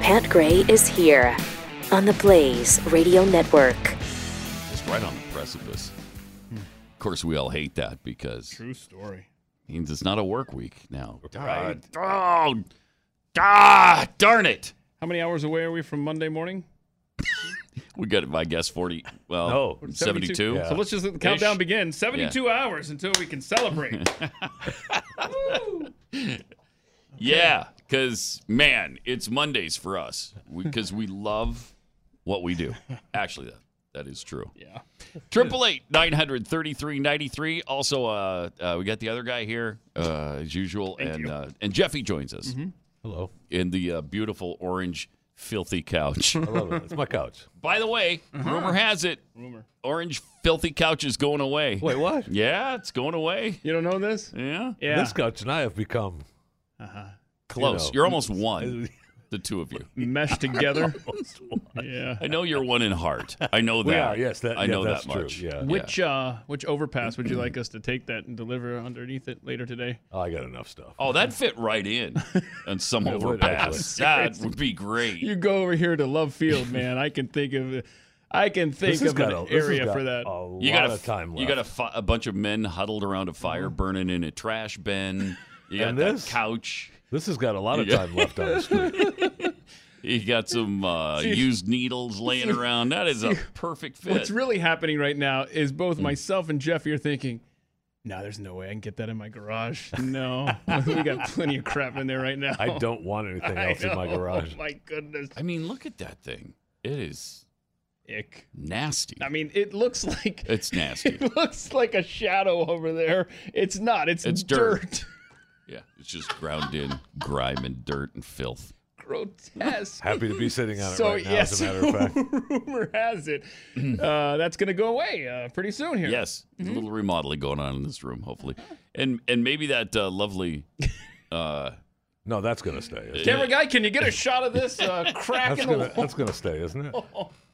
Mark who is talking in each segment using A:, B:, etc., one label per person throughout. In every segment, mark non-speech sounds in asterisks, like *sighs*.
A: Pat Gray is here on the Blaze Radio Network.
B: It's right on the precipice. Of course, we all hate that because
C: Hmm. True story.
B: means it's not a work week now.
C: Right.
B: Oh, ah, darn it!
C: How many hours away are we from Monday morning?
B: We got, I guess, forty. Well,
D: No.
B: seventy-two.
D: Yeah.
C: So let's just let the countdown begin. 72 hours until we can celebrate.
B: Yeah, because man, it's Mondays for us
C: *laughs*
B: because we love what we do. Actually, that that is true.
C: yeah.
B: *laughs* Triple eight nine hundred thirty three ninety three. Also, uh, uh, we got the other guy here uh, as usual, and Uh, and Jeffy joins us
C: Mm-hmm.
D: Hello.
B: in the uh, beautiful orange filthy couch.
D: I love it. It's my couch.
B: By the way, rumor has it,
C: Uh-huh. Rumor.
B: orange *laughs* filthy couch is going away.
D: Wait, what?
B: Yeah, it's going away.
C: You don't know this?
B: Yeah,
C: Yeah.
D: This couch and I have become
B: close.
D: know.
B: You're
D: *laughs*
B: almost one. The two of you.
C: meshed together.
D: Oh,
C: yeah.
B: I know you're one in heart. I know that.
D: We are, yes, that-
B: I
D: yeah,
B: know
D: that's
B: that
D: true,
B: much.
D: yeah.
C: Which uh which overpass would you like us to take that and deliver underneath it later today?
D: oh, I got enough stuff. *laughs*
B: Oh, that fit right in on some
D: It would,
B: overpass. That would be great.
C: You go over here to Love Field, man. I can think of I can think
D: this has
C: of an
D: got a, this has
C: area
D: got
C: for that.
D: A lot
B: you got a
D: of time left. Mm-hmm.
B: You got a, fi- a bunch of men huddled around a fire, burning in a trash bin. You got
D: And
B: that
D: this?
B: couch.
D: this has got a lot of
B: Yeah.
D: time left on the
B: *laughs*
D: street.
B: You got some uh, used needles
D: *laughs*
B: laying around. That is a perfect fit.
C: What's really happening right now is
D: Hmm.
C: both myself and Jeffy are thinking, no, there's no way I can get that in my
D: *laughs*
C: garage. No, *laughs* we got plenty of crap in there right now.
D: I don't want
C: *laughs*
D: anything
C: I
D: else in my
C: know.
D: garage.
C: Oh my goodness.
B: I mean, look at that thing. It is
C: Ick.
B: nasty.
C: I mean, it looks like *laughs*
B: it's nasty.
C: it looks like a shadow over there. It's not. It's,
B: It's dirt.
C: dirt.
B: *laughs* yeah, it's just ground in grime and dirt and filth.
C: Grotesque.
D: Happy to be sitting on it
C: so
D: right now,
C: yes,
D: as a matter of
C: *laughs*
D: fact.
C: rumor has it *clears throat* uh, that's going to go away uh, pretty soon here. Mm-hmm.
B: Yes, a little remodeling going on in this room, hopefully, and and maybe that uh, lovely. Uh,
D: No, that's going to stay.
C: Camera guy, can you get a shot of this
B: *laughs*
C: uh, crack
D: That's
C: in the
D: gonna,
C: wall?
D: *laughs* that's gonna stay,
C: *laughs*
D: isn't it?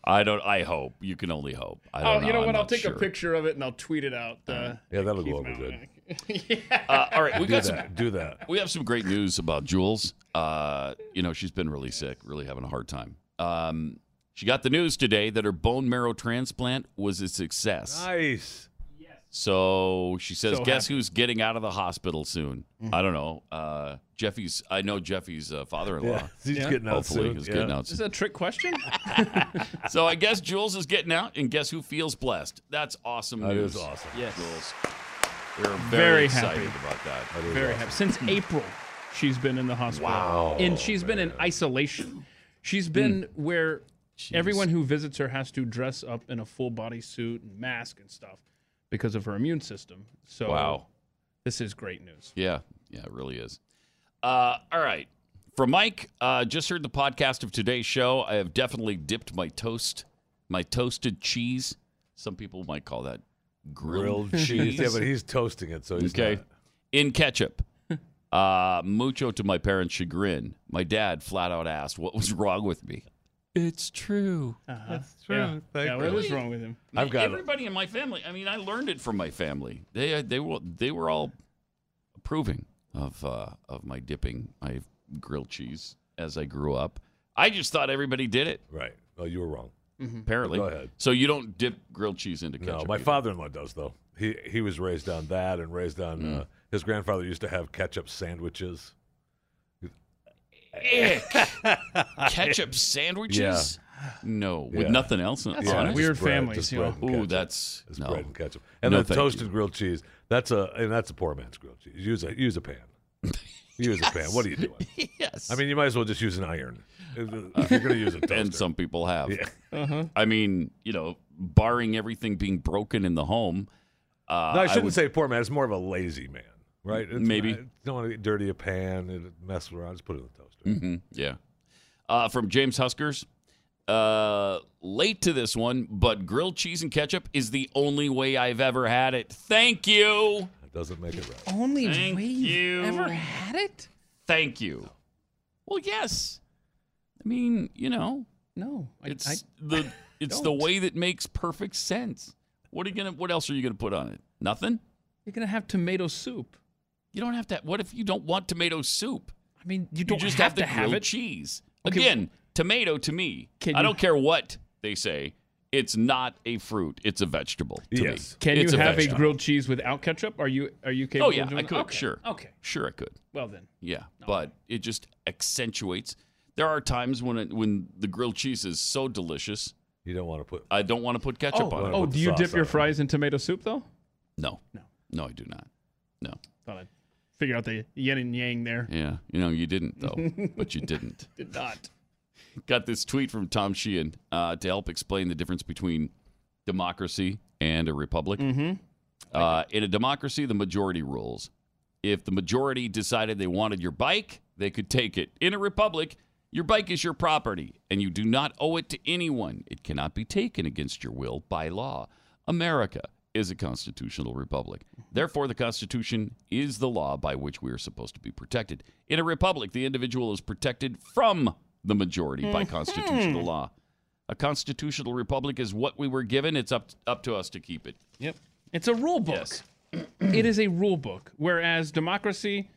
B: I don't. I hope you can only hope. I
C: Oh,
B: don't know.
C: you know
B: I'm
C: what? I'll
B: not
C: take a
B: sure.
C: picture of it and I'll tweet it out. Uh,
D: Yeah, that'll
C: Keith
D: go over good.
C: Malinak. *laughs* yeah.
B: Uh, all right, *laughs* we
D: Do
B: got
C: *laughs*
B: some
D: that. Do that.
B: we have some great news about Jules. Uh, you know, she's been really sick, really having a hard time. Um, she got the news today that her bone marrow transplant was a success.
D: Nice.
B: So she says,
C: So
B: "Guess who's getting out of the hospital soon?" I don't know. Uh, Jeffy's. I know Jeffy's uh, father-in-law.
D: Yeah, he's
C: Yeah.
D: getting out
B: Hopefully,
D: soon.
B: is
D: yeah.
B: getting
C: *laughs*
B: out.
C: Is that a trick
B: *laughs*
C: question?
B: So I guess Jules is getting out, and guess who feels blessed? That's awesome
D: That
B: news.
D: is awesome.
C: Yes.
B: Jules. We're very,
C: Very
B: excited
C: happy.
B: about that.
D: That is
C: Very
D: awesome.
C: happy. Since
B: Hmm.
C: April, she's been in the hospital.
D: Wow,
C: And she's been in
D: man.
C: isolation. She's been where
B: Hmm. Jeez.
C: everyone who visits her has to dress up in a full body suit and mask and stuff because of her immune system. So
B: Wow.
C: this is great news.
B: Yeah, yeah, it really is. Uh, all right. From Mike, uh, just heard the podcast of today's show. I have definitely dipped my toast, my toasted cheese. Some people might call that grilled,
D: Grilled cheese. yeah,
B: *laughs*
D: but he's toasting it, so he's
B: okay,
D: not.
B: in ketchup. Uh, mucho to my parents' chagrin. My dad flat out asked what was wrong with me. It's true.
D: That's
C: Uh-huh. Yeah. yeah, what was wrong with him?
D: I've got
B: everybody in my family. I mean, I learned it from my family. They uh, they were they were all approving of uh, of my dipping my grilled cheese as I grew up. I just thought everybody did it.
D: right. Oh, you were wrong.
B: Apparently,
D: Go ahead.
B: so you don't dip grilled cheese into ketchup.
D: No, my
B: either.
D: father-in-law does though. He he was raised on that and raised on
B: Mm.
D: uh, his grandfather used to have ketchup sandwiches.
B: Ick. ketchup sandwiches. No, with
D: Yeah.
B: nothing else on
D: Yeah,
B: on
D: just
B: it.
C: weird
D: bread,
C: families,
D: just
C: you
D: bread
C: know.
D: and
B: Ooh,
D: ketchup.
B: that's
D: It's
B: no.
D: bread and ketchup. And
B: No,
D: then
B: thank
D: toasted
B: you.
D: grilled cheese. That's a and that's a poor man's grilled cheese. Use a use a
B: *laughs*
D: pan. Use a pan. What are you doing?
B: yes, Uh,
D: I mean, you might as well just use an
B: *laughs*
D: iron. If You're going to use a toaster.
B: and some people have.
D: Yeah.
B: I mean, you know, barring everything being broken in the home. Uh,
D: No, I shouldn't
B: would-
D: say poor man. It's more of a lazy man, right? It's
B: Maybe.
D: not- don't want to get dirty a pan and mess around. Just put it in the toaster.
B: Mhm, yeah. Uh, from James Huskers. Uh, late to this one, but grilled cheese and ketchup is the only way I've ever had it. Thank you.
D: That doesn't make it right.
C: Only
B: Thank
C: way
B: you.
C: you've ever had it?
B: Thank you. Well, yes. I mean, you know,
C: No. I,
B: it's
C: I, *laughs*
B: the it's the
C: don't.
B: way that makes perfect sense. What are you gonna? What else are you gonna put on it? Nothing.
C: you're going to have tomato soup.
B: You don't have to. What if you don't want tomato soup?
C: I mean, you
B: You
C: don't
B: just
C: have, to
B: the
C: have
B: grilled
C: it.
B: cheese.
C: Okay,
B: Again, tomato to me.
C: Can
B: I
C: you-
B: don't care what they say. It's not a fruit. It's a vegetable. To
D: Yes.
B: Me.
C: Can
B: It's
C: you have a
B: vegetable.
C: grilled cheese without ketchup? Are you are you capable?
B: Oh yeah,
C: of doing
B: I
C: that?
B: could.
C: Okay.
B: Sure.
C: Okay.
B: Sure, I could.
C: Well then,
B: Yeah, but it just accentuates. There are times when it, when the grilled cheese is so delicious,
D: You don't want to put.
B: I don't want to put ketchup
C: oh,
B: on it.
C: oh,
D: With the
C: do you
D: sauce
C: dip
D: on
C: your
D: it.
C: fries in tomato soup though?
B: No,
C: No.
B: no, I do not. No,
C: Thought I'd figure out the yin and yang there.
B: yeah, you know, you didn't
C: *laughs*
B: though, but you didn't.
C: Did not.
B: Got this tweet from Tom Sheehan uh, to help explain the difference between democracy and a republic.
C: Mm-hmm.
B: Uh, in a democracy, the majority rules. If the majority decided they wanted your bike, they could take it. In a republic, your bike is your property, and you do not owe it to anyone. It cannot be taken against your will by law. America is a constitutional republic. Therefore, the Constitution is the law by which we are supposed to be protected. In a republic, the individual is protected from the majority by constitutional law. A constitutional republic is what we were given. It's up up to us to keep it.
C: Yep. It's a rule book.
B: Yes.
C: *clears throat* it is a rule book. Whereas democracy,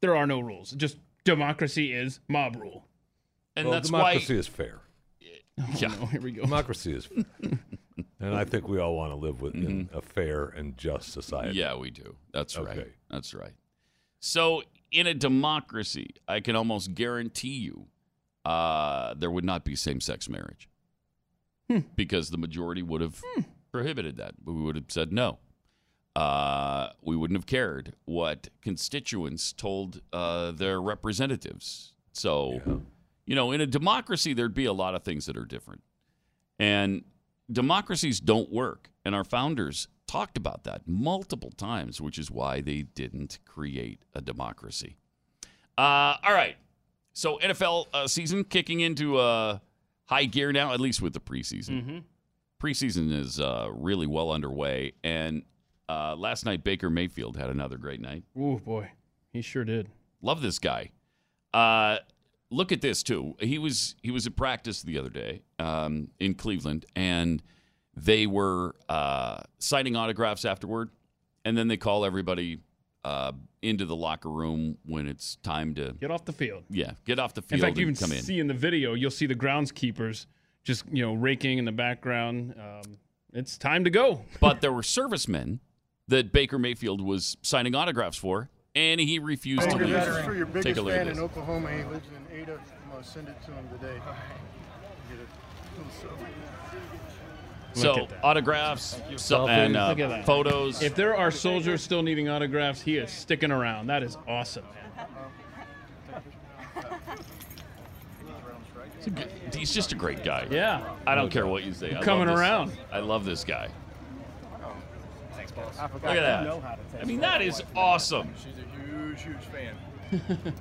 C: there are no rules. Just democracy is mob rule.
B: And
D: Well,
B: that's why
D: democracy is fair.
B: *laughs* Yeah.
C: Oh, here we go.
D: Democracy is
B: *laughs*
D: fair. and I think we all want to live within a fair and just society.
B: Mm-hmm. Yeah, we do. That's right.
D: Okay.
B: That's right. So in a democracy, I can almost guarantee you uh, there would not be same-sex marriage because the majority would have prohibited that. We would have said no. Uh, we wouldn't have cared what constituents told uh, their representatives. So, you know, in a democracy, there'd be a lot of things that are different. And democracies don't work. And our founders talked about that multiple times, which is why they didn't create a democracy. Uh, all right. So, NFL uh, season kicking into uh, high gear now, at least with the preseason. Preseason is uh, really well underway. And uh, last night, Baker Mayfield had another great night.
C: Oh boy, he sure did.
B: Love this guy. Uh, look at this too. He was he was at practice the other day um, in Cleveland, and they were uh, signing autographs afterward, and then they call everybody uh, into the locker room when it's time to
C: Get off the field.
B: yeah get off the
C: In
B: field
C: fact, you even
B: and come in.
C: see in the video, you'll see the groundskeepers just you know raking in the background. Um, it's time to go. *laughs*
B: but there were servicemen that Baker Mayfield was signing autographs for, and he refused to
E: Baker,
B: leave.
E: this is for your
B: Take
E: biggest
B: a look at
E: fan in
B: this.
E: Oklahoma. He lives in Ada. I'm gonna send it to him today. Get it.
B: So
C: at that.
B: autographs so,
D: Selfies.
B: and uh,
C: Look at that.
B: photos.
C: If there are soldiers still needing autographs, he is sticking around. That is awesome. Man.
B: It's a good- he's just a great guy.
C: Yeah.
B: I don't care what you say. I love
C: Coming
B: this-
C: around.
B: I love this guy. *laughs*
E: I
B: Oh. Look at that. I mean, that is awesome.
F: She's a huge, huge fan. and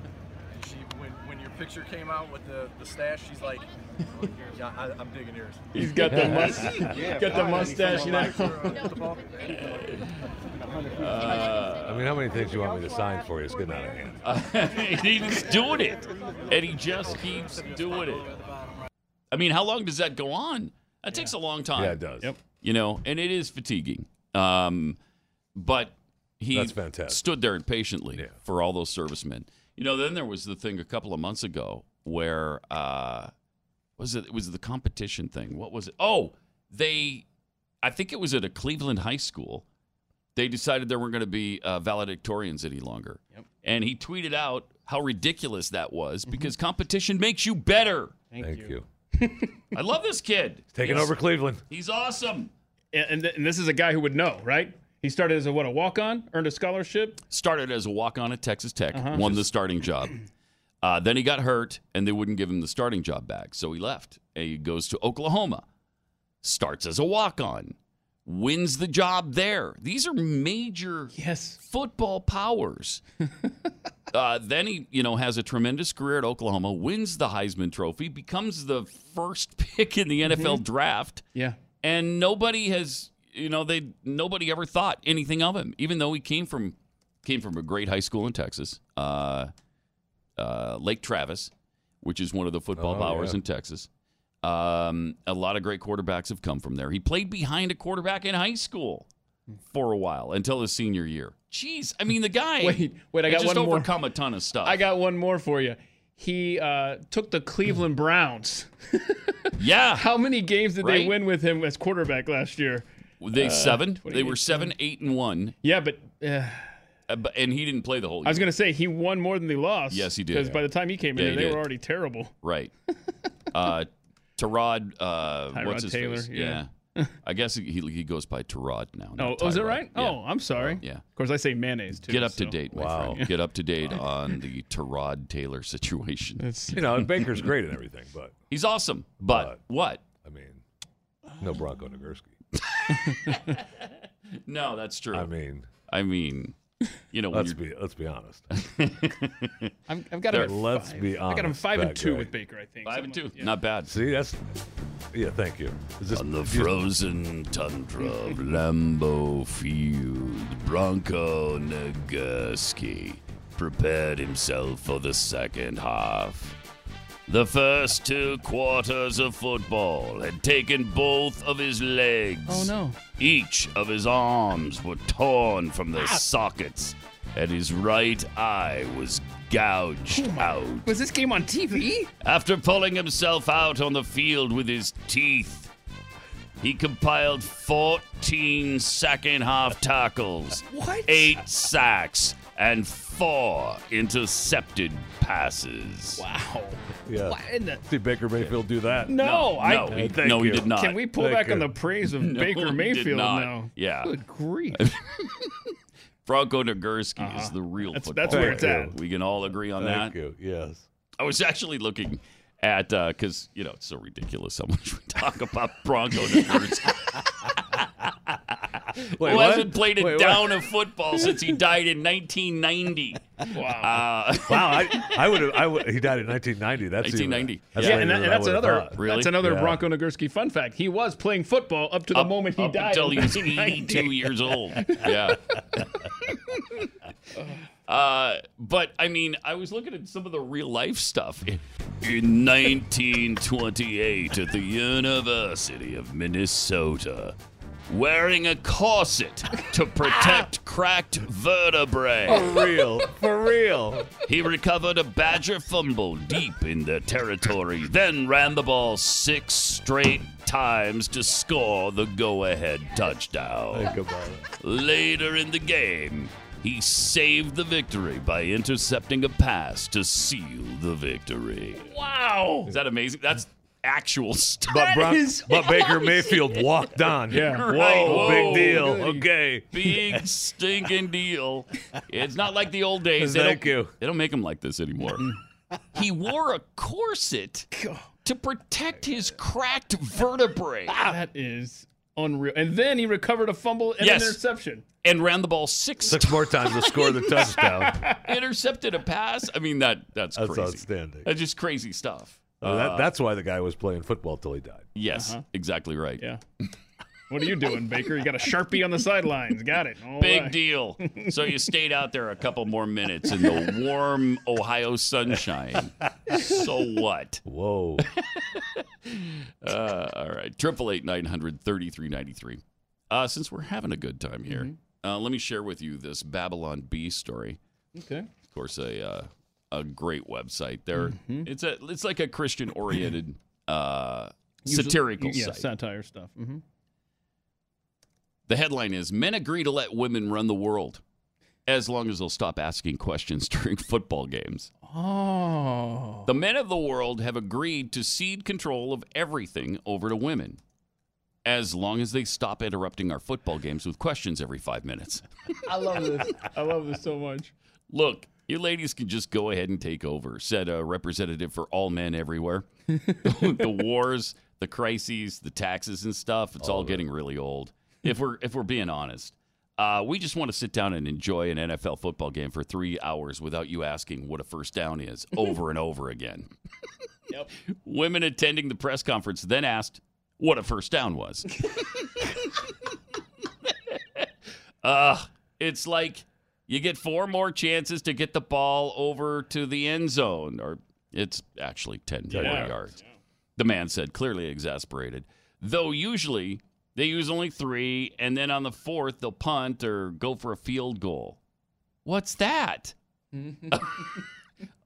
F: she, when, when your picture came out with the, the stash, she's like, yeah, I, I'm digging yours.
C: He's got the
F: *laughs*
C: must- got the mustache now.
B: *laughs* Uh,
D: I mean, how many things you want me to sign for you is getting out of hand.
B: *laughs* he's doing it, and he just keeps doing it. I mean, how long does that go on? That takes a long time.
D: yeah, it does.
C: Yep.
B: You know, and it is fatiguing. Um, but he
D: That's fantastic.
B: stood there impatiently
D: Yeah.
B: for all those servicemen. You know, then there was the thing a couple of months ago where uh, was it? It was the competition thing. What was it? Oh, they. I think it was at a Cleveland high school. They decided there weren't going to be uh, valedictorians any longer. And he tweeted out how ridiculous that was because competition makes you better.
D: Mm-hmm. Thank, you. *laughs*
B: I love this kid.
D: Taking
B: He's-
D: over Cleveland.
B: He's awesome.
C: And, and, th- and this is a guy who would know, right? He started as a what a walk on, earned a scholarship.
B: started as a walk on at Texas Tech, won the starting job. Uh, then he got hurt, and they wouldn't give him the starting job back, so he left. And he goes to Oklahoma, starts as a walk on, wins the job there. These are major
C: Yes.
B: football powers. uh, then he, you know, has a tremendous career at Oklahoma, wins the Heisman Trophy, becomes the first *laughs* pick in the NFL draft
C: Mm-hmm. Yeah.
B: and nobody has you know they nobody ever thought anything of him even though he came from came from a great high school in texas uh, uh, lake travis which is one of the football
D: Oh,
B: powers
D: yeah.
B: in texas um, a lot of great quarterbacks have come from there he played behind a quarterback in high school for a while until his senior year jeez i mean the guy
C: Wait, wait, I
B: had
C: got
B: just
C: one more.
B: overcome a ton of stuff
C: I got one more for you. he uh, took the Cleveland
B: *laughs*
C: Browns. *laughs*
B: Yeah.
C: How many games did they Uh,
B: Right.
C: win with him as quarterback last year?
B: They seven. They were
C: 28,
B: seven, eight, and one,
C: Yeah, but uh,
B: uh, but- and he didn't play the whole.
C: I was
B: year.
C: going to say he won more than they lost.
B: Yes, he did.
C: Because by the time he came
B: Yeah,
C: in,
B: he
C: they
B: did.
C: were already terrible.
B: right. *laughs* Uh, Tarod, uh, what's his
C: Taylor,
B: face?
C: yeah.
B: I guess he, he goes by Tarod now.
C: Oh,
B: not
C: was it
B: Tyrod.
C: right?
B: Yeah.
C: Oh, I'm sorry.
B: Yeah.
C: Of course, I say mayonnaise too.
B: Get up to
C: so-
B: date, my
D: Wow.
B: friend. Get up to
C: *laughs*
B: date on the Tarod Taylor situation.
D: *laughs*
C: It's-
D: You know, and Baker's great and everything, but
B: He's awesome, but
D: But-
B: what?
D: I mean, no Bronco Nagurski.
B: *laughs* No, that's true.
D: I mean,
B: I mean, you know, when
D: let's
B: you're,
D: be let's be
B: *laughs*
D: honest.
C: I'm, I've got him.
B: There-
C: at
D: Let's
C: five.
D: be
C: I got him
D: honest,
C: five and
D: that
C: two
D: guy.
C: with Baker. I think
B: five and two,
C: Something like-
B: not bad.
D: See, that's yeah. Thank you. Is this
B: On the frozen tundra of Lambeau Field, Bronco Nagurski prepared himself for the second half. The first two quarters of football had taken both of his legs.
C: Oh no!
B: Each of his arms were torn from their sockets, and his right eye was gouged
C: Oh, *laughs*
B: out.
C: Was this game on TV?
B: After pulling himself out on the field with his teeth, he compiled 14 second half tackles,
C: What?
B: eight sacks, and four intercepted passes.
C: Wow!
D: Yeah.
C: What in the?
D: See Baker Mayfield do that?
C: No, I.
B: no, he,
D: Thank
B: no, he
D: you.
B: did not.
C: Can we pull
D: Thank
C: back on
D: you.
C: the praise of
B: *laughs* No, he
C: Baker
B: did
C: Mayfield
B: not.
C: now?
B: Yeah.
C: Good grief!
B: Bronco Nagurski is the real
C: Uh-huh. That's-
B: football
C: that's where
B: player.
C: it's
D: at.
B: We can all agree on
D: Thank
B: that.
D: you. Yes.
B: I was actually looking at because you know it's so ridiculous how much we *laughs* talk about
C: *laughs*
B: Bronco Nagurski.
D: Wait,
B: *laughs* Who
D: what?
B: hasn't played a
D: Wait, what?
B: down of football since he died in 1990?
C: Wow.
B: Uh,
D: *laughs* Wow, I, I would have. I would. He died in 1990. That's even-
B: 1990.
D: that's
C: yeah,
D: later
C: and, that,
D: than
C: and
D: I
C: that's
D: would've
C: another
D: thought.
B: Really?
C: that's another
D: Yeah.
C: Bronco Nagurski fun fact. He was playing football up to the moment he
B: *laughs* up E
C: died.
B: until
D: *laughs*
B: he was
C: in 1990.
B: 82 years old. Yeah. Uh, but I mean, I was looking at some of the real life stuff. In 1928, at the University of Minnesota, wearing a corset
D: Ah!
B: to protect cracked vertebrae,
D: For real. For real.
B: he recovered a Badger fumble deep in their territory, then ran the ball six straight times to score the go ahead touchdown.
D: Think about it.
B: Later in the game, he saved the victory by intercepting a pass to seal the victory.
C: Wow!
B: Is that amazing? That's actual stuff.
D: But, Bron-
C: is
D: but Baker Mayfield walked on.
C: Yeah.
D: Whoa,
B: Right. Whoa.
D: big deal.
C: Goody.
D: Okay. *laughs*
B: Big stinking deal. It's not like the old days.
D: Thank
B: they don't,
D: you.
B: They don't make him like this anymore. he wore a corset to protect his cracked vertebrae
C: Ah. That is unreal. And then he recovered a fumble and
B: Yes.
C: an interception.
B: and ran the ball six,
D: Six more times to score
C: *laughs*
D: the touchdown.
B: times, *laughs* intercepted a pass. I mean, that that's,
D: That's
B: crazy.
D: outstanding.
B: That's just crazy stuff.
D: Uh, that, that's why the guy was playing football till he died.
B: Yes, exactly right.
C: Yeah. What are you doing, Baker? You got a sharpie on the sidelines. Got it. All *laughs*
B: Big
C: right.
B: deal. So you stayed out there a couple more minutes in the warm
D: *laughs*
B: Ohio sunshine. So what?
D: Whoa.
B: *laughs* Uh, all right. Triple eight nine hundred thirty three ninety three. Uh, since we're having a good time here, uh, let me share with you this Babylon B story.
C: Okay.
B: Of course, a uh, a great website. There, it's a it's like a Christian oriented *clears throat* uh, satirical
C: yeah,
B: site.
C: satire stuff. hmm
B: The headline is Men agree to let women run the world as long as they'll stop asking questions *laughs* during football games.
C: Oh.
B: The men of the world have agreed to cede control of everything over to women as long as they stop interrupting our football games with questions every five minutes.
C: I love this. I love this so much.
B: Look, you ladies can just go ahead and take over, said a representative for all men everywhere. *laughs* the wars, the crises, the taxes and stuff, it's all, getting really old. If we're if we're being honest, uh, we just want to sit down and enjoy an NFL football game for three hours without you asking what a first down is over and over again. Women attending the press conference then asked what a first down was. uh, it's like you get four more chances to get the ball over to the end zone, or it's actually 10 more
C: Yeah.
B: yards. The man said, clearly exasperated. Though usually they use only three, and then on the fourth, they'll punt or go for a field goal. What's that?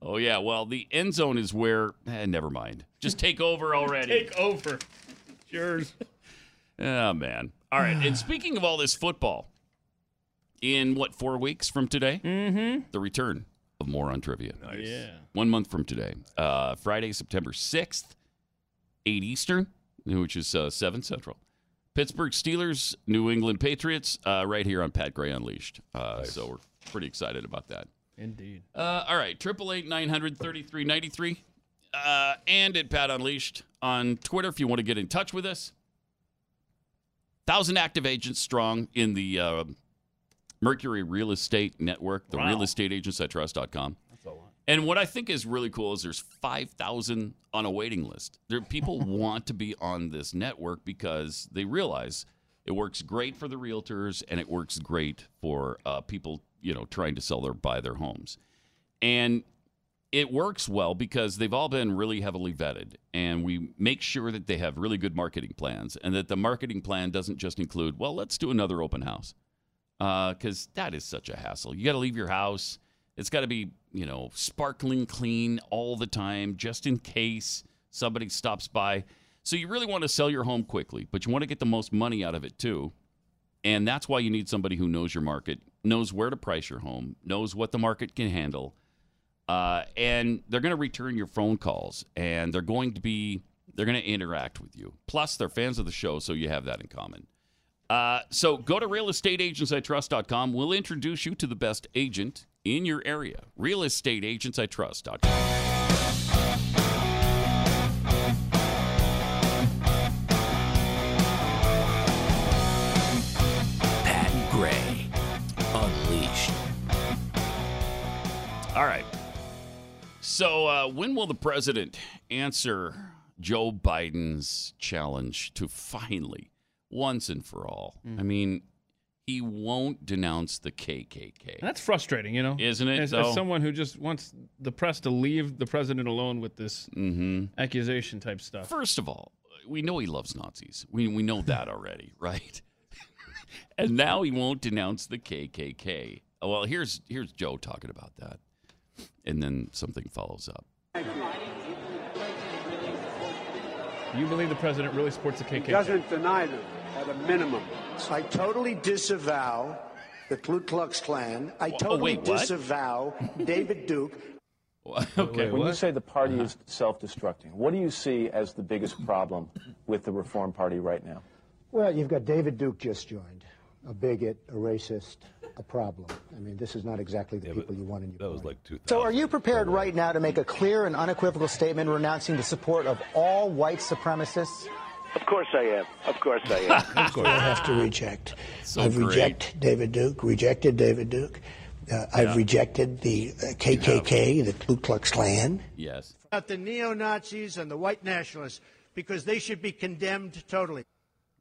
B: Oh yeah, well the end zone is where. Eh, never mind. *laughs* Just take over already.
C: Take over. It's Yours.
B: Oh man. All right. and speaking of all this football, in what four weeks from today, mm-hmm. the return of more on trivia.
C: Yeah.
B: One month from today, uh, Friday, September sixth, eight Eastern, which is uh, seven Central. Pittsburgh Steelers, New England Patriots, uh, right here on Pat Gray Unleashed. Uh, So we're pretty excited about that.
C: Indeed.
B: Uh, all right, triple eight nine hundred thirty three ninety three, uh, and at Pat Unleashed on Twitter if you want to get in touch with us. Thousand active agents strong in the uh, Mercury Real Estate Network, the Real Estate Agents I Trust.com. That's a lot. And what I think is really cool is there's five thousand on a waiting list. There, *laughs* people want to be on this network because they realize it works great for the realtors and it works great for uh, people you know trying to sell or buy their homes and it works well because they've all been really heavily vetted and we make sure that they have really good marketing plans and that the marketing plan doesn't just include well let's do another open house because that is such a hassle you got to leave your house it's got to be you know sparkling clean all the time just in case somebody stops by so you really want to sell your home quickly but you want to get the most money out of it too and that's why you need somebody who knows your market, knows where to price your home, knows what the market can handle. Uh, and they're going to return your phone calls and they're going to be, they're going to interact with you. Plus, they're fans of the show, so you have that in common. Uh, so go to realestateagentsitrust.com. We'll introduce you to the best agent in your area. Realestateagentsitrust.com.
G: Pat Gray Unleashed.
B: All right. So, uh, when will the president answer Joe Biden's challenge to finally, once and for all? I mean, he won't denounce the
C: And
B: KKK.
C: that's frustrating, you know?
B: Isn't it,
C: As,
B: though?
C: as someone who just wants the press to leave the president alone with this
B: Mm-hmm.
C: accusation type stuff.
B: First of all, we know he loves Nazis. We, we know that already, right? *laughs* and now he won't denounce the KKK. Oh, Well, here's here's Joe talking about that, and then something follows up.
C: Do you believe the president really supports the KKK? *laughs*
H: doesn't deny them at a minimum.
I: I totally disavow the Ku Klux Klan. I
B: oh,
I: totally
B: wait, what?
I: disavow David Duke.
B: Okay.
J: When you say the
C: Uh-huh.
J: party is self-destructing, what do you see as the biggest problem with the Reform Party right now?
I: Well, you've got David Duke just joined, a bigot, a racist, a problem. I mean, this is not exactly the people you want in your
D: That was
I: party.
D: like 2000.
J: So are you prepared right now to make a clear and unequivocal statement renouncing the support of all white supremacists?
G: Of course I am. Of course I am.
I: I have
B: *laughs*
I: to reject.
B: So
I: I've
B: great.
I: rejected David Duke, rejected David Duke. Uh, I've rejected the uh, KKK, the Ku Klux Klan.
B: Yes.
H: About the neo Nazis and the white nationalists, because they should be condemned totally.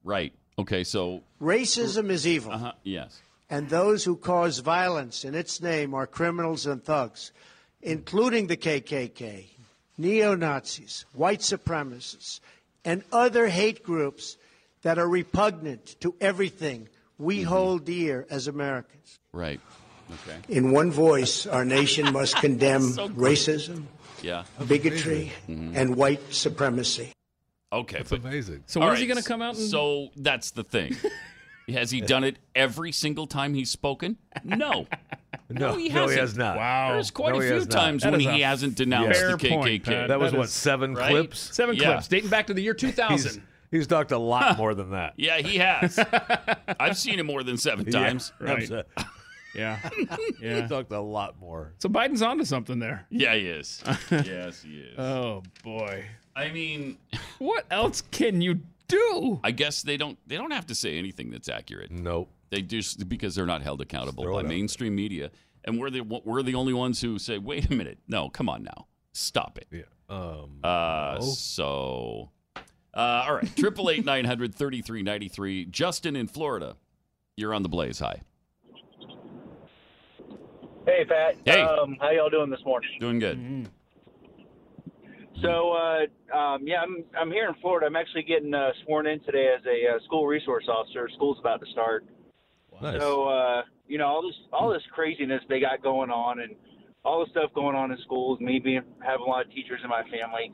B: Right. Okay. So,
H: Racism is evil,
B: uh, yes.
H: and those who cause violence in its name are criminals and thugs, including the KKK, neo Nazis, white supremacists, and other hate groups that are repugnant to everything we hold dear as Americans.
B: Right. Okay.
I: In one voice, our nation must condemn racism,
B: Yeah.
I: bigotry, and white supremacy.
B: Okay.
D: It's
B: but-
D: amazing.
C: so
B: All
C: when is he
B: right,
C: going to come out and
B: So that's
C: *laughs*
B: the thing. Has he done it every single time he's spoken? No.
D: No,
B: he
D: no,
B: hasn't.
D: has not.
C: Wow.
B: There's quite
D: No,
B: a
D: he
B: few
D: has not.
B: times
C: That
B: when
C: is
B: he
C: a
B: hasn't denounced
C: fair
B: the
C: point,
B: KKK.
C: Pat.
D: That was
C: That
D: what
C: is-
D: seven
B: right?
D: clips.
C: seven
B: Yeah.
C: clips dating back to the year 2000?
D: He's, he's talked a
B: *laughs*
D: lot more than that.
B: Yeah,
D: *laughs*
B: he has. I've seen him more than seven
D: Yeah. *laughs*
B: times.
C: Right.
D: He's, uh,
B: *laughs*
C: Yeah.
D: He
C: Yeah.
D: talked a lot more.
C: So Biden's onto something there.
B: Yeah,
D: *laughs*
B: he is. yes, he is.
C: Oh boy.
B: I mean,
C: What else can you do?
B: I guess they don't they don't have to say anything that's accurate.
D: Nope.
B: They just because they're not held accountable
D: throw it
B: by
D: out there.
B: mainstream media, and we're the we're the only ones who say, "Wait a minute, no, come on now, stop it."
D: Yeah. Um,
B: Uh, so, uh, all right, triple eight nine hundred thirty three ninety three. Justin in Florida, you're on the blaze. Hi,
J: Hey, Pat.
B: Hey.
J: Um, how y'all doing this morning?
B: doing good.
J: So, uh, um, yeah, I'm, I'm here in Florida. I'm actually getting uh, sworn in today as a uh, school resource officer. School's about to start.
D: nice.
J: So uh, you know all this all this craziness they got going on, and all the stuff going on in schools, me being having a lot of teachers in my family.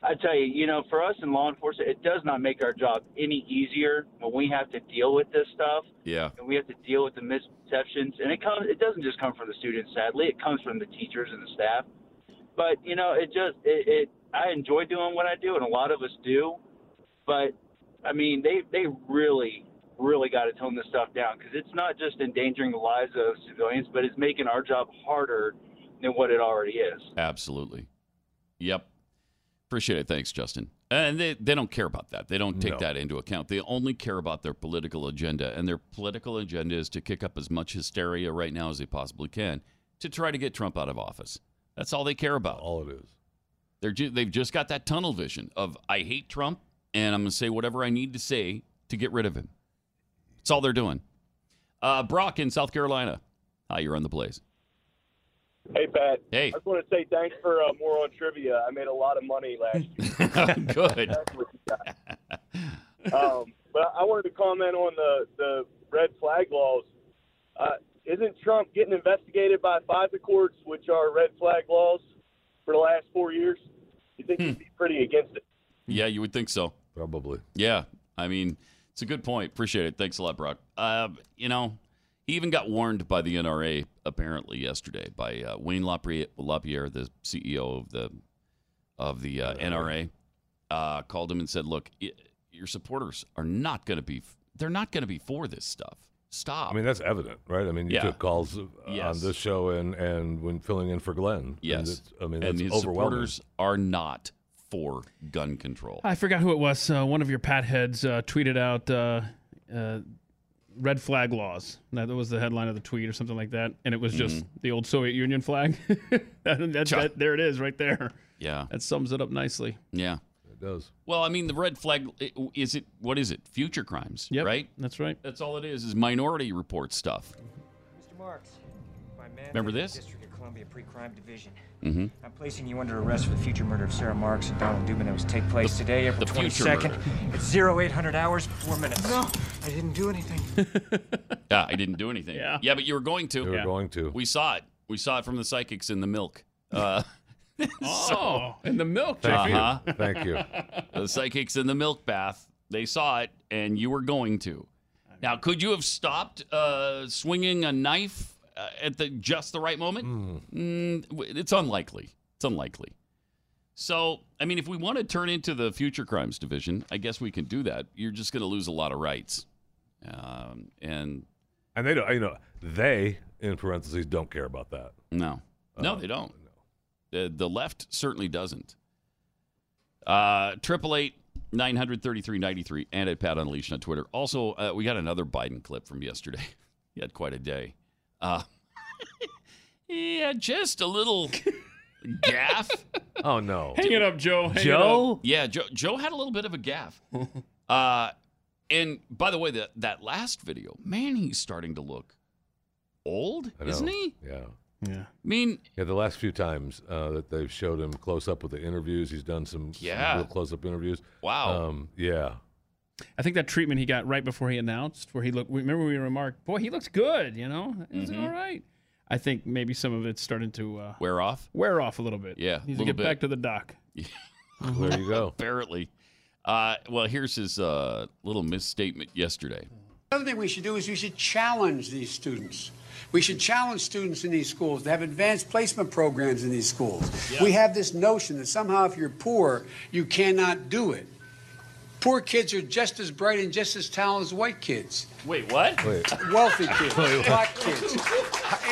J: I tell you, you know, for us in law enforcement, it does not make our job any easier when we have to deal with this stuff
B: Yeah.
J: and we have to deal with the misconceptions. And it comes, it doesn't just come from the students. Sadly, it comes from the teachers and the staff. But you know, it just, it, it I enjoy doing what I do, and a lot of us do. But I mean, they they really, really got to tone this stuff down because it's not just endangering the lives of civilians, but it's making our job harder than what it already is.
B: Absolutely. Yep. Appreciate it. Thanks, Justin. And they, they don't care about that. They don't take
K: No.
B: that into account. They only care about their political agenda. And their political agenda is to kick up as much hysteria right now as they possibly can to try to get Trump out of office. That's all they care about.
D: All it is.
B: They're ju- they've just got that tunnel vision of, I hate Trump, and I'm going to say whatever I need to say to get rid of him. That's all they're doing. Uh, Brock in South Carolina. Hi, you're on the blaze. *laughs*
L: Hey, Pat.
B: Hey.
L: I just want to say thanks for uh, more on trivia. I made a lot of money last year.
B: Good.
L: um, but I wanted to comment on the, the red flag laws. Uh, isn't Trump getting investigated by FISA courts, which are red flag laws, for the last four years? You think he'd be pretty against it?
B: Yeah, you would think so.
D: Probably.
B: Yeah. I mean, it's a good point. Appreciate it. Thanks a lot, Brock. Uh, you know, he even got warned by the NRA apparently yesterday by uh, Wayne Lapierre, Lapierre, the CEO of the of the uh, NRA, uh, called him and said, "Look, i your supporters are not going to be they're not going to be for this stuff. Stop."
D: I mean, that's evident, right? I mean, you
B: Yeah.
D: took calls uh,
B: Yes.
D: on this show and, and when filling in for Glenn. And
B: yes,
D: it's- I mean,
B: and
D: that's
B: his
D: overwhelming.
B: supporters are not for gun control.
C: I forgot who it was. Uh, one of your pat heads uh, tweeted out uh, uh, red flag laws. That was the headline of the tweet or something like that. And it was just
B: Mhm.
C: the old Soviet Union flag. *laughs* that, that- that- there it is right there.
B: Yeah.
C: That sums it up nicely.
B: Yeah.
D: It does.
B: Well, I mean, the red flag i- is it? What is it? Future crimes, right?
C: That's right.
B: That's all it is. Is minority report stuff.
M: Mr. Marks, my man.
B: Remember
M: from the
B: this?
M: District of Columbia Pre-Crime Division.
B: Mhm.
M: I'm placing you under arrest for the future murder of Sarah Marks and Donald Dubin that was to take place today, April
B: the future
M: 22nd.
B: murder.
M: It's 0800 hours, 4 minutes. No, I didn't do anything.
B: Yeah, Ah, I didn't do anything. yeah. but you were going to. You
D: were Yeah. going to.
B: We saw it. We saw it from the psychics in the milk. Uh, *laughs*
C: *laughs* Oh, and the milk. Jeffy.
B: uh-huh.
C: *laughs* I
B: the psychics in the milk bath. They saw it, and you were going to. Now, could you have stopped uh, swinging a knife uh, at the just the right moment? Mm, w- it's unlikely. It's unlikely. So, I mean, if we want to turn into the future crimes division, I guess we can do that. You're just going to lose a lot of rights, um, and
D: And they don't, you know, they, in parentheses, don't care about that.
B: No.
C: Uh,
B: No, they don't. The, the left certainly doesn't. Uh Triple eight nine hundred thirty three ninety three and at Pat Unleashed on Twitter. Also, uh, we got another Biden clip from yesterday. *laughs* he had quite a day. Uh, yeah, just a little *laughs* gaff.
D: Oh,
B: *laughs*
D: no.
C: Hang it up, Joe. Hang it up.
B: Yeah, Joe. Joe had a little bit of a gaff.
C: *laughs*
B: Uh, and by the way, that that last video, man, he's starting to look old,
D: I know.
B: isn't he?
D: Yeah.
C: Yeah.
B: I mean,
D: Yeah, the last few times uh, that they've showed him close up with the interviews, he's done some, some
C: Yeah.
D: real close up interviews.
B: Wow.
D: Um, yeah.
C: think that treatment he got right before he announced, where he looked. Remember we remarked, "Boy, he looks good." You know, He's
B: Mhm.
C: all right. I think maybe some of it's starting to uh,
B: wear off.
C: Wear off a little bit.
B: Yeah,
C: Needs to
B: little
C: get
B: bit.
C: back to the dock.
D: *laughs* There you go.
B: Apparently. Uh, well, here's his uh, little misstatement yesterday.
N: Another thing we should do is we should challenge these students. We should challenge students in these schools to have advanced placement programs in these schools. We have this notion that somehow if you're poor, you cannot do it. Poor kids are just as bright and just as talented as white kids.
B: Wait, what?
D: Wait.
N: Wealthy
B: *laughs*
N: kids,
D: Wait, what?
N: black kids,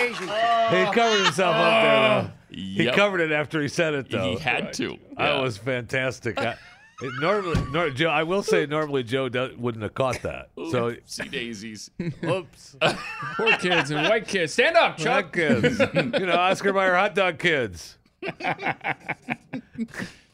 N: Asian kids.
C: Oh.
D: He covered himself up there, though. He
B: Yep.
D: covered it after he said it, though.
B: He had to.
D: That
B: Yeah.
D: was
C: *laughs*
D: fantastic. I, it normally, nor, Joe, I will say, normally Joe do, wouldn't have caught that. So
B: Oopsie daisies.
C: *laughs*
D: Oops.
C: Poor kids and white kids. Stand up, Chuck. *laughs*
D: Hot kids, you know, Oscar Mayer hot dog kids.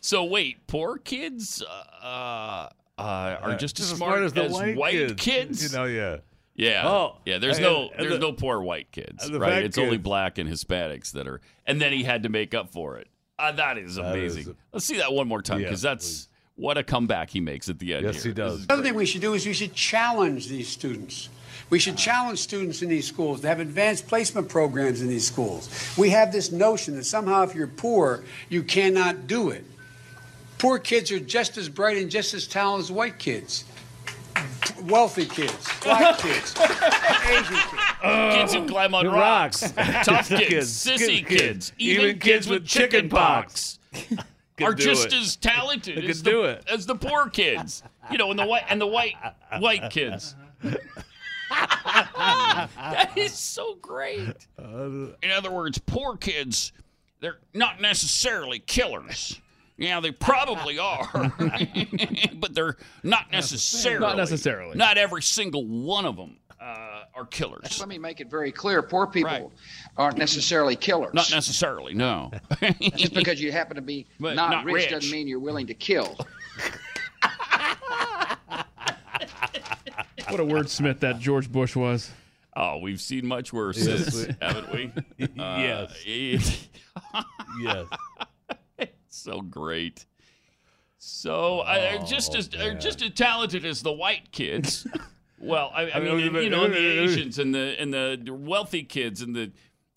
B: So wait, poor kids uh, uh, are just as
D: Just
B: smart,
D: as the white,
B: kids.
D: You know, yeah.
B: Yeah.
D: Oh,
B: yeah. There's
D: and-
B: no
D: and
B: there's
D: the-
B: no poor white kids,
D: and the
B: right?
D: fat
B: It's only
D: kids.
B: black and Hispanics that are. And then he had to make up for it. Uh, that is
D: That is-
B: amazing. Let's see that one more time
D: Yeah,
B: because that's what a comeback he makes at the end. Yes, he does.
N: Another thing we should do is we should challenge these students. We should challenge students in these schools to have advanced placement programs in these schools. We have this notion that somehow if you're poor, you cannot do it. Poor kids are just as bright and just as talented as white kids, wealthy kids, black
B: *laughs*
N: kids, Asian kids.
B: kids who climb on
N: the
B: rocks,
N: rocks.
B: *laughs* tough
N: Good
B: kids,
N: kids,
B: sissy
N: good
B: kids,
N: kids,
B: even, kids, with chicken pox,
K: Could
B: are
K: do
B: just
K: it.
B: as
D: *laughs*
B: talented
K: Could
B: as
K: do
B: the,
K: it.
B: as the poor kids. You know, and the white and the white white kids. that is so great. In other words, poor kids, they're not necessarily killers. Yeah, they probably are, *laughs* but they're not necessarily.
C: Not necessarily.
B: Not every single one of them uh, are killers.
O: Let me make it very clear: poor people aren't necessarily killers.
B: Not necessarily, no.
O: Just because you happen to be
B: But
O: not,
B: not
O: rich,
B: rich.
O: doesn't mean you're willing to kill.
C: *laughs* What a wordsmith that George Bush was.
B: Oh, we've seen much worse,
C: Yes.
B: since,
C: *laughs*
B: haven't we? Uh,
C: Yes.
B: yes. *laughs*
D: yes.
B: So great. So uh,
C: Oh,
B: just as uh, just as talented as the white
C: *laughs*
B: kids. well, I, I mean, you know, and the Asians and the and the wealthy kids and the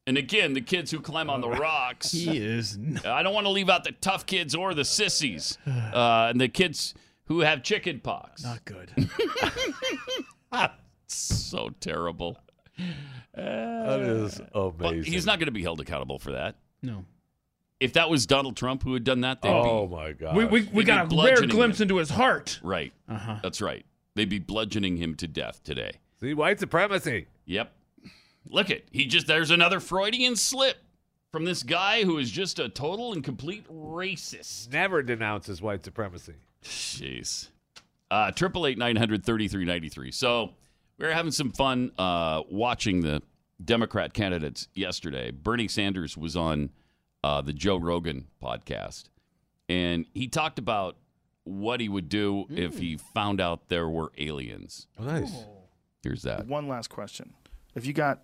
B: and again the kids who climb on the rocks.
C: Uh, He is
B: I don't want to leave out the tough kids or
C: *sighs*
B: the sissies uh, and the kids who have chicken pox.
C: Not good.
B: *laughs* so terrible.
D: That is
B: But
D: amazing.
B: he's not going to be held accountable for that.
C: No.
B: If that was Donald Trump who had done that, they'd
D: Oh,
B: be.
D: my
B: god!
C: We, we, we got a rare glimpse into his heart.
B: Right.
C: Uh-huh.
B: That's right. They'd be bludgeoning him to death today.
D: See, white supremacy.
B: Yep. Look at he just there's another Freudian slip from this guy who is just a total and complete racist.
D: Never denounces white supremacy.
B: Jeez. Uh triple eight nine hundred thirty three ninety three. So we were having some fun uh watching the Democrat candidates yesterday. Bernie Sanders was on uh the Joe Rogan podcast and he talked about what he would do if
P: Mm.
B: he found out there were aliens.
Q: Oh,
D: nice.
B: Here's that.
P: One last question. If you got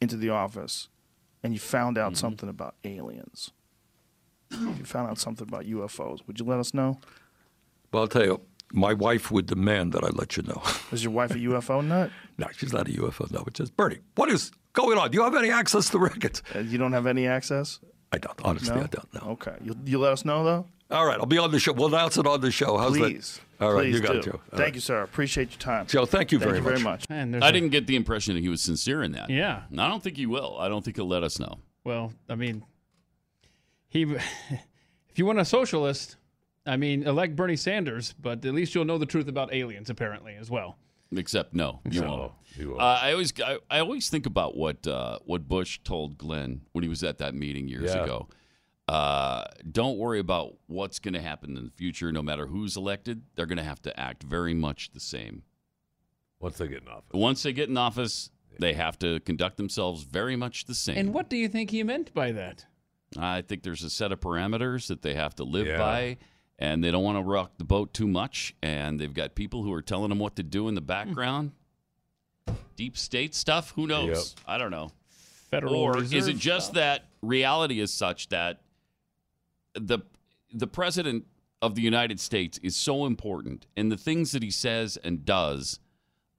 P: into the office and you found
Q: Mm-hmm.
P: out something about aliens, if you found out something about UFOs, would you let us know?
Q: Well, I'll tell you, my wife would demand that I let you know. *laughs*
P: Is your wife a UFO nut?
Q: no, she's not a UFO. No, it's just Bernie. What is going on? Do you have any access to the records?
P: Uh, you don't have any access.
Q: I don't. Honestly,
P: No?
Q: I don't know.
P: Okay. You, you let us know, though?
Q: All right, I'll be on the show. We'll announce it on the show. How's
P: Please.
Q: that? All right,
P: Please
Q: you got
P: do.
Q: it, Joe. All
P: thank
Q: right.
P: you, sir. Appreciate your time.
Q: Joe, thank you very
P: very
Q: much.
P: much.
C: And there's
B: I
C: a-
B: didn't get the impression that he was sincere in that.
C: Yeah.
B: And I don't think he will. I don't think he'll let us know.
C: Well, I mean, he. *laughs* If you want a socialist, I mean, elect Bernie Sanders, but at least you'll know the truth about aliens, apparently, as well.
B: Except no, you
C: No,
D: oh,
B: won't. Uh, I always I, I always think about what uh, what Bush told Glenn when he was at that meeting years
C: Yeah.
B: ago. Uh, don't worry about what's going to happen in the future. No matter who's elected, they're going to have to act very much the same.
D: Once they get in office.
B: Once they get in office, they have to conduct themselves very much the same.
C: And what do you think he meant by that?
B: I think there's a set of parameters that they have to live
C: Yeah.
B: by, and they don't want to rock the boat too much. And they've got people who are telling them what to do in the background. Deep state stuff? Who knows? I don't know.
C: Federal
B: or is it
C: Reserve
B: just that reality is such that the the president of the United States is so important, and the things that he says and does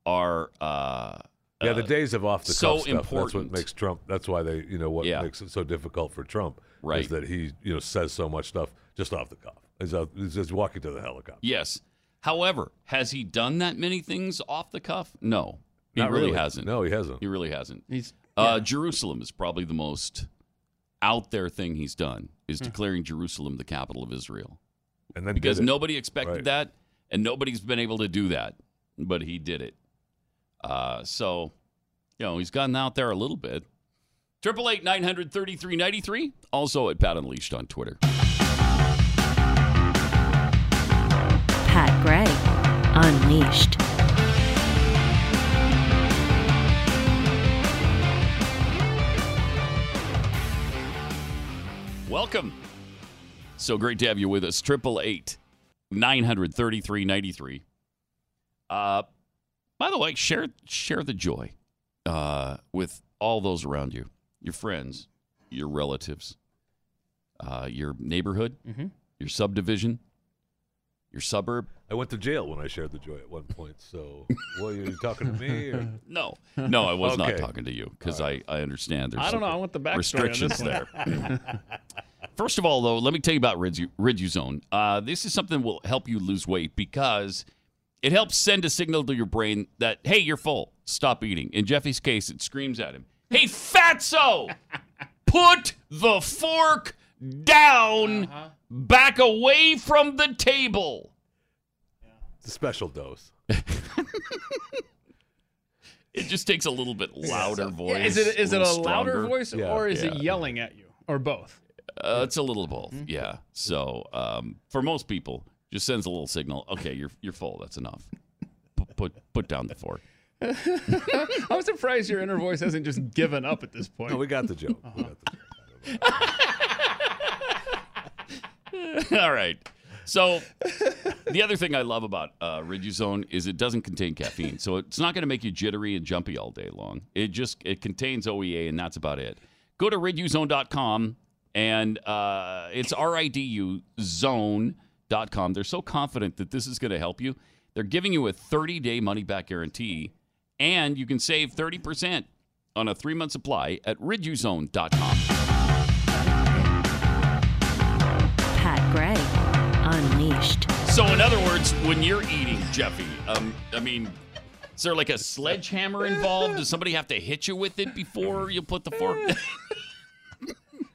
B: are uh,
D: Yeah, the
B: uh,
D: days of off the
B: so
D: cuff stuff. That's
B: important.
D: what makes Trump. That's why they, you know, what makes it so difficult for Trump
B: Right.
D: is that he, you know, says so much stuff just off the cuff. He's, out, he's just walking to the helicopter.
B: Yes. However, has he done that many things off the cuff? No, he
D: Not
B: really,
D: really.
B: hasn't.
D: No, he hasn't.
B: He really hasn't.
C: He's-
B: uh, Jerusalem is probably the most out there thing he's done is declaring Jerusalem the capital of Israel,
D: and then
B: because
D: did it.
B: nobody expected
D: Right.
B: that, and nobody's been able to do that, but he did it. Uh, so, you know, he's gotten out there a little bit. Triple eight nine hundred thirty three ninety three. Also at Pat Unleashed on Twitter.
A: Pat Gray, Unleashed.
B: Welcome. So great to have you with us. Triple eight, nine hundred thirty-three ninety-three. Uh, by the way, share share the joy uh, with all those around you, your friends, your
C: Mm-hmm.
B: relatives, uh, your neighborhood, your subdivision, Your suburb?
D: I went to jail when I shared the joy at one point. So, well, are you talking to me? Or?
B: *laughs* No, no, I was not
D: Okay.
B: talking to you because I, I understand there's
C: I don't know.
B: some
C: I want the backstory on this
B: restrictions
C: one. *laughs*
B: there. First of all, though, let me tell you about Ridu- Riduzone. Uh, this is something that will help you lose weight because it helps send a signal to your brain that hey, you're full. Stop eating. In Jeffy's case, it screams at him, "Hey, fatso, put the fork down, back away from the table."
D: It's a special dose.
B: It just takes a little bit louder voice.
C: Yeah, is it is it a
B: little
C: louder
B: stronger.
C: voice or is it yelling Mm-hmm. at you or both?
B: Uh, it's a little of both, yeah. So um, for most people, just sends a little signal. Okay, you're you're full. That's enough. P- put put down the fork.
C: *laughs* I'm surprised your inner voice hasn't just given up at this point. Oh. No, we
D: got the joke.
B: *laughs* All right. So the other thing I love about uh, Riduzone is it doesn't contain caffeine, so it's not going to make you jittery and jumpy all day long. It just it contains OEA, and that's about it. Go to riduzone.com, and uh, it's R I D U zone.com. They're so confident that this is going to help you. They're giving you a 30 day money back guarantee, and you can save 30% on a three month supply at riduzone.com.
A: Pat Gray, Unleashed.
B: So, in other words, when you're eating, Jeffy, um, I mean, is there like a sledgehammer involved? Does somebody have to hit you with it before you put the fork?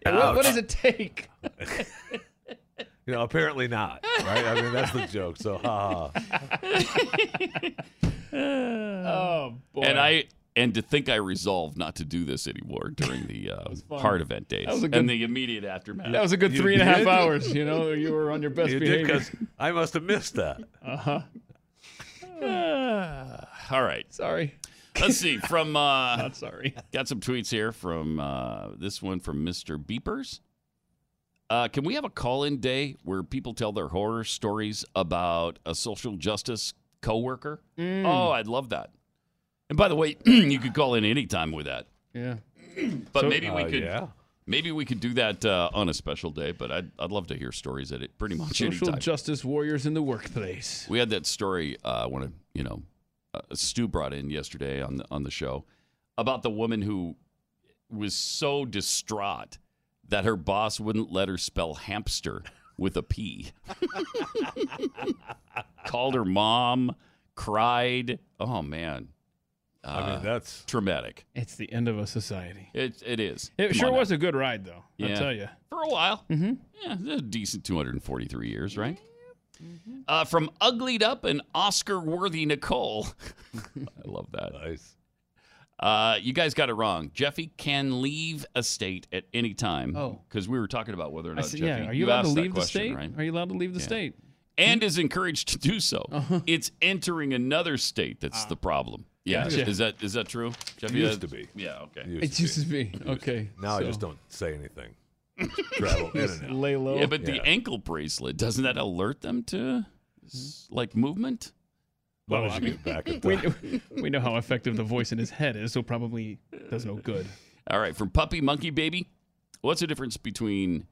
C: What, what does it
B: *laughs*
C: take?
D: You know, apparently not. Right? I mean, that's the joke. So, ha ha.
C: oh *laughs* boy.
B: And I and to think I resolved not to do this anymore during the uh,
C: fun.
B: heart event days
C: That was a
B: and
C: good-
B: the immediate aftermath.
C: That was a good
B: You
C: three and a half
B: did?
C: hours. You know, you were on your best
D: You did,
C: behavior.
D: 'cause I must have missed that.
C: Uh huh.
B: Uh, All right.
C: Sorry.
B: Let's see. From
C: *laughs*
B: uh,
C: Not sorry.
B: Got some tweets here from uh, this one from Mr. Beepers. Uh, can we have a call-in day where people tell their horror stories about a social justice coworker?
C: Mm.
B: Oh, I'd love that. And by the way, *clears throat* you could call in anytime with that.
C: Yeah.
B: But
C: So-
B: maybe we
C: Uh,
B: could
C: yeah.
B: maybe we could do that uh, on a special day. But I'd I'd love to hear stories at it pretty much
C: Social
B: anytime.
C: justice warriors in the workplace.
B: We had that story uh, when uh, you know uh, Stu brought in yesterday on the, on the show about the woman who was so distraught that her boss wouldn't let her spell hamster with a P. *laughs* Called her mom, cried. Oh man, uh,
C: I mean,
D: that's
B: traumatic.
C: It's the end of a society.
B: It it is.
C: It
B: Come
C: sure
B: on now.
C: was a good ride, though. I'll
B: Yeah.
C: tell you.
B: for a while. Mm-hmm. Yeah, a decent 243 years, right? Uh, from Uglied Up and Oscar Worthy Nicole. I love that.
D: Nice.
B: Uh, you guys got it wrong. Jeffy can leave a state at any time.
C: Oh.
B: Because we were talking about whether or
C: I
B: not
C: said,
B: Jeffy.
C: yeah. Are you, allowed to
B: asked that
C: leave the
B: question,
C: state?
B: Right?
C: Are you allowed to leave the
B: Yeah.
C: state?
B: And is encouraged to do so.
C: Uh-huh.
B: It's entering another state that's
D: Ah.
B: the problem. Yeah.
C: Gotcha.
B: Is that is that true?
D: It
B: Jeffy
D: used to
B: That-
D: be.
B: Yeah, okay.
C: It used to be. Okay.
D: Now I
C: so-
D: just don't say
C: *laughs*
D: anything. Just Travel in
C: Just
D: and out.
C: lay low.
B: Yeah, but the ankle bracelet doesn't that alert them to like movement?
D: Why don't you get back
B: *laughs*
D: at that?
C: *laughs* we, we know how effective the voice in his head is, so probably does no good.
B: All right, from puppy monkey baby, what's the difference between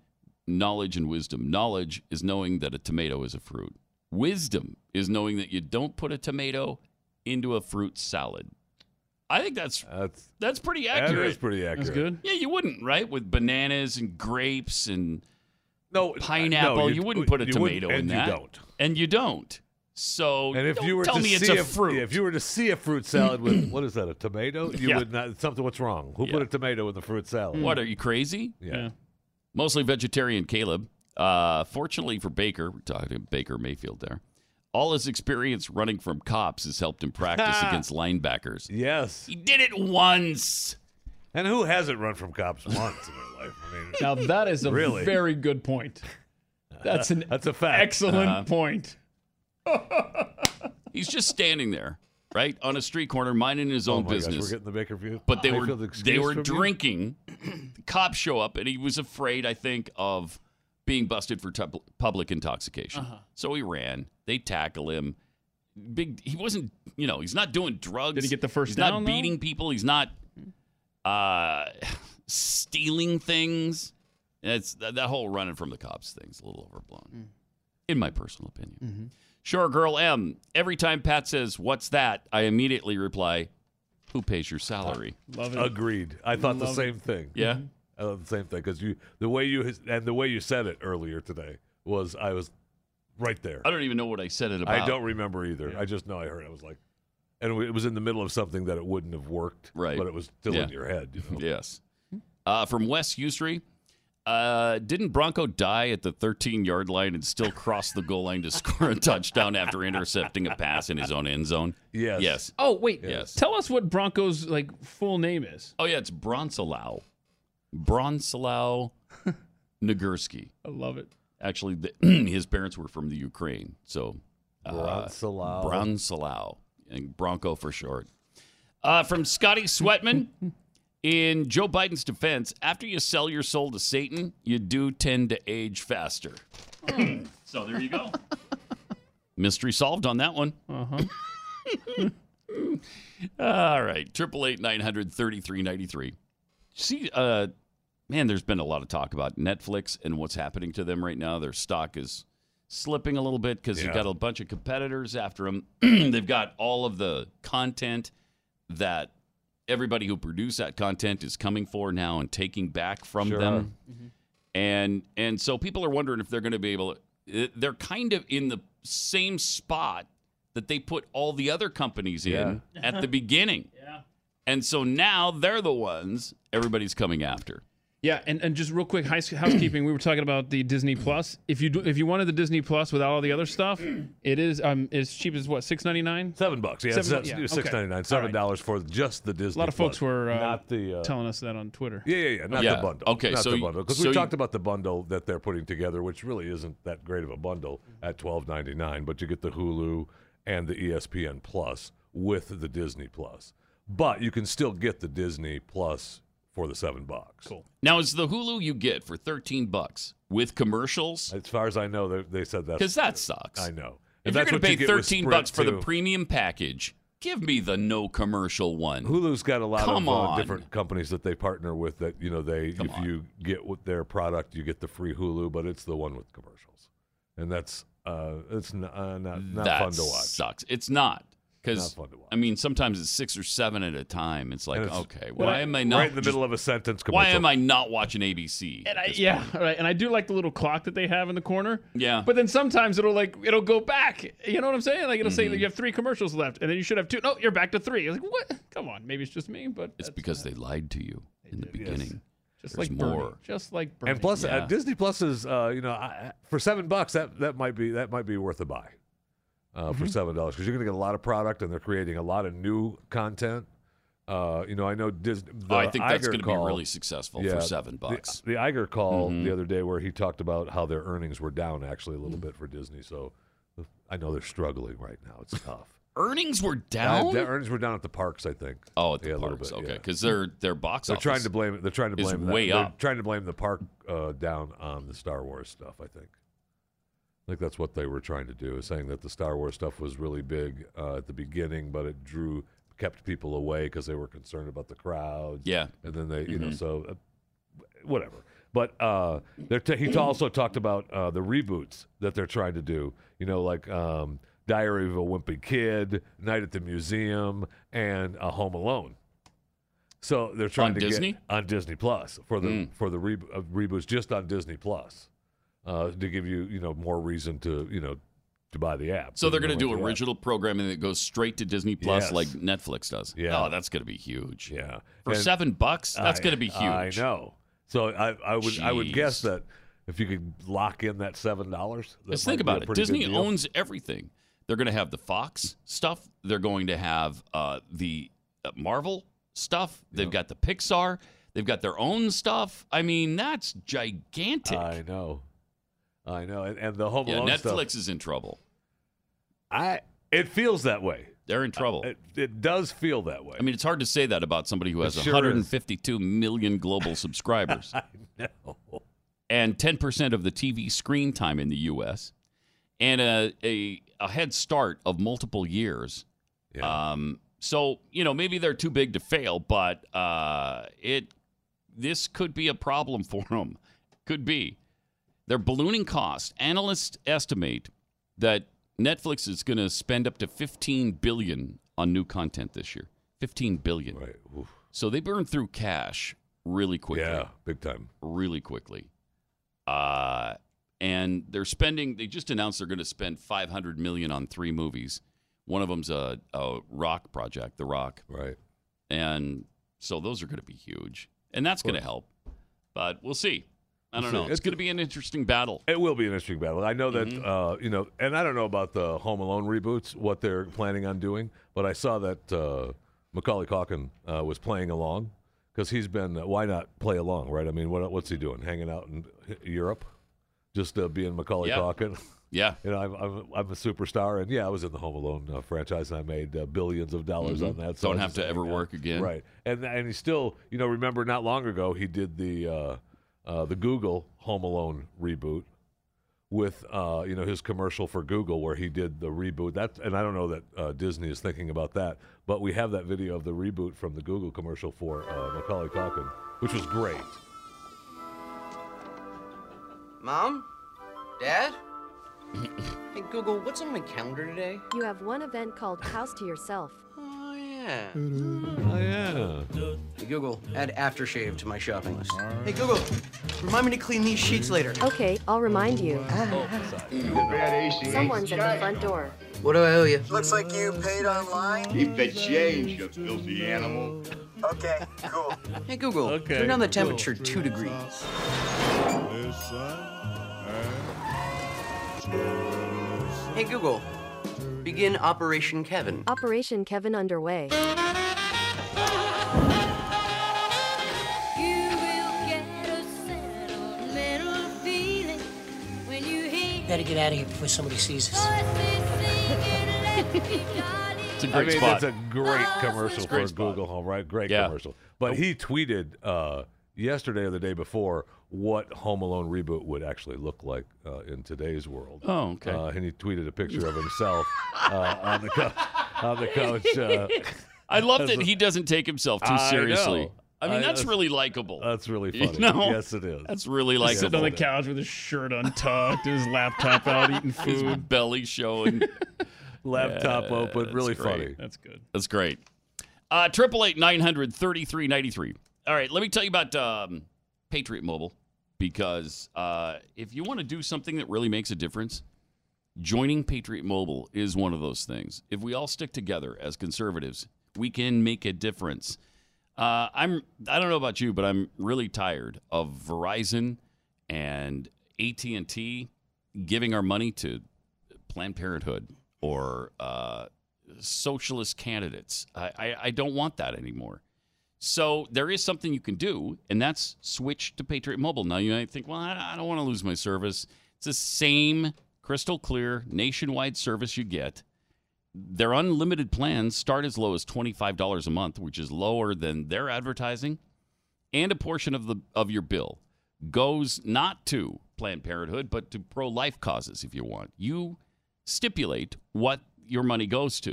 B: knowledge and wisdom? Knowledge is knowing that a tomato is a fruit. Wisdom is knowing that you don't put a tomato into a fruit salad. I think that's
D: that's
B: that's pretty
D: That is
B: accurate.
D: pretty accurate.
C: good.
B: Yeah, you wouldn't, right? With bananas and grapes and
D: no uh,
B: pineapple,
D: no,
B: you,
D: you-
B: wouldn't put a
D: you wouldn't,
B: tomato in
D: and you
B: that.
D: don't.
B: And you don't. So
D: And if
B: don't
D: you were
B: tell
D: to
B: me
D: see
B: it's a fruit.
D: if you were to see a fruit salad with what is that, a tomato? You
B: Yeah.
D: would not. Something. What's wrong? Who put a tomato in the fruit salad?
B: What are you crazy?
D: Yeah. Yeah.
B: Mostly vegetarian, Caleb. Uh, fortunately for Baker, we're talking to Baker Mayfield there. All his experience running from cops has helped him
D: *laughs*
B: practice against linebackers.
D: Yes.
B: He did it once.
D: And who hasn't run from cops once in their life? I mean,
C: Now that is a
D: Really?
C: very good point. That's an
D: that's a fact.
C: excellent
B: Uh-huh.
C: point.
B: He's just standing there, right on a street corner, minding his
D: Oh
B: own
D: my gosh,
B: business.
D: we're getting the Baker view.
B: but they
D: Mayfield
B: were
D: excuse
B: they were
D: from you?
B: drinking. *clears throat* The cops show up, and he was afraid, I think, of being busted for tub- public intoxication.
C: Uh-huh.
B: So he ran. They tackle him. Big. He wasn't. You know, he's not doing drugs.
C: Did he get the first
B: He's
C: down,
B: not
C: though?
B: beating people. He's not uh, *sighs*
C: Mm.
B: stealing things. That's that, that whole running from the cops thing's a little overblown. in my personal opinion. Sure, girl M. Every time Pat says, "What's that?" I immediately reply, "Who pays your salary?"
D: Agreed. I thought the same thing.
B: Yeah.
C: Mm-hmm.
D: I thought the same thing because you the way you and the way you said it earlier today was I was right there.
B: I don't even know what I said it about.
D: I don't remember either. I just know I heard. It. I was like, and it was in the middle of something that it wouldn't have worked.
B: Right.
D: But it was still in
B: Yeah.
D: your head. You know?
B: yes. Uh, from Wes Usery. Uh, didn't Bronco die at the 13 yard line and still cross the goal line to score a touchdown after intercepting a pass in his own end zone? Yes. Yes.
C: Oh wait,
B: Yes.
C: tell us what Bronco's like full name is.
B: Oh, yeah, it's Bronsolau. Bronsolau Nagurski.
C: I love it.
B: Actually, the, *clears throat* his parents were from the Ukraine. So, uh,
D: Bronsolau.
B: Bronsolau, and Bronco for short. Uh, from Scotty
C: *laughs*
B: Sweatman. In Joe Biden's defense, after you sell your soul to Satan, you do tend to age faster.
C: Hmm.
B: so there you go. Mystery solved on that one.
C: Uh-huh.
B: *laughs* All right, triple eight nine hundred thirty three ninety three. See, uh, man, there's been a lot of talk about Netflix and what's happening to them right now. Their stock is slipping a little bit because
D: Yeah.
B: they've got a bunch of competitors after them. *clears throat* they've got all of the content that everybody who produced that content is coming for now and taking back from
D: Sure.
B: them and and so people are wondering if they're going to be able to they're kind of in the same spot that they put all the other companies in
C: Yeah.
D: *laughs*
B: at the beginning
C: Yeah.
B: and so now they're the ones everybody's coming after
C: Yeah, and, and just real quick, house- housekeeping. we were talking about the Disney Plus. If you do, if you wanted the Disney Plus without all the other stuff, it is um as cheap as what six ninety nine.
D: Seven bucks. Yeah,
C: Seven bu-
D: it's
C: yeah, okay.
D: six ninety nine. Seven dollars for just the
C: A
D: Disney.
C: lot of folks
D: Plus,
C: were uh,
D: not the uh,
C: telling us that on Twitter.
D: Yeah, yeah, yeah. Not
B: Yeah.
D: the bundle.
B: Okay,
D: not
B: so
D: the
B: you-
D: bundle because
B: so
D: we
B: you-
D: talked about the bundle that they're putting together, which really isn't that great of a bundle at twelve ninety nine. But you get the Hulu and the E ESPN Plus with the Disney Plus, but you can still get the Disney Plus for the seven bucks. Cool.
B: now is the hulu you get for 13 bucks with commercials
D: As far as I know, they, they said that
B: because that sucks
D: I know. And
B: if you're
D: that's what
B: going to pay
D: you get with
B: 13
D: Sprint,
B: bucks for the
D: too.
B: premium package give me the no commercial one
D: Hulu's got a lot
B: Come
D: of uh,
B: on.
D: different companies that they partner with. That you know, they if you get with their product, you get the free Hulu, but it's the one with commercials, and that's uh, it's n- uh, not not
B: that
D: fun to watch.
B: Sucks. It's not
D: Not
B: because
D: fun to
B: I mean sometimes it's six or seven at a time. It's like
D: And it's
B: okay,
D: right-
B: why am I not
D: right in the middle of a sentence?
B: Why
D: commercial.
B: am I not watching ABC?
C: And I, yeah, all right. And I do like the little clock that they have in the corner.
B: Yeah.
C: But then sometimes it'll like it'll go back. You know what I'm saying? Like it'll say
D: Mm-hmm.
C: that you have three commercials left, and then you should have two. No, you're back to 3 You're like what? Come on, maybe it's just me, but
B: It's because they lied to you in the beginning.
C: just
B: There's
C: like Bernie.
B: more.
C: just like Bernie.
D: And plus,
B: Yeah.
D: uh, Disney Plus is uh, you know I, for seven bucks that that might be that might be worth a buy uh,
B: Mm-hmm.
D: for seven dollars because you're going to get a lot of product and they're creating a lot of new content. Uh, you know, I know Disney.
B: Oh, I think that's
D: Iger
B: going to be
D: call-
B: really successful
D: Yeah,
B: for seven
D: the-
B: bucks.
D: The, Iger call
B: Mhm.
D: the other day where he talked about how their earnings were down actually a
B: Mm.
D: little bit for Disney. So I know they're struggling right now. It's tough.
B: Earnings were
D: Uh,
B: down.
D: their earnings were down at the parks, I think.
B: oh, at the
D: Yeah, a little
B: parks.
D: bit,
B: okay,
D: yeah.
B: because their their box
D: They're
B: office
D: trying to blame. They're trying to
B: is
D: blame. that-
B: way
D: they're
B: up.
D: Trying to blame the park uh, down on the Star Wars stuff. I think. I think that's what they were trying to do, is saying that the Star Wars stuff was really big uh, at the beginning, but it drew kept people away because they were concerned about the crowds.
B: Yeah.
D: and then they, you know,
B: Mhm.
D: so uh, whatever. But uh, they're t- he t- also talked about uh, the reboots that they're trying to do. You know, like um, Diary of a Wimpy Kid, Night at the Museum, and uh, Home Alone. So they're trying
B: On
D: to
B: Disney?
D: get on Disney Plus for the
B: Mm.
D: for the re- uh, reboots just on Disney Plus uh, to give you you know more reason to you know to buy the app.
B: So they're going to do
D: Like the app.
B: original programming that goes straight to Disney Plus,
D: Yes.
B: like Netflix does.
D: Yeah.
B: Oh, that's going to be huge.
D: Yeah.
B: For
D: And-
B: seven bucks, that's
D: I-
B: going to be huge.
D: I know. So I, I would I would guess that if you could lock in that seven dollars,
B: Let's think about it. Disney owns everything. They're going to have the Fox stuff. They're going to have uh, the uh, Marvel stuff. They've got the Pixar. They've got their own stuff. I mean, that's gigantic.
D: I know, I know, and, and the Home
B: yeah,
D: Alone
B: Netflix
D: stuff.
B: is in trouble.
D: I it feels that way.
B: They're in trouble.
D: It, it does feel that way.
B: I mean, it's hard to say that about somebody who
D: It
B: has
D: sure is.
B: 152 million
D: *laughs*
B: global subscribers.
D: *laughs* I know.
B: and 10% of the TV screen time in the U.S., and a, a, a head start of multiple years. Um, so, you know, maybe they're too big to fail, but *laughs* uh, it this could be a problem for them. Could be. They're ballooning costs. Analysts estimate that Netflix is going to spend up to 15 billion on new content this year. 15 billion. Right. So they burn through cash really quickly. Yeah,
D: big time.
B: Really quickly. Uh and they're spending they just announced they're going to spend 500 million on three movies. One of them's a, a rock project, The Rock.
D: Right.
B: And so those are going to be huge. And that's going to help. But we'll see. I don't
D: We'll
B: know.
D: see.
B: It's going to be an interesting battle.
D: It will be an interesting battle. I know that
B: Mhm.
D: uh, you know, and I don't know about the Home Alone reboots, what they're planning on doing, but I saw that uh, Macaulay Calkin uh, was playing along because he's been. uh, why not play along, right? I mean, what, what's he doing? Hanging out in Europe, just uh, being Macaulay
B: Yeah.
D: Calkin.
B: Yeah,
D: *laughs* you know, I'm, I'm I'm a superstar, and yeah, I was in the Home Alone uh, franchise, and I made uh, billions of dollars
B: Mhm.
D: on that. I
B: Don't
D: was
B: have
D: just
B: to
D: like,
B: ever
D: yeah.
B: work again.
D: right? And and he still, you know, remember not long ago he did the uh, uh, the Google Home Alone reboot with uh, you know his commercial for Google where he did the reboot. That and I don't know that uh, Disney is thinking about that, but we have that video of the reboot from the Google commercial for uh, Macaulay Culkin, which was great.
K: Mom? Dad? hey, Google, what's on my calendar today?
R: You have one event called House to Yourself.
K: Yeah.
D: Oh yeah.
K: Hey, Google, add aftershave to my shopping list. Hey, Google, remind me to clean these sheets later.
R: Okay, I'll remind you. Someone's at the front door.
K: What do I owe you?
S: Looks like you paid online. Keep the change, you filthy animal. Okay, cool.
K: Hey, Google,
S: Okay,
K: turn down the
S: cool.
K: temperature two degrees. Hey, Google, begin Operation Kevin.
R: Operation Kevin underway.
T: Better get out of here before somebody sees us.
B: It's
M: *laughs*
B: a
D: I
B: great
D: mean,
B: spot.
D: that's a great commercial
B: great
D: for
B: spot.
D: Google Home, right? Great commercial. But
B: Oh.
D: he tweeted uh, yesterday or the day before what Home Alone reboot would actually look like uh, in today's world.
B: Oh, okay.
D: Uh, and he tweeted a picture of himself uh, on the couch. On the couch. Uh,
B: *laughs* I love
D: as
B: that
D: a-
B: he doesn't take himself too
D: I
B: seriously.
D: know.
B: I mean,
D: I-
B: that's
D: that's-
B: really likable.
D: That's really
B: You
D: funny.
B: know?
D: Yes, it is.
B: That's really
C: He's sitting on
B: likable.
C: the couch with his shirt untucked, his laptop
B: *laughs*
C: out, eating
B: His
C: food.
B: belly showing.
D: *laughs* Laptop
B: Yeah,
D: open.
B: that's
D: Really
B: great.
D: funny.
C: That's good.
B: That's great. Uh, Triple eight nine hundred thirty three ninety three. All right, let me tell you about um, Patriot Mobile because uh, if you want to do something that really makes a difference, joining Patriot Mobile is one of those things. If we all stick together as conservatives, we can make a difference. Uh, I'm I don't know about you, but I'm really tired of Verizon and AT and T giving our money to Planned Parenthood or uh, socialist candidates. I, I, I don't want that anymore. So there is something you can do, and that's switch to Patriot Mobile. Now you might think, well, I, I don't want to lose my service. It's the same crystal clear nationwide service you get. Their unlimited plans start as low as $25 a month, which is lower than their advertising, and a portion of the of your bill goes not to Planned Parenthood but to pro-life causes if you want. You stipulate what your money goes to.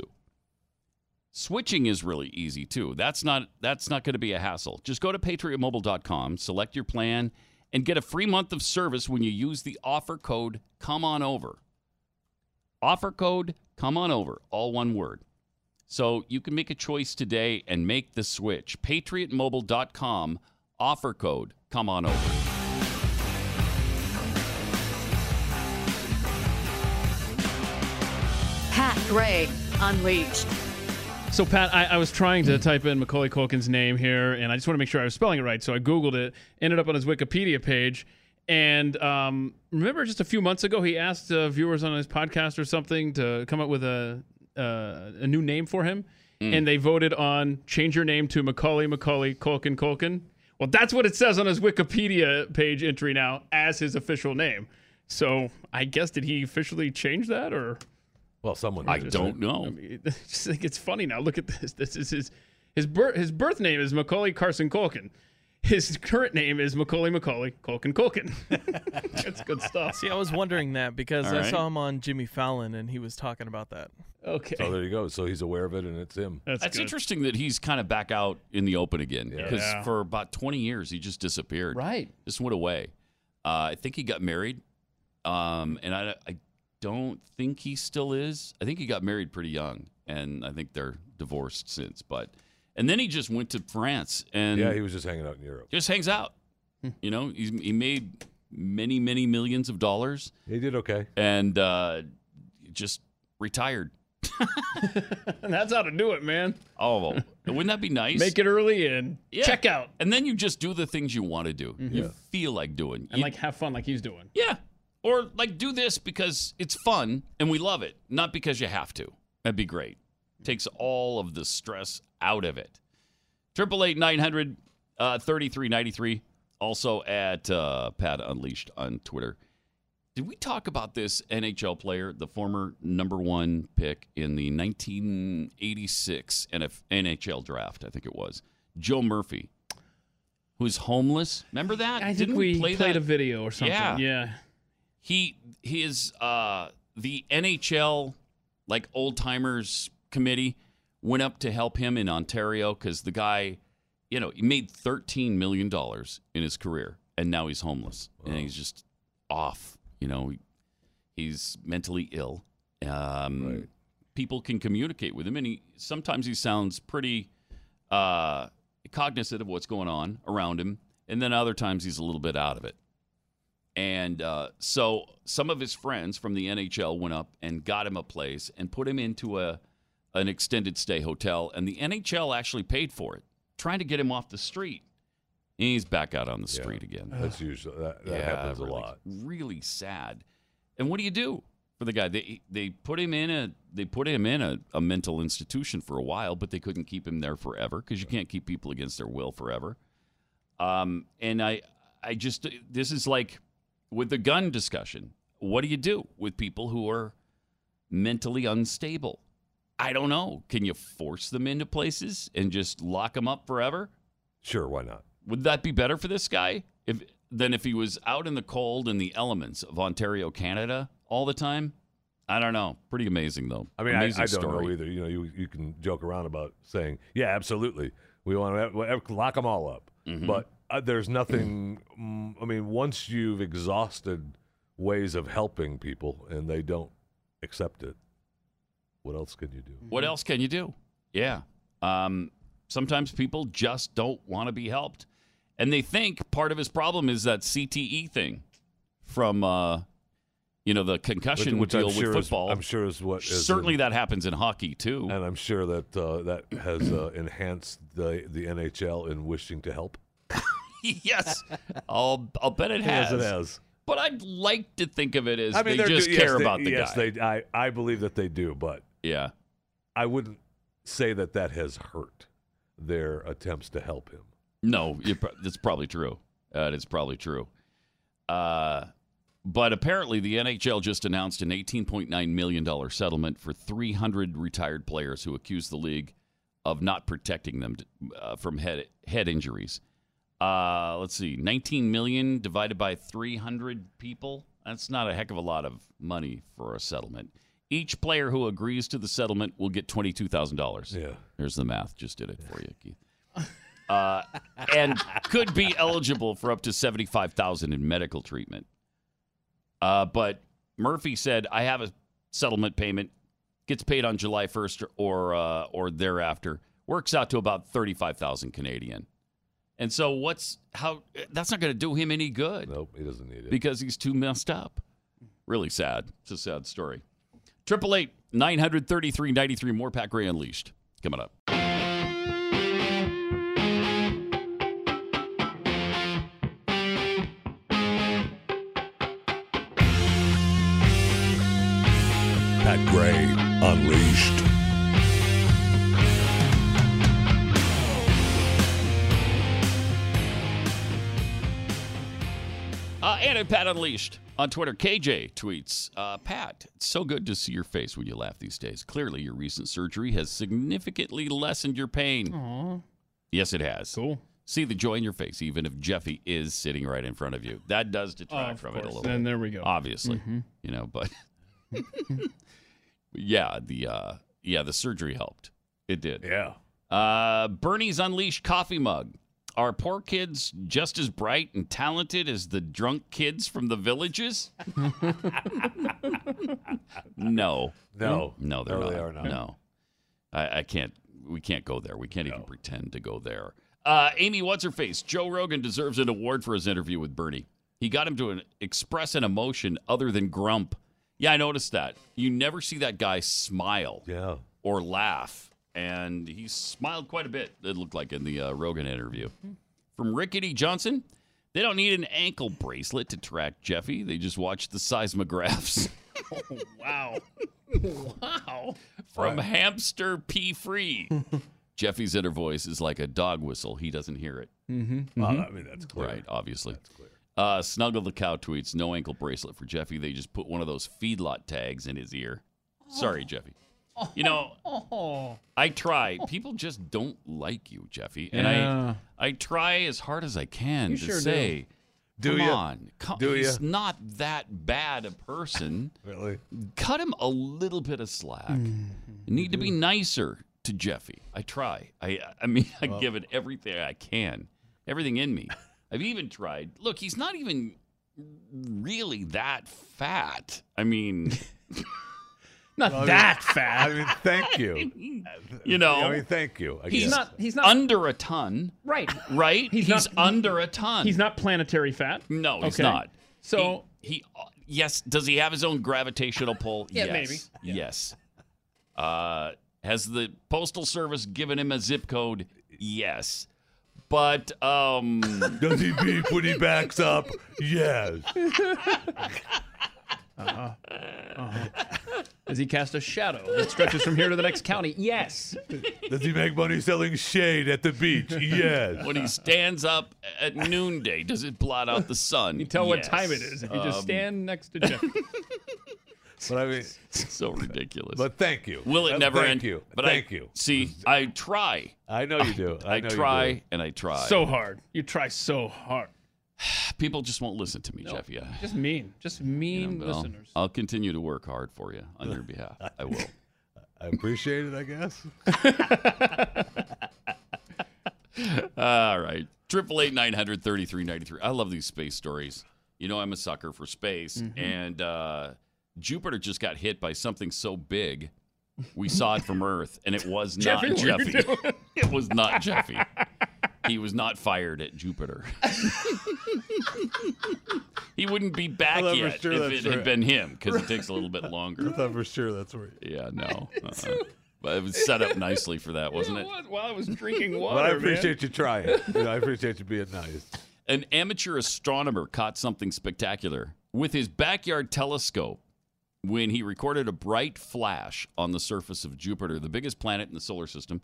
B: Switching is really easy too. That's not that's not going to be a hassle. Just go to patriotmobile.com, select your plan, and get a free month of service when you use the offer code come on over. Offer code come on over, all one word. So you can make a choice today and make the switch. patriotmobile.com offer code come on over.
U: Pat Gray Unleashed.
C: So Pat, I, I was trying to type in Macaulay Culkin's name here, and I just want to make sure I was spelling it right. So I googled it, ended up on his Wikipedia page, and um, remember just a few months ago he asked uh, viewers on his podcast or something to come up with a uh, a new name for him,
V: Mm.
C: and they voted on change your name to Macaulay Macaulay Culkin Culkin. Well, that's what it says *laughs* on his Wikipedia page entry now as his official name. So I guess did he officially change that or?
D: Well, someone.
B: I don't know.
C: I mean, I *laughs* just think it's funny now. Look at this. This is his his birth his birth name is Macaulay Carson Culkin. His current name is Macaulay Macaulay Culkin Culkin. *laughs* That's good
W: *laughs*
C: stuff.
W: See, I was wondering that because
D: All
W: I
D: right.
W: saw him on Jimmy Fallon and he was talking about that.
C: Okay.
D: So there you go. So he's aware of it, and it's him.
B: That's, interesting that he's kind of back out in the open again
D: Yeah.
B: because
D: Yeah.
B: for about 20 years he just disappeared.
C: Right.
B: Just went away. Uh, I think he got married, um, and I, I don't think he still is. I think he got married pretty young, and I think they're divorced since. But and then he just went to France, and
D: yeah, he was just hanging out in Europe.
B: just hangs out. you know, he's, he made many, many millions of dollars.
D: He did okay,
B: and uh, just retired. *laughs*
C: *laughs* That's how to do it, man.
B: Oh, well, wouldn't that be nice?
C: Make it early and check out.
B: and then you just do the things you want to do.
C: Mhm.
B: You
C: Yeah.
B: feel like doing.
C: And like have fun like he's doing.
B: Yeah. Or like do this because it's fun and we love it, not because you have to. That'd be great. Takes all of the stress out of it. Triple eight nine hundred uh, thirty three ninety three. Also at uh, Pat Unleashed on Twitter. Did we talk about this NHL player, the former number one pick in the 1986 NF- NHL draft? I think it was Joe Murphy, who's homeless. Remember that?
C: I think
B: Didn't
C: we
B: play
C: played
B: that?
C: a video or something.
B: Yeah,
C: Yeah.
B: He his uh, the NHL like old timers committee went up to help him in Ontario because the guy, you know, he made thirteen million dollars in his career, and now he's homeless and he's just off. You know, he- he's mentally ill. Um, People can communicate with him, and he sometimes he sounds pretty uh, cognizant of what's going on around him, and then other times he's a little bit out of it. And uh, so some of his friends from the NHL went up and got him a place and put him into a an extended stay hotel, and the NHL actually paid for it, trying to get him off the street. And he's back out on the street again.
D: That's usually that, that
B: Yeah,
D: happens
B: really,
D: a lot.
B: Really sad. And what do you do for the guy? They they put him in a they put him in a, a mental institution for a while, but they couldn't keep him there forever because you can't keep people against their will forever. Um, and I I just this is like with the gun discussion. What do you do with people who are mentally unstable? I don't know. Can you force them into places and just lock them up forever?
D: Sure, why not?
B: Would that be better for this guy if than if he was out in the cold in the elements of Ontario, Canada, all the time? I don't know. Pretty amazing though.
D: I mean, I, I
B: amazing
D: don't
B: story.
D: know either. You know, you you can joke around about saying, yeah, absolutely, we want to lock them all up,
B: Mm-hmm.
D: but uh, there's nothing. mm, I mean, once you've exhausted ways of helping people and they don't accept it, what else can you do?
B: What else can you do? Yeah. Um, sometimes people just don't want to be helped, and they think part of his problem is that CTE thing from uh, you know the concussion
D: which, which
B: deal
D: I'm sure
B: with football.
D: Is, I'm sure is what is
B: Certainly that happens in *laughs* hockey too.
D: And I'm sure that uh, that has uh, enhanced the the NHL in wishing to help.
B: yes, I'll I'll bet it
D: Yes,
B: has.
D: it has.
B: But I'd like to think of it as they
D: they're do-
B: just
D: yes,
B: care
D: they-
B: about the
D: yes,
B: guy.
D: They, I, I believe that they do, but
B: yeah,
D: I wouldn't say that that has hurt their attempts to help him.
B: No, you pro- that's probably true. Uh, it's probably true. Uh, but apparently, the NHL just announced an $18.9 million settlement for 300 retired players who accused the league of not protecting them uh, from head, head injuries. Uh, let's see, 19 million divided by 300 people. That's not a heck of a lot of money for a settlement. Each player who agrees to the settlement will get $22,000.
D: Yeah.
B: Here's the math. Just did it for you, Keith uh, and could be eligible for up to seventy-five thousand in medical treatment. Uh, but Murphy said, "I have a settlement payment. Gets paid on July first or uh, or thereafter. Works out to about thirty-five thousand Canadian." And so, what's how? That's not going to do him any good.
D: Nope, he doesn't need it
B: because he's too messed up. Really sad. It's a sad story. Triple eight nine hundred thirty-three ninety-three. More Pat Gray unleashed coming up.
D: Pat Gray Unleashed.
B: Uh, and at Pat Unleashed on Twitter, KJ tweets uh, Pat, it's so good to see your face when you laugh these days. Clearly, your recent surgery has significantly lessened your pain.
C: Aw.
B: Yes, it has. Cool. See the joy in your face, even if Jeffy is sitting right in front of you. That does
C: Oh,
B: detract
C: of
B: from it a
C: course.
B: little
C: Then
B: bit.
C: there we go.
B: Obviously,
C: Mhm.
B: you know, but *laughs* yeah, the uh, yeah the surgery helped. It did.
D: Yeah.
B: Uh, Bernie's unleashed coffee mug Are poor kids just as bright and talented as the drunk kids from
D: *laughs*
B: the villages? no. Hmm?
D: No.
B: No, they're
D: No,
B: not.
D: they are not.
B: No. I, I can't. We can't go there. We can't even pretend to go there. *laughs* Uh, Amy, what's her face? Joe Rogan deserves an award for his interview with Bernie. He got
C: *laughs*
B: him to an, express an emotion other than grump. Yeah, I noticed that. You never see that guy smile
D: yeah.
B: or laugh. And he smiled quite a bit, it looked like in the uh, Rogan interview. From Rickety Johnson, they don't need an ankle bracelet to track Jeffy. They just watch the seismographs. *laughs*
C: wow. Oh, wow.
B: From hamster P free. *laughs* Jeffy's inner voice is like a dog whistle. He doesn't hear it.
D: Mhm,
C: Mm-hmm.
D: Well, mhm. I mean, that's clear.
B: Right, obviously. Uh, Snuggle the Cow tweets no ankle bracelet for Jeffy. They just put one of those feedlot tags in his ear. Sorry, Jeffy. You know,
C: *laughs* Oh. *laughs*
B: I try. People just don't like you, Jeffy. And
C: Yeah.
B: I I try as hard as I can
C: You
B: to
C: sure do.
B: say,
D: Do
B: come
D: ya?
B: on, come,
D: Do
B: he's
D: ya?
B: not that bad a person.
D: really?
B: Cut him a little bit of slack.
C: Hmm.
B: Need to be
C: Mm-hmm.
B: nicer to Jeffy. I try. I I mean, I
D: Well-
B: give it everything I can, everything
C: *laughs*
B: in me. I've even tried. Look, he's not even really that fat. I mean,
C: *laughs* Not
D: Well, I mean-
C: that fat.
D: I mean,
B: *laughs*
D: thank you.
C: *laughs*
D: Uh,
B: you know,
D: I mean, thank you. I
B: he's
D: guess.
B: not. He's not under a ton.
C: Right.
B: Right. He's,
C: not-
B: under a ton.
C: He's not planetary fat.
B: No, he's
C: Okay.
B: not.
C: So-
B: he, he- yes. Does he have his own gravitational pull?
C: Yeah,
B: yes. maybe. Yes. Uh, has the postal service given him a zip code? Yes. But um,
D: *laughs* Does he beep when he backs up?
B: *laughs*
D: Yes.
C: Uh-huh. Uh-huh. Does he cast a shadow that stretches from here to the next county? Yes. *laughs*
D: Does he make money selling shade at the beach? Yes.
B: when he stands up at noonday, does it blot out the sun?
C: You tell what
B: Yes.
C: time it is if you just
B: Um,
C: stand next to Jeff.
D: But I mean,
B: *laughs* so ridiculous.
D: But thank you.
B: Will it
D: Uh,
B: never
D: thank
B: end?
D: you.
B: But
D: thank
B: I,
D: you.
B: See, I try.
D: I know you do. I,
B: I
D: know you
B: try
D: do.
B: and I try.
C: so hard. You try so hard.
B: people just won't listen to me, Jeff. Yeah.
C: Just mean. Just mean
B: But I'll-
C: listeners.
B: I'll, continue to work hard for you
D: *laughs*
B: on your behalf. I will.
D: I appreciate it. I guess.
B: All right. Triple eight nine hundred thirty three ninety three. I love these space stories. You know I'm a sucker for space,
E: Mhm.
B: and uh, Jupiter just got hit by something so big. We saw it from Earth, and it was not
E: Jeffy, what are you
B: Jeffy. *laughs* It was not Jeffy. He was not fired at
E: *laughs*
B: Jupiter. he wouldn't be back
D: thought for
B: yet
D: sure
B: if
D: that's
B: it had
D: right.
B: been him because it takes a
D: *laughs*
B: little bit longer.
D: I thought for sure that's where.
B: Yeah,
E: *laughs*
B: no. Uh-uh. But it was set up nicely for that, wasn't it?
C: While I
B: *laughs*
C: was drinking water.
D: But I
C: man.
D: appreciate you trying. You know, I appreciate you being nice.
B: *laughs* An amateur astronomer caught something spectacular with his backyard telescope when he recorded a bright flash on the surface of Jupiter, the biggest planet in the solar system.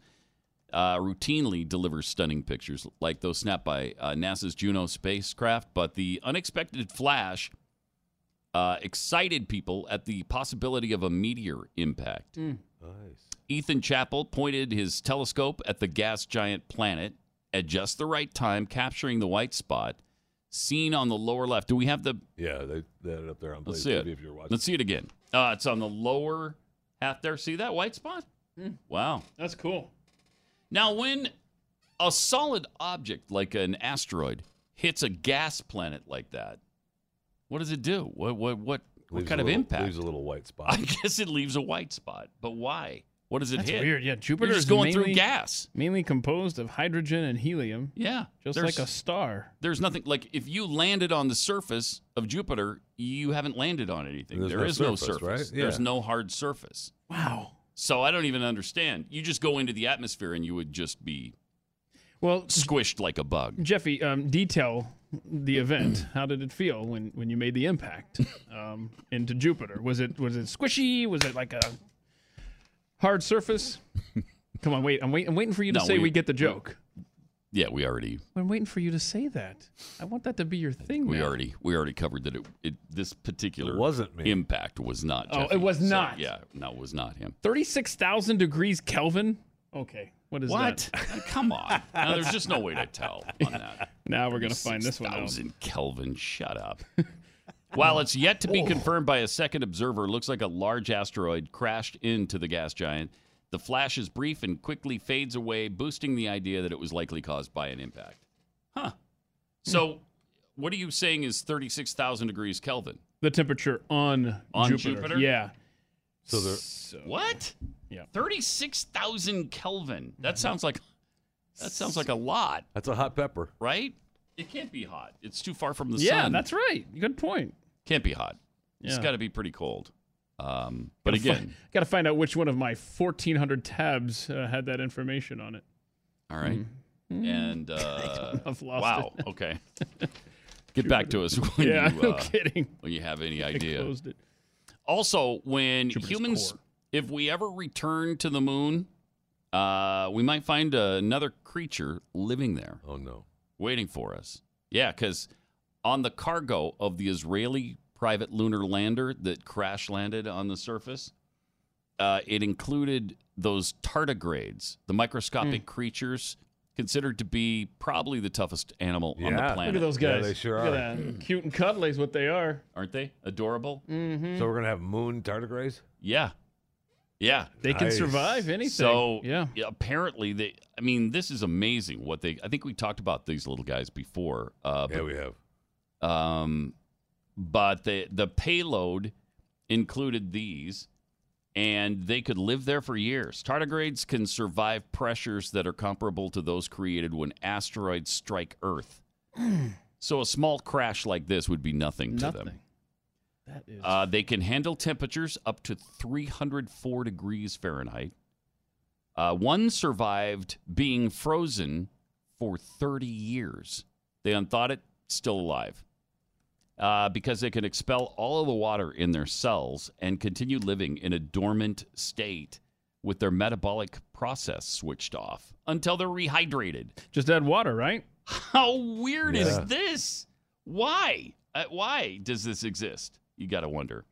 B: Uh, routinely delivers stunning pictures like those snapped by uh, NASA's Juno spacecraft, but the unexpected flash uh, excited people at the possibility of a meteor impact.
C: Hmm.
B: Ethan Chappell pointed his telescope at the gas giant planet at just the right time, capturing the white spot seen on the lower left. Do we have the?
D: Yeah, they, they had it up there on Blaze
B: Let's see it.
D: TV if you're watching.
B: Let's see it again. Uh, it's on the lower half there. See that white spot?
C: Hmm.
B: Wow.
C: That's cool.
B: Now, when a solid object like an asteroid hits a gas planet like that, what does it do? What what what, what
D: Leaves
B: kind
D: a
B: of
D: little-
B: impact?
D: Leaves a little
B: *laughs*
D: white spot.
B: I guess it leaves a white spot, but why? What does it
C: That's
B: hit?
C: weird. Yeah, Jupiter
B: You're
C: is
B: just going
C: mainly,
B: through gas.
C: Mainly composed of hydrogen and helium.
B: Yeah,
C: Just
B: there's-
C: like a star.
B: There's nothing like if you landed on the surface of Jupiter, you haven't landed on anything.
D: There's
B: There
D: no
B: is
D: surface, right?
B: There's
D: Yeah.
B: no hard surface.
C: Wow.
B: So I don't even understand. You just go into the atmosphere and you would just be
C: Well,
B: squished like a bug.
C: Jeffy, um, detail the
B: *clears throat*
C: event. How did it feel when, when you made the impact um, into Jupiter? Was it was it squishy? Was it like a hard
B: *laughs*
C: surface? Come on, wait. I'm wait, I'm waiting for you to
B: No,
C: say
B: we-
C: we, get the joke.
B: Yeah, we already
C: I'm waiting for you to say that. I want that to be your thing.
B: we
C: now.
B: already we already covered that it, it this particular
D: wasn't me.
B: impact was not.
C: Oh,
B: Jeffy.
C: it was
B: So,
C: not.
B: yeah, no, it was not him.
C: Thirty-six thousand degrees Kelvin. Okay, what is
B: What?
C: that?
B: *laughs* Come
C: *laughs*
B: on. No, there's just no way to tell on that.
C: Now we're gonna find this one out.
B: 6,000 Kelvin, shut up. *laughs* While it's yet to
C: Oh.
B: be confirmed by a second observer, it looks like a large asteroid crashed into the gas giant. The flash is brief and quickly fades away, boosting the idea that it was likely caused by an impact. So, what are you saying is 36,000 degrees Kelvin?
C: The temperature on,
B: On
C: Jupiter.
B: Jupiter?
C: Yeah.
D: So there-
B: What?
C: Yeah. Mm-hmm.
B: 36,000 Kelvin. That sounds like that sounds like a lot,
D: That's a hot pepper.
B: right? It can't be hot. It's too far from the
C: yeah,
B: sun.
C: that's right. Good point.
B: Can't be hot. It's
C: Yeah.
B: got to be pretty cold. Um, but
C: Gotta fi-
B: again,
C: *laughs* gotta find out which one of my 1,400 tabs uh, had that information on it.
B: all right.
C: Mm. *laughs*
B: And uh,
C: I've lost
B: wow.
C: it. *laughs*
B: Okay. Get back to us when
C: Yeah,
B: you.
C: *laughs* no
B: uh,
C: kidding.
B: When you have any
C: I
B: idea.
C: closed it.
B: Also, when
C: Jupiter's
B: humans,
C: core.
B: if we ever return to the moon, uh, we might find another creature living there.
D: Oh no,
B: waiting for us. Yeah, because on the cargo of the Israeli private lunar lander that crash landed on the surface, uh, it included those tardigrades, the
C: Hmm.
B: microscopic creatures considered to be probably the toughest animal on the
C: Look
B: planet.
C: at those guys. Look at
D: are.
C: that. Cute and cuddly is what they are.
B: Aren't they adorable?
C: Mm-hmm.
D: So we're gonna have moon tardigrades.
B: Yeah. Yeah.
C: They can Nice. survive anything.
B: So yeah. apparently they I mean, this is amazing what they I think we talked about these little guys before. Uh
D: Yeah, we have.
B: Um but the the payload included these and they could live there for years. Tardigrades can survive pressures that are comparable to those created when asteroids strike Earth. So a small crash like this would be nothing to them.
C: That is
B: Uh, they can handle temperatures up to 304 degrees Fahrenheit. Uh, one survived being frozen for 30 years. They unthought it, still alive. Uh, because they can expel all of the water in their cells and continue living in a dormant state with their metabolic process switched off until they're rehydrated.
C: just add water, right?
B: *laughs* How weird is
C: Yeah.
B: this? Why? Uh, why does this exist? You got to wonder.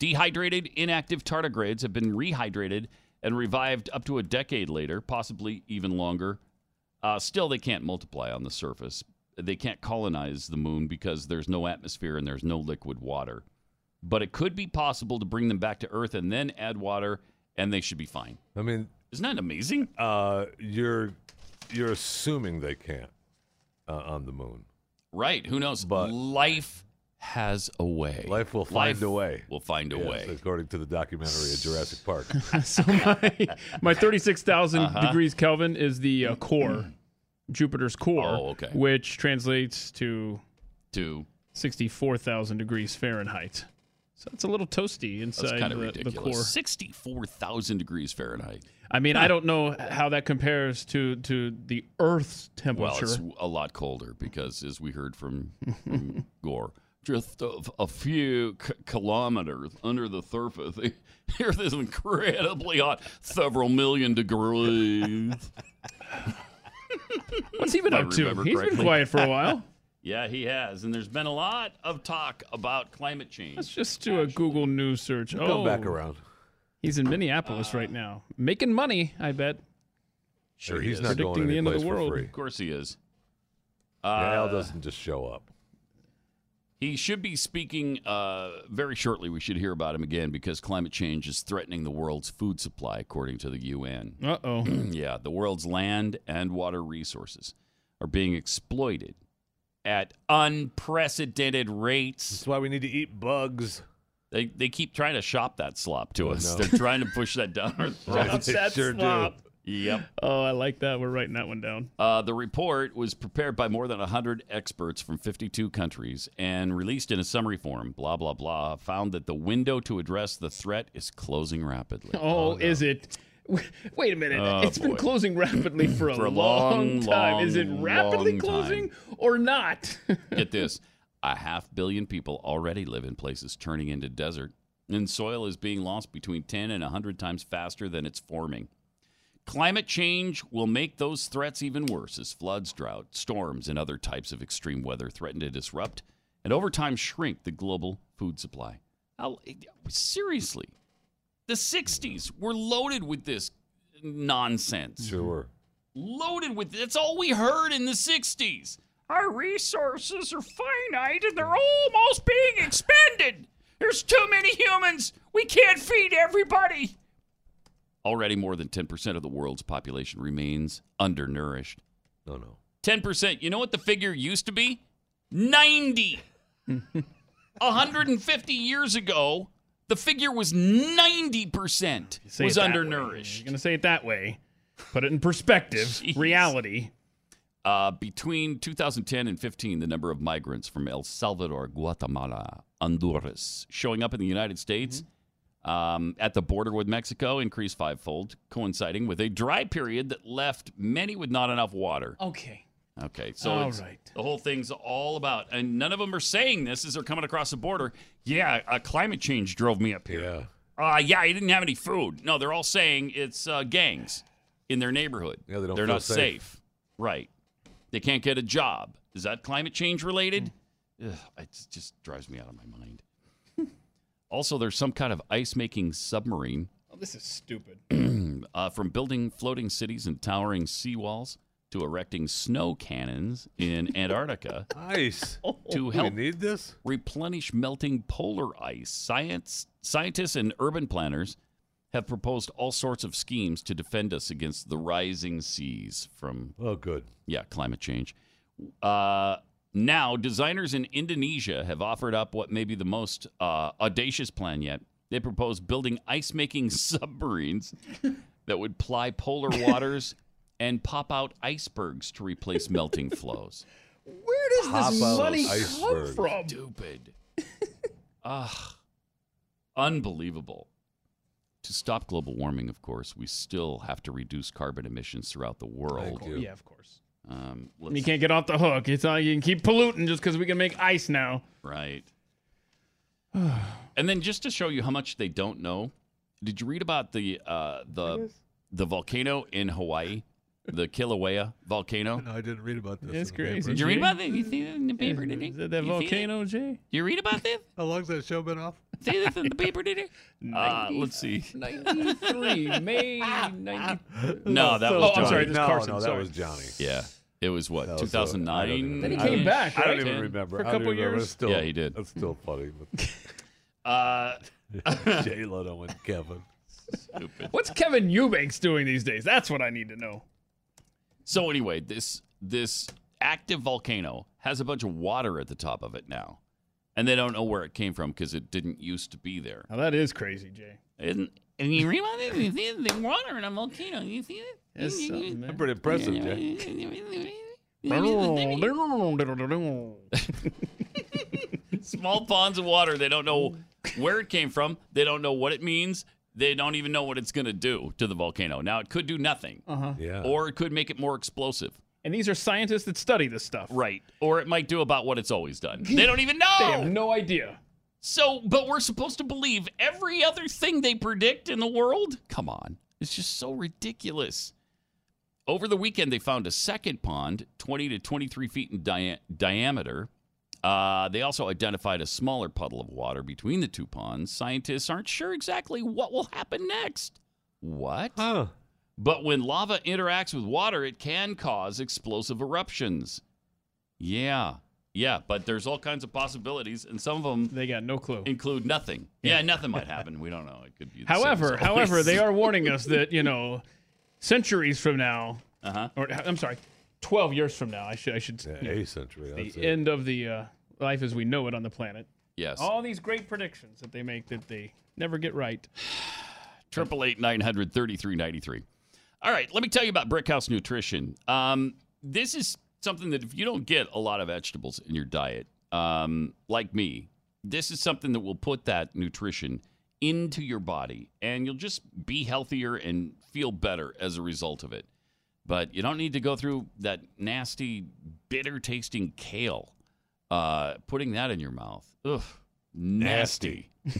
B: Dehydrated, inactive tardigrades have been rehydrated and revived up to a decade later, possibly even longer. Uh, still, they can't multiply on the surface. They can't colonize the moon because there's no atmosphere and there's no liquid water. But it could be possible to bring them back to Earth and then add water, and they should be fine.
D: I mean,
B: isn't that amazing?
D: Uh, you're you're assuming they can't uh, on the moon. Uh,
B: Right. Who knows? But life has a way.
D: Life will find
B: Life
D: a way.
B: Will find a
D: Yes,
B: way.
D: according to the documentary of Jurassic
B: *laughs*
D: Park.
C: so my my 36,000
D: Uh-huh.
C: degrees Kelvin is the uh,
B: *clears throat*
C: core, Jupiter's core,
B: Oh, okay.
C: which translates to
B: to
C: 64,000 degrees Fahrenheit. So it's a little toasty
B: That's
C: inside
B: kind of
C: the, the
B: ridiculous.
C: core.
B: 64,000 degrees Fahrenheit.
C: I mean, I don't know how that compares to to the Earth's
B: Well,
C: temperature.
B: it's a lot colder because, as we heard from, from Gore, just a, a few k- kilometers under the surface, *laughs* here this incredibly hot, several million degrees.
C: What's he been
B: If I
C: up to?
B: remember
C: He's been
B: correctly.
C: quiet
B: *laughs*
C: for a while.
B: yeah, he has, and there's been a lot of talk about climate change.
C: Let's just do a Google News search. Oh.
B: We'll come back around.
C: He's in Minneapolis right now, making money. I bet.
B: Sure,
D: he's
B: he is.
D: not going
C: Predicting the end of the
D: anyplace for
C: world.
D: free.
B: Of course he is.
D: Yeah, Al
B: Uh,
D: doesn't just show up.
B: He should be speaking uh, very shortly. We should hear about him again because climate change is threatening the world's food supply, according to the
C: *clears throat*
B: UN.
C: Uh oh.
B: *clears throat* yeah, the world's land and water resources are being exploited at unprecedented rates. That's
D: why we need to eat bugs.
B: They, they keep trying to shop that slop to
D: Oh,
B: us.
D: no.
B: They're trying to push that down
D: *laughs*
B: our throats.
C: Shop that Sure do. slop.
B: Yep.
C: Oh, I like that. We're writing that one down.
B: Uh, the report was prepared by more than 100 experts from 52 countries and released in a summary form. Blah, blah, blah. Found that the window to address the threat is
C: *laughs*
B: closing rapidly.
C: Oh, is it? *laughs* Wait a minute.
B: Oh,
C: it's been
B: boy.
C: closing
B: *laughs*
C: rapidly for a,
B: For a long,
C: time. Is it
B: long,
C: rapidly
B: long
C: closing or not? *laughs*
B: Get this a half billion people already live in places turning into desert, and soil is being lost between 10 and 100 times faster than it's forming. Climate change will make those threats even worse as floods, drought, storms, and other types of extreme weather threaten to disrupt and over time shrink the global food supply. How, seriously, the 60s were loaded with this nonsense.
D: Sure were.
B: Loaded with that's all we heard in the 60s. Our resources are finite and they're almost being expended. There's too many humans. We can't feed everybody. Already more than 10% of the world's population remains undernourished.
D: No, no.
B: Ten percent. You know what the figure used to be? Ninety. hundred and fifty years ago, the figure was ninety percent
C: Say it
B: was
C: that way.
B: undernourished.
C: You're gonna say it that way. Put it in
B: *laughs*
C: perspective. reality.
B: Uh, between 2010 and 15, the number of migrants from El Salvador, Guatemala, Honduras showing up in the United States
C: Mm-hmm.
B: um, at the border with Mexico increased fivefold, coinciding with a dry period that left many with not enough water.
C: Okay.
B: Okay, so
C: All
B: it's-
C: right.
B: the whole thing's all about, and none of them are saying this as they're coming across the border. Yeah, uh, climate change drove me up here. Yeah, uh, yeah, I didn't have any food. No, they're all saying it's uh, gangs in their neighborhood. Yeah, they
D: don't
B: They're
D: feel
B: not safe.
D: safe.
B: right? They can't get a job. Is that climate change related? Ugh, it just drives me out of my mind. *laughs* also, there's some kind of ice-making submarine *clears throat*
C: Oh, this is stupid.
B: uh, from building floating cities and towering seawalls to erecting snow cannons in Antarctica.
D: Ice.
B: To
D: We
B: help
D: need this?
B: replenish melting polar ice. Science scientists and urban planners have proposed all sorts of schemes to defend us against the rising seas from
D: Oh, good.
B: yeah, climate change. Uh, now, designers in Indonesia have offered up what may be the most uh, audacious plan yet. They propose building ice making *laughs* submarines that would ply
D: *laughs*
B: polar waters and pop out icebergs to replace
D: *laughs*
B: melting flows.
C: Where does this
B: Pop out
C: money
B: iceberg.
C: come from?
B: Stupid. Ugh. Unbelievable. To stop global warming, of course, we still have to reduce carbon emissions throughout the world.
C: you. Yeah, of course.
B: Um,
C: You
B: let's-
C: can't get off the hook. It's all you can keep polluting just because we can make ice now.
B: Right. and then just to show you how much they don't know, did you read about the uh, the the volcano in Hawaii, the Kilauea volcano?
Q: No, I didn't read about this.
C: It's
Q: in the
C: crazy.
Q: paper.
B: Did you read about that? You see that in the paper, did you?
C: Is that that
B: You see that?
C: volcano, Jay?
B: You read about this?
Q: How long's that show been off?
B: See this in the paper, did
C: *laughs*
B: you? Uh, let's see.
C: 93, May 90.
B: No, that
C: So-
B: was
C: Oh, I'm
B: Johnny.
C: sorry. This is
D: No,
C: Carson.
D: no, that
C: sorry.
D: was Johnny.
B: Yeah. It was what,
D: That was a- I don't
B: 2009?
D: even
C: Then he
D: remember.
C: came back,
D: I
C: right?
D: don't even remember.
C: For a
D: I don't
C: couple
D: even remember.
C: years.
D: It's Still,
B: Yeah, he did.
D: That's still funny.
B: *laughs*
D: *laughs*
B: Uh,
D: J Lo with Kevin.
C: *laughs* What's Kevin Eubanks doing these days? That's what I need to know.
B: So anyway, this this active volcano has a bunch of water at the top of it now, and they don't know where it came from because it didn't used to be there.
C: Now that is crazy, Jay.
B: And and you read about it, you see it, the water in a volcano. You see it?
C: *laughs* It's something, man.
D: Pretty impressive, Jay. *laughs*
B: Small ponds of water. They don't know where it came from. They don't know what it means. They don't even know what it's going to do to the volcano. Now it could do nothing,
C: Uh-huh.
D: Yeah.
B: or it could make it more explosive.
C: And these are scientists that study this stuff.
B: Right. Or it might do about what it's always done. They don't even
C: *laughs* They have
B: know.
C: no idea.
B: So, but we're supposed to believe every other thing they predict in the world? Come on. It's just so ridiculous. Over the weekend, they found a second pond, 20 to 23 feet in dia- diameter. Uh, they also identified a smaller puddle of water between the two ponds. Scientists aren't sure exactly what will happen next. What?
D: Huh.
B: But when lava interacts with water, it can cause explosive eruptions. Yeah. Yeah, but there's all kinds of possibilities, and some of them
C: They got no clue.
B: include nothing. Yeah, nothing might happen. We don't know. It could be. the same
C: However,
B: as always.
C: however,
D: *laughs*
C: they are warning us that you know, centuries from now,
B: Uh-huh.
C: or I'm sorry, 12 years from now, I should I should
D: Yeah,
C: you know,
D: eighth century. That's
C: the
D: it.
C: end of the uh, life as we know it on the planet.
B: *laughs* Yes.
C: All these great predictions that they make that they never get right.
B: Triple eight nine hundred thirty three ninety three. All right, let me tell you about Brickhouse Nutrition. Um, this is something that if you don't get a lot of vegetables in your diet, um, like me, this is something that will put that nutrition into your body, and you'll just be healthier and feel better as a result of it. But you don't need to go through that nasty, bitter tasting kale. Uh, putting that in your mouth, ugh, nasty. *laughs*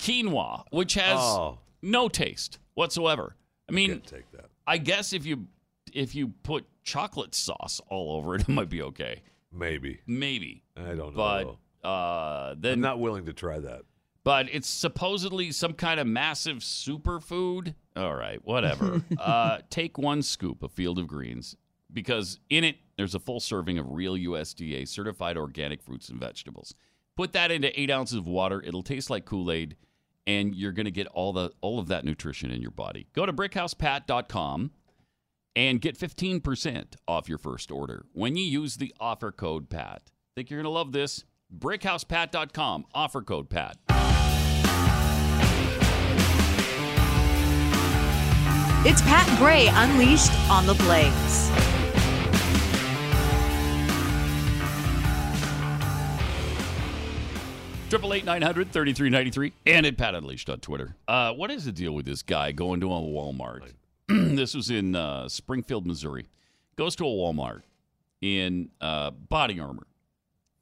B: quinoa, which has
D: Oh.
B: no taste whatsoever. I mean,
D: Can't take that.
B: I guess if you if you put chocolate sauce all over it, *laughs* it might be okay.
D: Maybe.
B: Maybe,
D: I don't
B: but
D: know.
B: uh,
D: I'm
B: then
D: not willing to try that.
B: but it's supposedly some kind of massive superfood. All right, whatever. uh, take one scoop of Field of Greens because in it there's a full serving of real USDA certified organic fruits and vegetables. Put that into eight ounces of water. It'll taste like Kool Aid, and you're going to get all the all of that nutrition in your body. Go to brickhousepat.com and get 15% off your first order when you use the offer code PAT. Think you're going to love this? BrickHousePat.com, offer code PAT.
U: It's Pat Gray Unleashed on the Blaze.
B: Triple eight nine hundred thirty three ninety three and at Pat Unleashed on Twitter. Uh, what is the deal with this guy going to a Walmart? *clears throat* this was in uh, Springfield, Missouri. Goes to a Walmart in uh, body armor,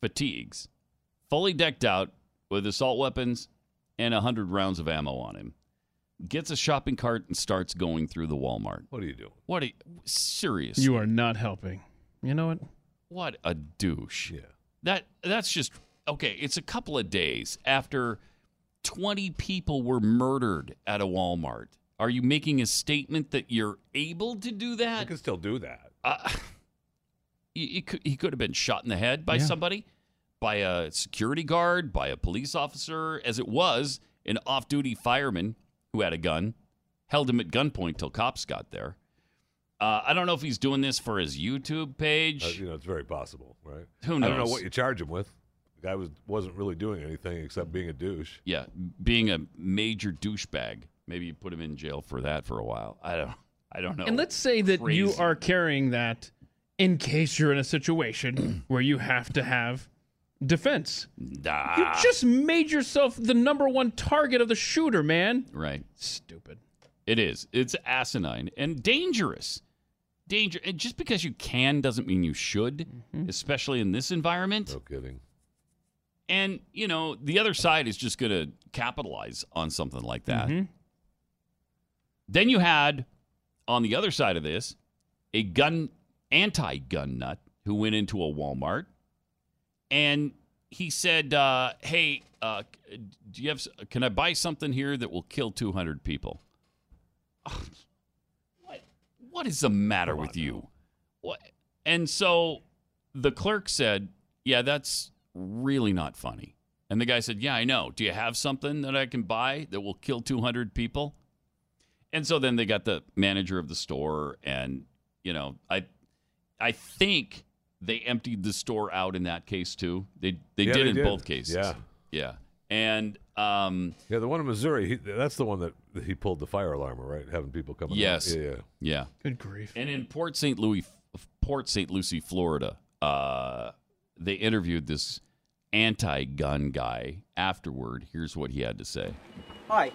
B: fatigues, fully decked out with assault weapons and hundred rounds of ammo on him. Gets a shopping cart and starts going through the Walmart.
D: What do you do?
B: What? Are you, serious?
C: You are not helping. You know what?
B: What a douche. Yeah. That that's just okay, it's a couple of days after 20 people were murdered at a Walmart. Are you making a statement that you're able to do that? You
D: can still do that.
B: Uh, *laughs* he, he could, he could have been shot in the head by somebody, by a security guard, by a police officer. As it was, an off duty fireman who had a gun held him at gunpoint till cops got there. Uh, I don't know if he's doing this for his YouTube page.
D: Uh, you know, it's very possible, right?
B: Who
D: I don't know
B: knows?
D: what you charge him with. The guy was wasn't really doing anything except being a douche.
B: Yeah, being a major douchebag. Maybe you put him in jail for that for a while. I don't. I don't know.
C: And let's say that you
B: Crazy.
C: are carrying that in case you're in a situation *clears throat* where you have to have defense.
B: Nah.
C: You just made yourself the number one target of the shooter, man.
B: Right.
C: Stupid.
B: It is. It's asinine and dangerous. Danger. And just because you can doesn't mean you should, especially in this environment. No
D: kidding.
B: And you know the other side is just going to capitalize on something like that. Then you had on the other side of this a gun anti-gun nut who went into a Walmart and he said, uh, "Hey, uh, c- do you have? s- Can I buy something here that will kill 200 people?" what is the
D: Oh,
B: matter with you? What? And so the clerk said, "Yeah, that's really not funny." And the guy said, "Yeah, I know. Do you have something that I can buy that will kill 200 people?" And so then they got the manager of the store and you know, I I think they emptied the store out in that case too. They they
D: Yeah,
B: did
D: they
B: in
D: did.
B: both cases.
D: Yeah.
B: Yeah. And um
D: Yeah, the one in Missouri. He, that's the one that he pulled the fire alarm, right? Having people coming. out.
B: Yes.
D: Yeah. yeah.
B: Yeah.
C: Good grief.
B: And in Port St. Louis, Port St. Lucie, Florida, uh, they interviewed this anti-gun guy. Afterward, here's what he had to say.
E: Hi.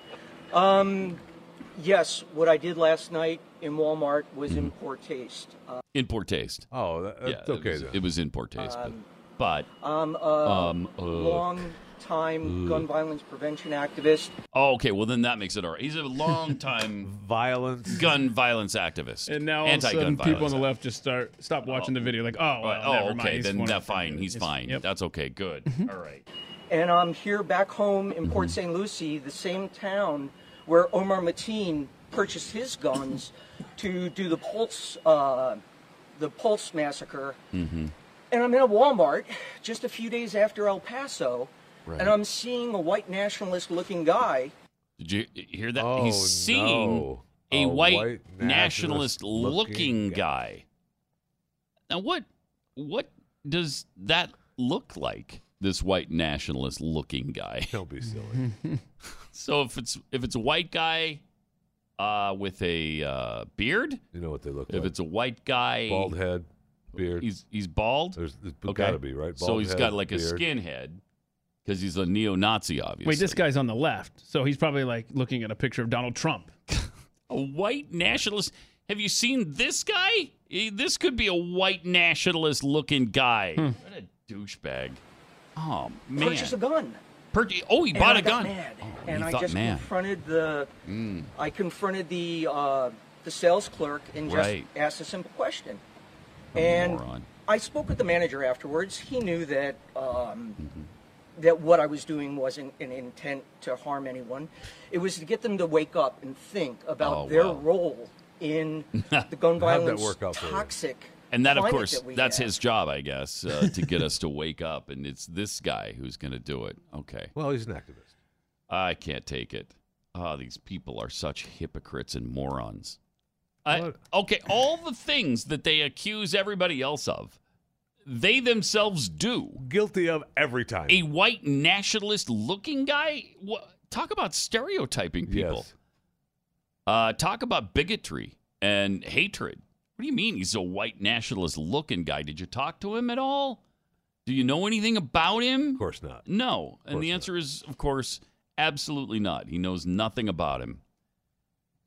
E: Um, yes, what I did last night in Walmart was in poor taste. Uh,
B: In poor taste.
D: Oh, that's okay
B: It was,
D: then.
B: it was in poor taste,
E: Um,
B: but, but
E: I'm a
B: Um, uh,
E: long-time
B: uh.
E: gun violence prevention activist.
B: Oh, okay. Well, then that makes it all right. He's a long time
D: *laughs* violence
B: gun violence activist,
C: And now all of a
B: Anti-gun
C: sudden, people on
B: violence
C: the left just start stop watching the video. Like, oh, well,
B: oh,
C: never
B: okay.
C: mind. He's
B: then
C: one-
B: that's fine. He's fine. That's okay. Good.
C: Mm-hmm.
B: All right.
E: And I'm here back home in
B: Mm-hmm.
E: Port St. Lucie, the same town where Omar Mateen purchased his
B: *coughs*
E: guns to do the Pulse, uh, the Pulse massacre.
F: Mm-hmm.
E: And I'm in a Walmart just a few days after El Paso,
B: Right.
E: and I'm seeing a white nationalist looking guy.
B: Did you hear that?
E: Oh,
B: He's seeing
E: no.
B: a,
E: A
B: white,
E: white
B: nationalist, looking
E: nationalist-looking
B: guy. Now, what what does that look like? This white nationalist looking guy.
D: *laughs* Don't be silly.
B: *laughs* so if it's if it's a white guy uh, with a uh, beard,
D: you know what they look
B: if
D: like.
B: it's a white guy,
D: Bald head, beard.
B: He's he's bald.
D: There's, there's
B: Okay.
D: gotta be right.
B: so
D: Bald
B: he's
D: head,
B: got like a
D: beard.
B: skinhead because he's a neo-Nazi, obviously.
C: Wait, this guy's on the left, so he's probably like looking at a picture of Donald Trump.
B: a white nationalist. Have you seen this guy? Eh, This could be a white nationalist looking guy. What a douchebag. Oh, man.
E: Purchase a gun.
B: Pur- oh, he
E: And
B: bought
E: I
B: a
E: got
B: gun.
E: mad.
B: Oh,
E: and
B: he
E: I
B: thought
E: just
B: mad.
E: confronted the
B: Mm.
E: I confronted the uh, the sales clerk and just
B: Right.
E: asked a simple question.
B: A
E: and
B: moron.
E: I spoke with the manager afterwards. He knew that um,
B: Mm-hmm.
E: that what I was doing wasn't an intent to harm anyone. It was to get them to wake up and think about
B: Oh,
E: their
B: wow.
E: role
B: *laughs*
E: in the gun
B: How'd that
E: violence
B: work out for you?
E: toxic.
B: And that, of
E: climate
B: course,
E: that we
B: that's
E: have.
B: his job, I guess, uh, to get us to wake up. And it's this guy who's going to do it. Okay.
D: Well, he's an activist.
B: I can't take it. Ah, these people are such hypocrites and morons. I, okay, all the things that they accuse everybody else of, they themselves do.
D: Guilty of every time.
B: A white nationalist looking guy? Wha Talk about stereotyping people. Uh, talk about bigotry and hatred. What do you mean he's a white nationalist looking guy? Did you talk to him at all? Do you know anything about him? Of
D: course not.
B: No. And the answer is, of course, absolutely not. He knows nothing about him.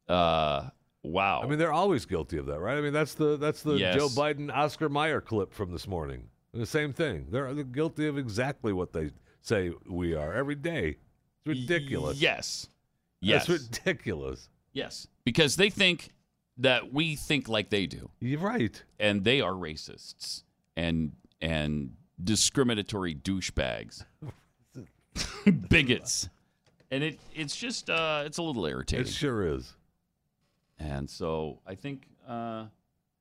B: Uh, wow.
D: I mean, they're always guilty of that, right? I mean, that's the that's the
B: Yes.
D: Joe Biden Oscar Meyer clip from this morning. The same thing. They're they're guilty of exactly what they say we are every day. It's ridiculous.
B: Yes.
D: That's
B: Yes.
D: ridiculous.
B: Yes. Because they think that we think like they do.
D: You're right.
B: And they are racists and and discriminatory douchebags. *laughs* Bigots. And it it's just uh it's a little irritating.
D: It sure is.
B: And so I think uh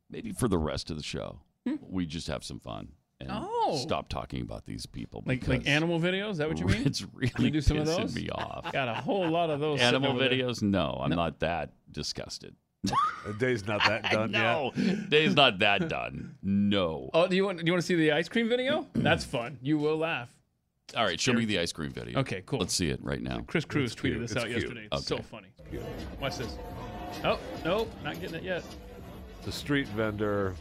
B: maybe for the rest of the show we just have some fun and
C: Oh.
B: stop talking about these people
C: Like
B: because
C: like animal videos? Is that what you mean?
B: *laughs* It's
C: Can
B: really
C: you do some of
B: pissing
C: those?
B: me
C: *laughs*
B: off.
C: Got a whole lot of those. sitting
B: Animal
C: over there.
B: videos? No, I'm
C: No.
B: not that disgusted.
D: Day's not
B: *laughs*
D: that done
B: no, Day's not that done. No.
C: Oh, do you want do you want to see the ice cream video? That's fun. You will laugh.
B: All right, show me the ice cream video.
C: Okay, cool.
B: Let's see it right now.
C: Chris Cruz tweeted this out yesterday. It's so
B: Okay.
C: funny. Watch this. Oh, nope, not getting it yet.
D: It's a street vendor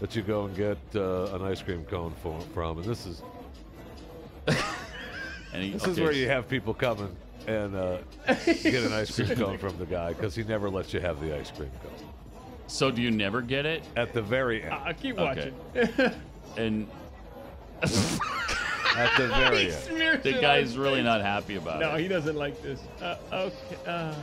D: that you go and get uh, an ice cream cone for, from, and this
B: *laughs*
D: is
B: And he-
D: this is
B: okay,
D: where you have people coming and
B: *laughs*
D: uh, get an ice cream cone from the guy because he never lets you have the ice cream cone.
B: So do you never get it
D: at the very end?
C: I keep
B: Okay.
C: *laughs*
B: And
D: *laughs* at the
C: He
D: very end.
C: smears
B: The
C: it
B: guy's
C: on-
B: really not happy about
C: No,
B: it.
C: he doesn't like this. Uh, okay. Uh.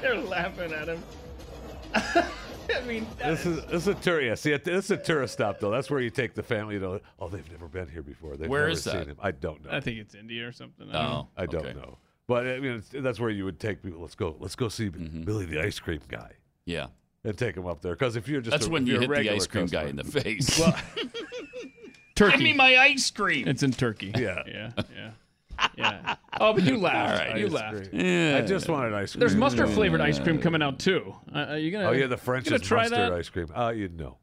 C: *laughs* They're laughing at him. *laughs* I mean, that
D: This is this is a tour. Yeah, see, this is a tourist stop though. That's where you take the family. You know, oh, they've never been here before. They've
B: Where
D: never
B: is that?
D: Seen him. I don't know.
C: I think it's India or something. I don't know.
B: Oh,
D: I don't
B: okay.
D: know. But I mean, it's, that's where you would take people. Let's go. Let's go see Billy the ice cream guy.
B: Mm-hmm. Yeah.
D: And take him up there because if you're just
B: That's
D: a-
B: when
D: if
B: you
D: you're a
B: hit the
D: regular
B: ice cream guy
D: customer-
B: in the face. *laughs*
D: Well,
C: Turkey.
B: Give me my ice cream.
C: It's in Turkey.
D: Yeah.
C: Yeah.
B: *laughs*
C: Yeah. Yeah. Oh, but you laughed.
B: All right.
C: You
B: Ice
C: laughed.
D: cream. Yeah. I just wanted ice
C: There's
D: cream.
C: mustard flavored ice cream
D: Yeah.
C: coming out too. Uh, are you gonna?
D: oh yeah, the French
C: you gonna
D: is
C: try
D: mustard
C: that?
D: *laughs* ice cream. Uh, you know.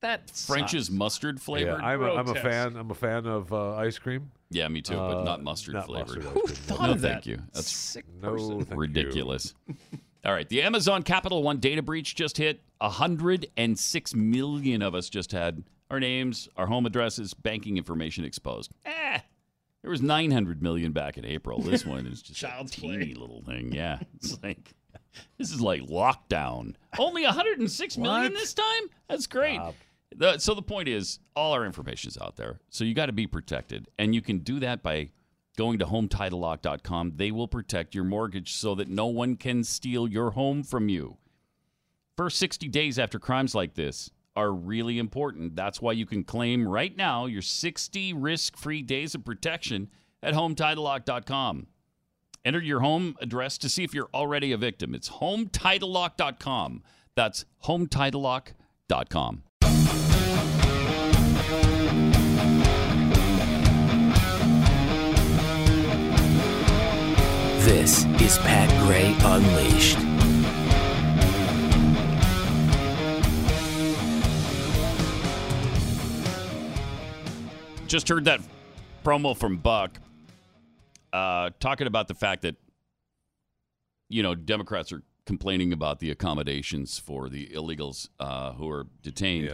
C: That
B: French is mustard flavored.
D: Yeah, I'm a, I'm a
C: Grotesque.
D: fan. I'm a fan of uh, ice cream.
B: Yeah, me too, but
D: Uh,
B: not mustard
D: not
B: flavored. *laughs*
D: mustard ice cream.
C: thought
B: no,
C: of that?
B: thank you. That's
C: Sick
D: No, person. thank you.
B: ridiculous. All right, the Amazon Capital One data breach just hit. 106 million of us just had our names, our home addresses, banking information exposed. Eh, there was 900 million back in April. This one is just
C: Child's
B: a teeny little thing. Yeah, it's like this is like lockdown. Only 106 million
C: What?
B: this time? That's great. The- so the point is, all our information is out there. So you got to be protected. And you can do that by going to hometitlelock.com. They will protect your mortgage so that no one can steal your home from you. First 60 days after crimes like this are really important. That's why you can claim right now your 60 risk free days of protection at hometitlelock.com. Enter your home address to see if you're already a victim. It's hometitlelock.com. That's hometitlelock.com.
F: This is Pat Gray
M: *laughs*
F: Unleashed.
B: Just heard that promo from Buck uh, talking about the fact that, you know, Democrats are complaining about the accommodations for the illegals uh, who are detained.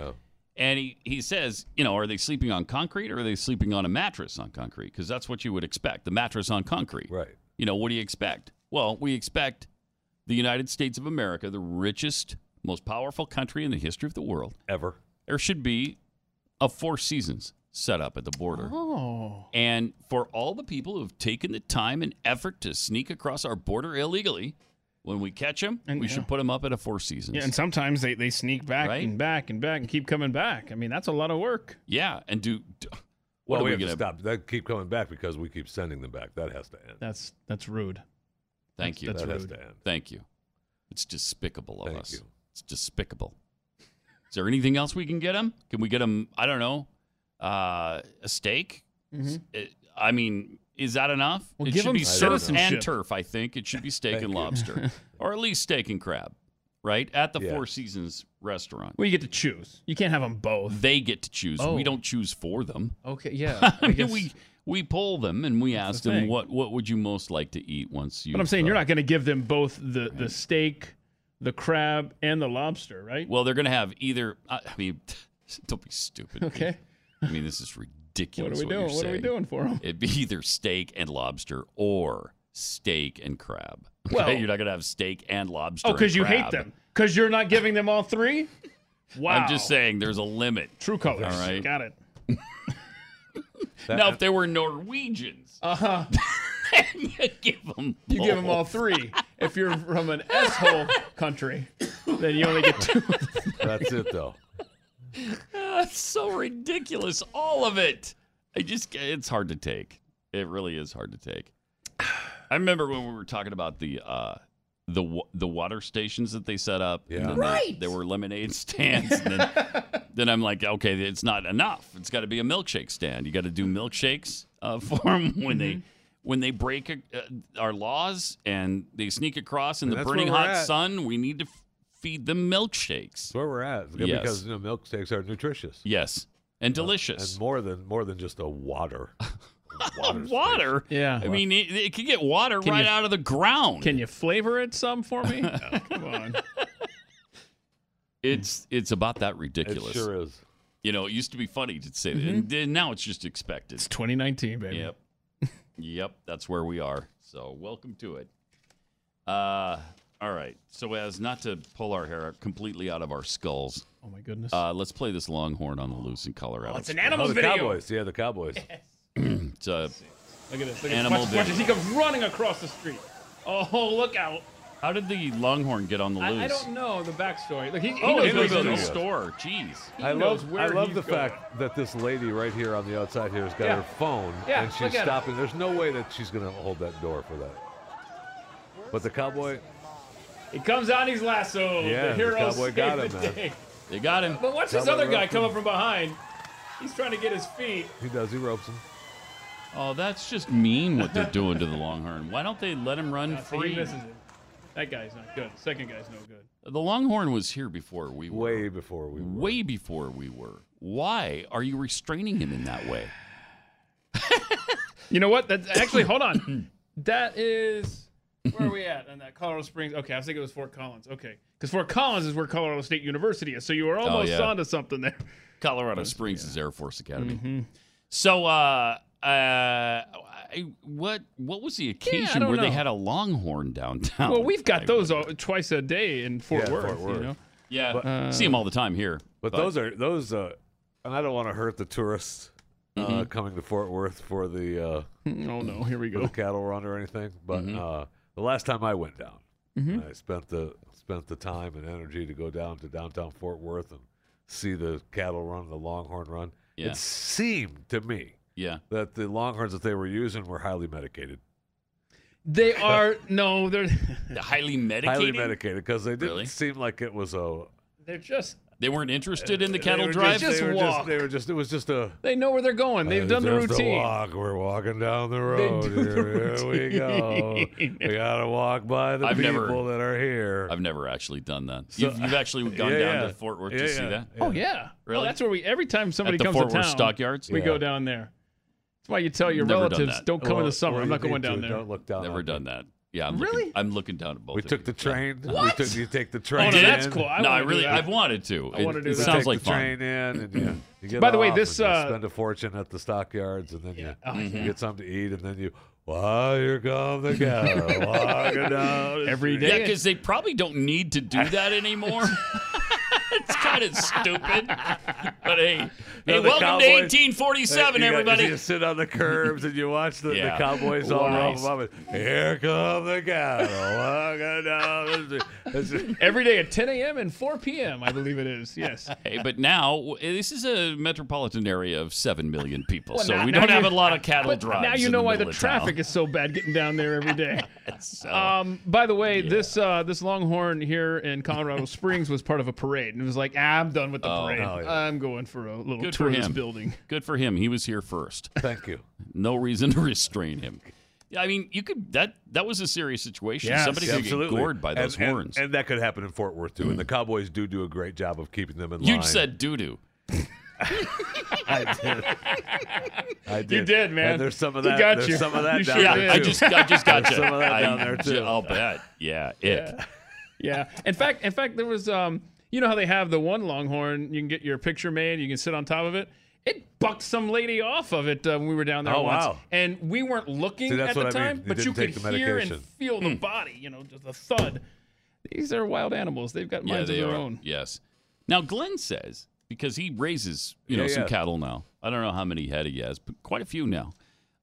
B: And he, he says, you know, are they sleeping on concrete or are they sleeping on a mattress on concrete? Because that's what you would expect the mattress on concrete.
D: Right.
B: You know, what do you expect? Well, we expect the United States of America, the richest, most powerful country in the history of the world,
D: ever.
B: There should be a Four Seasons set up at the border.
C: Oh.
B: And for all the people who have taken the time and effort to sneak across our border illegally, when we catch them,
C: And,
B: we
C: yeah.
B: should put them up at a Four Seasons.
C: Yeah, and sometimes they, they sneak back
B: Right?
C: and back and back and keep coming back. I mean, that's a lot of work.
B: Yeah, and do. do- what
D: Well,
B: are
D: we,
B: we
D: have
B: gonna
D: to stop. They keep coming back because we keep sending them back. That has to
B: *laughs*
D: end.
C: That's that's rude.
B: Thank
C: That's-
B: you.
C: that's
D: That has
C: rude.
D: to end.
B: Thank you. It's despicable of us. It's despicable. Is there anything else we can get them? Can we get them? I don't know, uh, a steak.
C: Mhm.
B: S- I mean, is that enough?
C: Well,
B: it
C: give
B: should
C: 'em
B: be surf and
C: citizenship. *laughs*
B: turf. I think it should be steak and lobster, or at least steak and crab. right? At the Four Seasons restaurant.
C: Well, you get to choose. You can't have them both.
B: They get to choose.
C: Oh.
B: We don't choose for them.
C: Okay,
B: *laughs*
C: yeah.
B: I
C: I
B: mean,
C: guess-
B: we we poll them and we ask
C: the
B: them
C: thing.
B: what what would you most like to eat once you.
C: But I'm saying you're not going to give them both the, the steak, the crab, and the lobster, right?
B: Well, they're going to have either. I I mean, *laughs* don't be stupid. dude.
C: Okay.
B: I mean, this is ridiculous.
C: What are we
B: you're
C: doing? What are we
B: saying.
C: doing for 'em?
B: It'd be either steak and lobster or steak and crab. *laughs* Okay?
C: Well-
B: you're not going to have steak and lobster.
C: Oh,
B: and
C: because you hate
B: crab.
C: them. Because you're not giving them all three? Wow.
B: I'm just saying, there's a limit.
C: True colors.
B: All right.
C: Got it.
B: Now, if they
C: *laughs*
B: were Norwegians,
C: Uh
B: *laughs*
C: huh.
B: you give them.
C: You give them all three. If you're from an asshole country, then you only get two.
D: That's it, though.
B: That's Ah, so ridiculous. All of it. I just, it's hard to take. It really is hard to take. *sighs* I remember when we were talking about the uh, the wa- the water stations that they set up. Yeah,
G: Right.
B: There were lemonade stands. And then,
D: *laughs*
B: then I'm like, okay, it's not enough. It's got to be a milkshake stand. You got to do milkshakes uh, *laughs* for them when they when they break uh, our laws and they sneak across in
D: And
B: the
D: that's
B: burning
D: where we're
B: hot
D: at.
B: sun. We need to f- feed them milkshakes.
D: That's where we're at. It's good
B: Yes.
D: Because you know, milkshakes are nutritious.
B: Yes. And delicious.
D: and more than more than just a water.
B: *laughs* water. water?
C: Yeah.
B: I mean, it, it could get water
C: Can
B: right
C: you-
B: out of the ground.
C: Can you flavor it some for me? Oh, come on.
B: *laughs* It's it's about that ridiculous.
D: sure is.
B: You know, it used to be funny to say that,
C: Mhm.
B: and then now it's just expected.
C: It's 2019, baby. *laughs*
B: Yep. yep, that's where we are. So welcome to it. Uh, all right. So as not to pull our hair out- completely out of our skulls.
C: Oh my goodness.
B: Uh, let's play this Longhorn on the loose in Colorado.
C: Oh, it's an
D: Oh,
C: animal
D: the
C: video.
D: Cowboys. Yeah, the Cowboys.
B: *laughs* it's a
C: Look at this. Look at
B: animal
C: this. Watch,
B: video.
C: watch this. He comes running across the street. Oh, look out.
B: How did the Longhorn get on the loose?
C: I, I don't know the backstory. Look, he, he
B: oh,
C: knows
B: he
C: where he's
B: lives in
C: going.
B: a store. Jeez.
C: He
D: I
C: knows
D: love
C: where
D: I love
C: he's
D: the
C: going.
D: fact that this lady right here on the outside here has got
C: Yeah.
D: her phone
C: Yeah,
D: and she's
C: look at it.
D: stopping. There's no way that she's gonna hold that door for that. But the cowboy,
C: He comes out, he's lassoed. Oh,
D: Yeah,
C: the
D: the
C: hero
D: cowboy
C: saved
D: got
C: the
D: him, man.
C: day. *laughs*
B: They got him.
C: But watch this
D: Cowboy
C: other guy
D: roped
C: come
D: him.
C: up from behind. He's trying to get his feet.
D: he does. He ropes him.
B: Oh, that's just *laughs* mean what they're doing to the Longhorn. Why don't they let him run
C: Yeah, so
B: free?
C: he misses it. That guy's not good. Second guy's no
B: *laughs*
C: good.
B: The Longhorn was here before we were.
D: Way before we were.
B: Way before we were. Why are you restraining him in that way?
C: *laughs* You know what? That's actually hold on. *clears throat* That is where are we at on that Colorado Springs? Okay, I think it was Fort Collins. Okay, because Fort Collins is where Colorado State University is. So you were almost
B: Oh, yeah.
C: onto something there. *laughs* Mm-hmm.
B: Colorado Springs is Air Force Academy. So, uh, uh, I, what what was the occasion
C: don't
B: where they
C: know.
B: had a Longhorn downtown?
C: well, we've got those all, twice a day in Fort
D: Yeah,
C: Worth.
D: Fort Worth.
C: You know?
B: *laughs*
C: Uh,
B: yeah,
D: But-
B: see him all the time here.
D: But, those are those. Uh, and I don't want to hurt the tourists uh,
B: Mm-hmm.
D: coming to Fort Worth for the.
B: *laughs*
D: Uh,
C: Oh no, here we
D: for
C: go.
D: the cattle run or anything. But
B: Mm-hmm.
D: uh, the last time I went down,
C: mm-hmm.
D: I spent the spent the time and energy to go down to downtown Fort Worth and see the cattle run, the Longhorn run.
B: Yeah.
D: It seemed to me
B: yeah.
D: that the Longhorns that they were using were highly medicated, *laughs*
C: They are no, they're *laughs*
B: The highly medicated.
D: highly medicated because they didn't
B: Really?
D: seem like it was a Uh,
C: they're just
B: They weren't interested in the
D: they
B: cattle
D: were
B: drive.
D: Just, they, were
C: walk.
D: just, they were just it was just a.
C: they know where they're going. They've
D: Uh,
C: done the
D: just a
C: routine.
D: walk. We're walking down the road.
C: do the
D: Here, here we go.
C: routine.
D: We gotta walk by the
B: I've
D: people
B: never-
D: that are here.
B: I've never actually done that.
D: So-
B: you've,
D: *laughs*
B: you've actually gone
D: Yeah,
B: down
D: yeah.
B: to Fort Worth
D: Yeah,
B: to see
D: yeah.
B: that.
C: Oh yeah,
B: Really?
C: Oh, that's where we. Every time somebody
B: At the
C: comes
B: Fort
C: to
B: Worth
C: town,
B: stockyards?
C: we
D: Yeah.
C: go down there. That's why you tell your
B: Never done
C: relatives
B: that.
C: don't come in
D: Well,
C: the summer.
D: well,
C: I'm
D: you
C: not going
D: need
C: down
D: to.
C: there.
D: Don't look down.
B: Never
D: on
B: done
D: me.
B: that. Yeah, I'm
C: Really?
B: Looking,
D: *laughs*
B: I'm looking down at both.
D: We
B: of
D: took
B: you. Oh,
D: the train.
C: What?
D: We took, you take the
C: no,
D: train.
C: that's
D: in.
C: cool. I
B: no, I
C: wanna do
B: really,
C: that.
B: I've wanted to.
C: I wanna do
B: It- it
C: that.
D: You
B: sounds
D: take
B: like
D: the
B: fun.
D: train in, and
B: *clears throat*
D: you, you get
C: By the way,
D: off
C: this,
D: and you
C: uh,
D: spend a fortune at the stockyards, and then you,
C: Oh,
D: you
C: yeah.
D: get something to eat, and then you. Wow, here come the cattle walking down the
C: Every
D: street."
B: Yeah,
C: day.
B: because they probably don't need to do that anymore.
C: *laughs*
B: *laughs* it's kind of stupid.
D: *laughs*
B: But hey,
D: No,
B: hey,
D: the
B: welcome to
D: Cowboys-
B: 1847,
D: You got-
B: everybody.
D: You just sit on the curbs and you watch the,
B: Yeah.
D: the Cowboys all
B: Nice.
D: nice. up. Here come the cattle walking
C: *laughs*
D: down the street. It's just-
C: Every day at 10 a.m. and 4 p.m. I believe it is. Yes.
B: Hey, but now w- eh, this is a metropolitan area of seven million people,
C: Well,
B: so
C: now-
B: we
C: now
B: don't have a
C: you-
B: lot of cattle
C: But
B: drives.
C: now you
B: in
C: know why the
B: middle of town.
C: traffic is so bad getting down there every
B: *laughs*
C: day.
B: So,
C: Um, by the way, this uh, this Longhorn here in Colorado Springs was part of a parade, and it was like, ah, I'm done with the parade.
D: oh, yeah.
C: I'm going for a little
B: good
C: tour
B: for
C: of this
B: him.
C: building.
B: Good for him. He was here first.
D: Thank you.
B: No reason to restrain him. Yeah, I mean, you could that that was a serious situation.
D: Yes,
B: Somebody could get
D: absolutely.
B: gored by those
D: and, and-
B: horns. Mm.
D: And, that could happen in Fort Worth too. And the Cowboys do do a great job of keeping them in line.
B: you said doo doo.
D: I did. I did.
C: You did, man.
D: And there's some of
C: We
D: that.
C: got
D: there's
C: you.
D: some of that
C: You
D: down
C: sure
D: there
C: did.
D: too.
B: I just
C: *laughs*
B: I just got
D: There's some of that down there too.
B: I'll bet. Yeah, it.
C: Yeah. In fact, in fact, there was um, you know how they have the one longhorn you can get your picture made, you can sit on top of it. It bucked some lady off of it uh, when we were down there
D: Oh,
C: once,
D: wow.
C: and we weren't looking
D: See, that's
C: at the
D: what I mean.
C: time,
D: You
C: but you
D: didn't
C: could
D: take the
C: hear and
D: medication.
C: feel
B: Hmm.
C: the body, you know, just a thud. These are wild animals; they've got minds
B: yeah, they
C: of their
B: are.
C: own.
B: Yes. Now Glenn says because he raises you know
C: Yeah,
B: some
C: yeah.
B: cattle now. I don't know how many head he has, but quite a few now.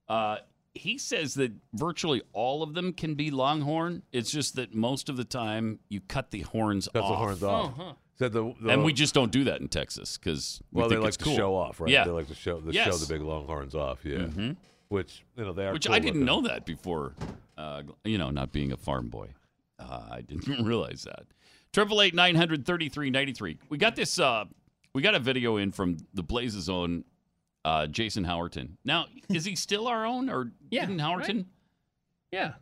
B: Uh, he says that virtually all of them can be longhorn. It's just that most of the time you cut the horns
D: That's
B: off.
D: the horns off.
C: Oh,
B: huh.
D: Said the, the-
B: and we just don't do that in Texas because
D: well,
B: we
D: they
B: think
D: like
B: it's
D: to
B: cool.
D: show off, right?
B: Yeah,
D: They like to show the show
B: Yes.
D: the big longhorns off. Yeah.
B: Mhm.
D: Which you know they are.
B: which
D: cool
B: I
D: looking.
B: didn't know that before. Uh, you know, not being a farm boy, uh, I didn't *laughs* realize that. Triple eight nine hundred thirty three ninety three. We got this. Uh, we got a video in from the Blaze's own uh, Jason Howerton. Now, is he still our own or
C: *laughs* Yeah,
B: didn't Howerton?
C: Yeah.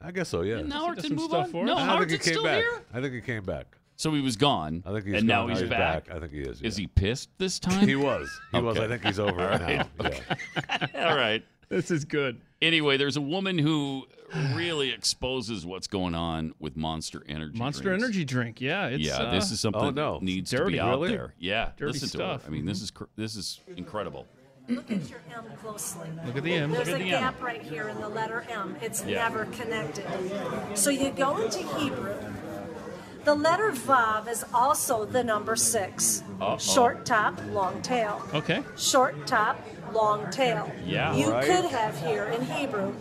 D: I guess so. Yeah.
B: Didn't
C: Guess he does
B: Howerton
C: some
B: move
C: stuff
B: on?
C: for
B: No,
C: us.
D: I don't think he
B: Howerton's
D: came
B: still
D: back.
B: here.
D: I think he came back.
B: So he was gone. I
D: think he's
B: and now
D: gone.
B: he's, back.
D: I think he is.
B: Is he pissed this time?
D: He was. He was. I
B: Okay.
D: think he's over
B: *laughs* All
D: it
B: right.
D: now. Yeah.
B: *laughs* All right.
C: This is good.
B: Anyway, there's a woman who really exposes what's going on with Monster Energy.
C: Monster
B: drinks.
C: energy drink. Yeah, it's uh,
B: yeah, this is
D: Oh,
B: something that needs to be out there. Yeah,
C: Dirty
B: listen
C: stuff.
B: to it. I mean, this is cr- this is incredible.
G: Look at your M closely.
B: Look at the M.
G: There's
B: Look at
G: a
B: the M.
G: gap right here in the letter M. It's
B: Yeah.
G: never connected. So you go into Hebrew. The letter Vav is also the number 6
C: Uh-oh.
G: Short top, long tail.
C: Okay.
G: Short top, long tail.
C: Yeah,
G: You
C: right.
G: could have here in Hebrew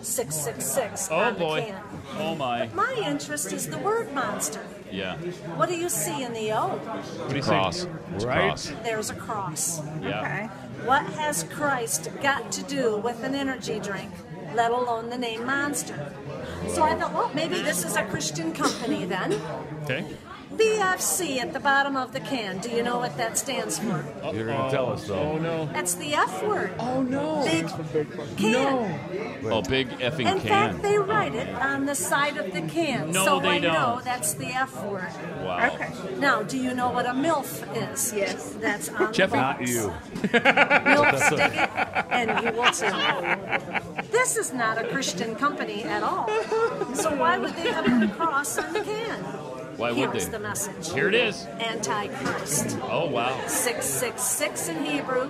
G: 666
B: Oh
G: on the
B: boy.
G: can.
B: Oh my.
G: My interest is the word monster.
B: Yeah.
G: What do you see in the O?
B: What do you cross. It's a
C: Right?
B: Cross.
G: There's a cross.
B: Yeah.
G: What has Christ got to do with an energy drink, let alone the name Monster? So I thought, well, maybe this is a Christian company then.
C: Okay.
G: BFC at the bottom of the can. Do you know what that stands for?
D: You're gonna tell us though.
C: Oh no.
G: That's the F word. Oh no. Big can.
B: Oh, big effing
G: In
B: can.
G: fact, they write it on the side of the can,
B: No,
G: so
B: they
G: I know
B: don't.
G: that's the F word.
B: Wow. Okay.
G: Now, do you know what a MILF is? Yes. That's on the box.
D: Not
B: *laughs*
D: you.
G: Milk stick it, and you will too. This is not a Christian company at all. So why would they have a cross on the can?
B: Why would
G: Here's
B: they?
G: the message.
B: Here it is.
G: Antichrist.
B: Oh wow.
G: 666 in Hebrew.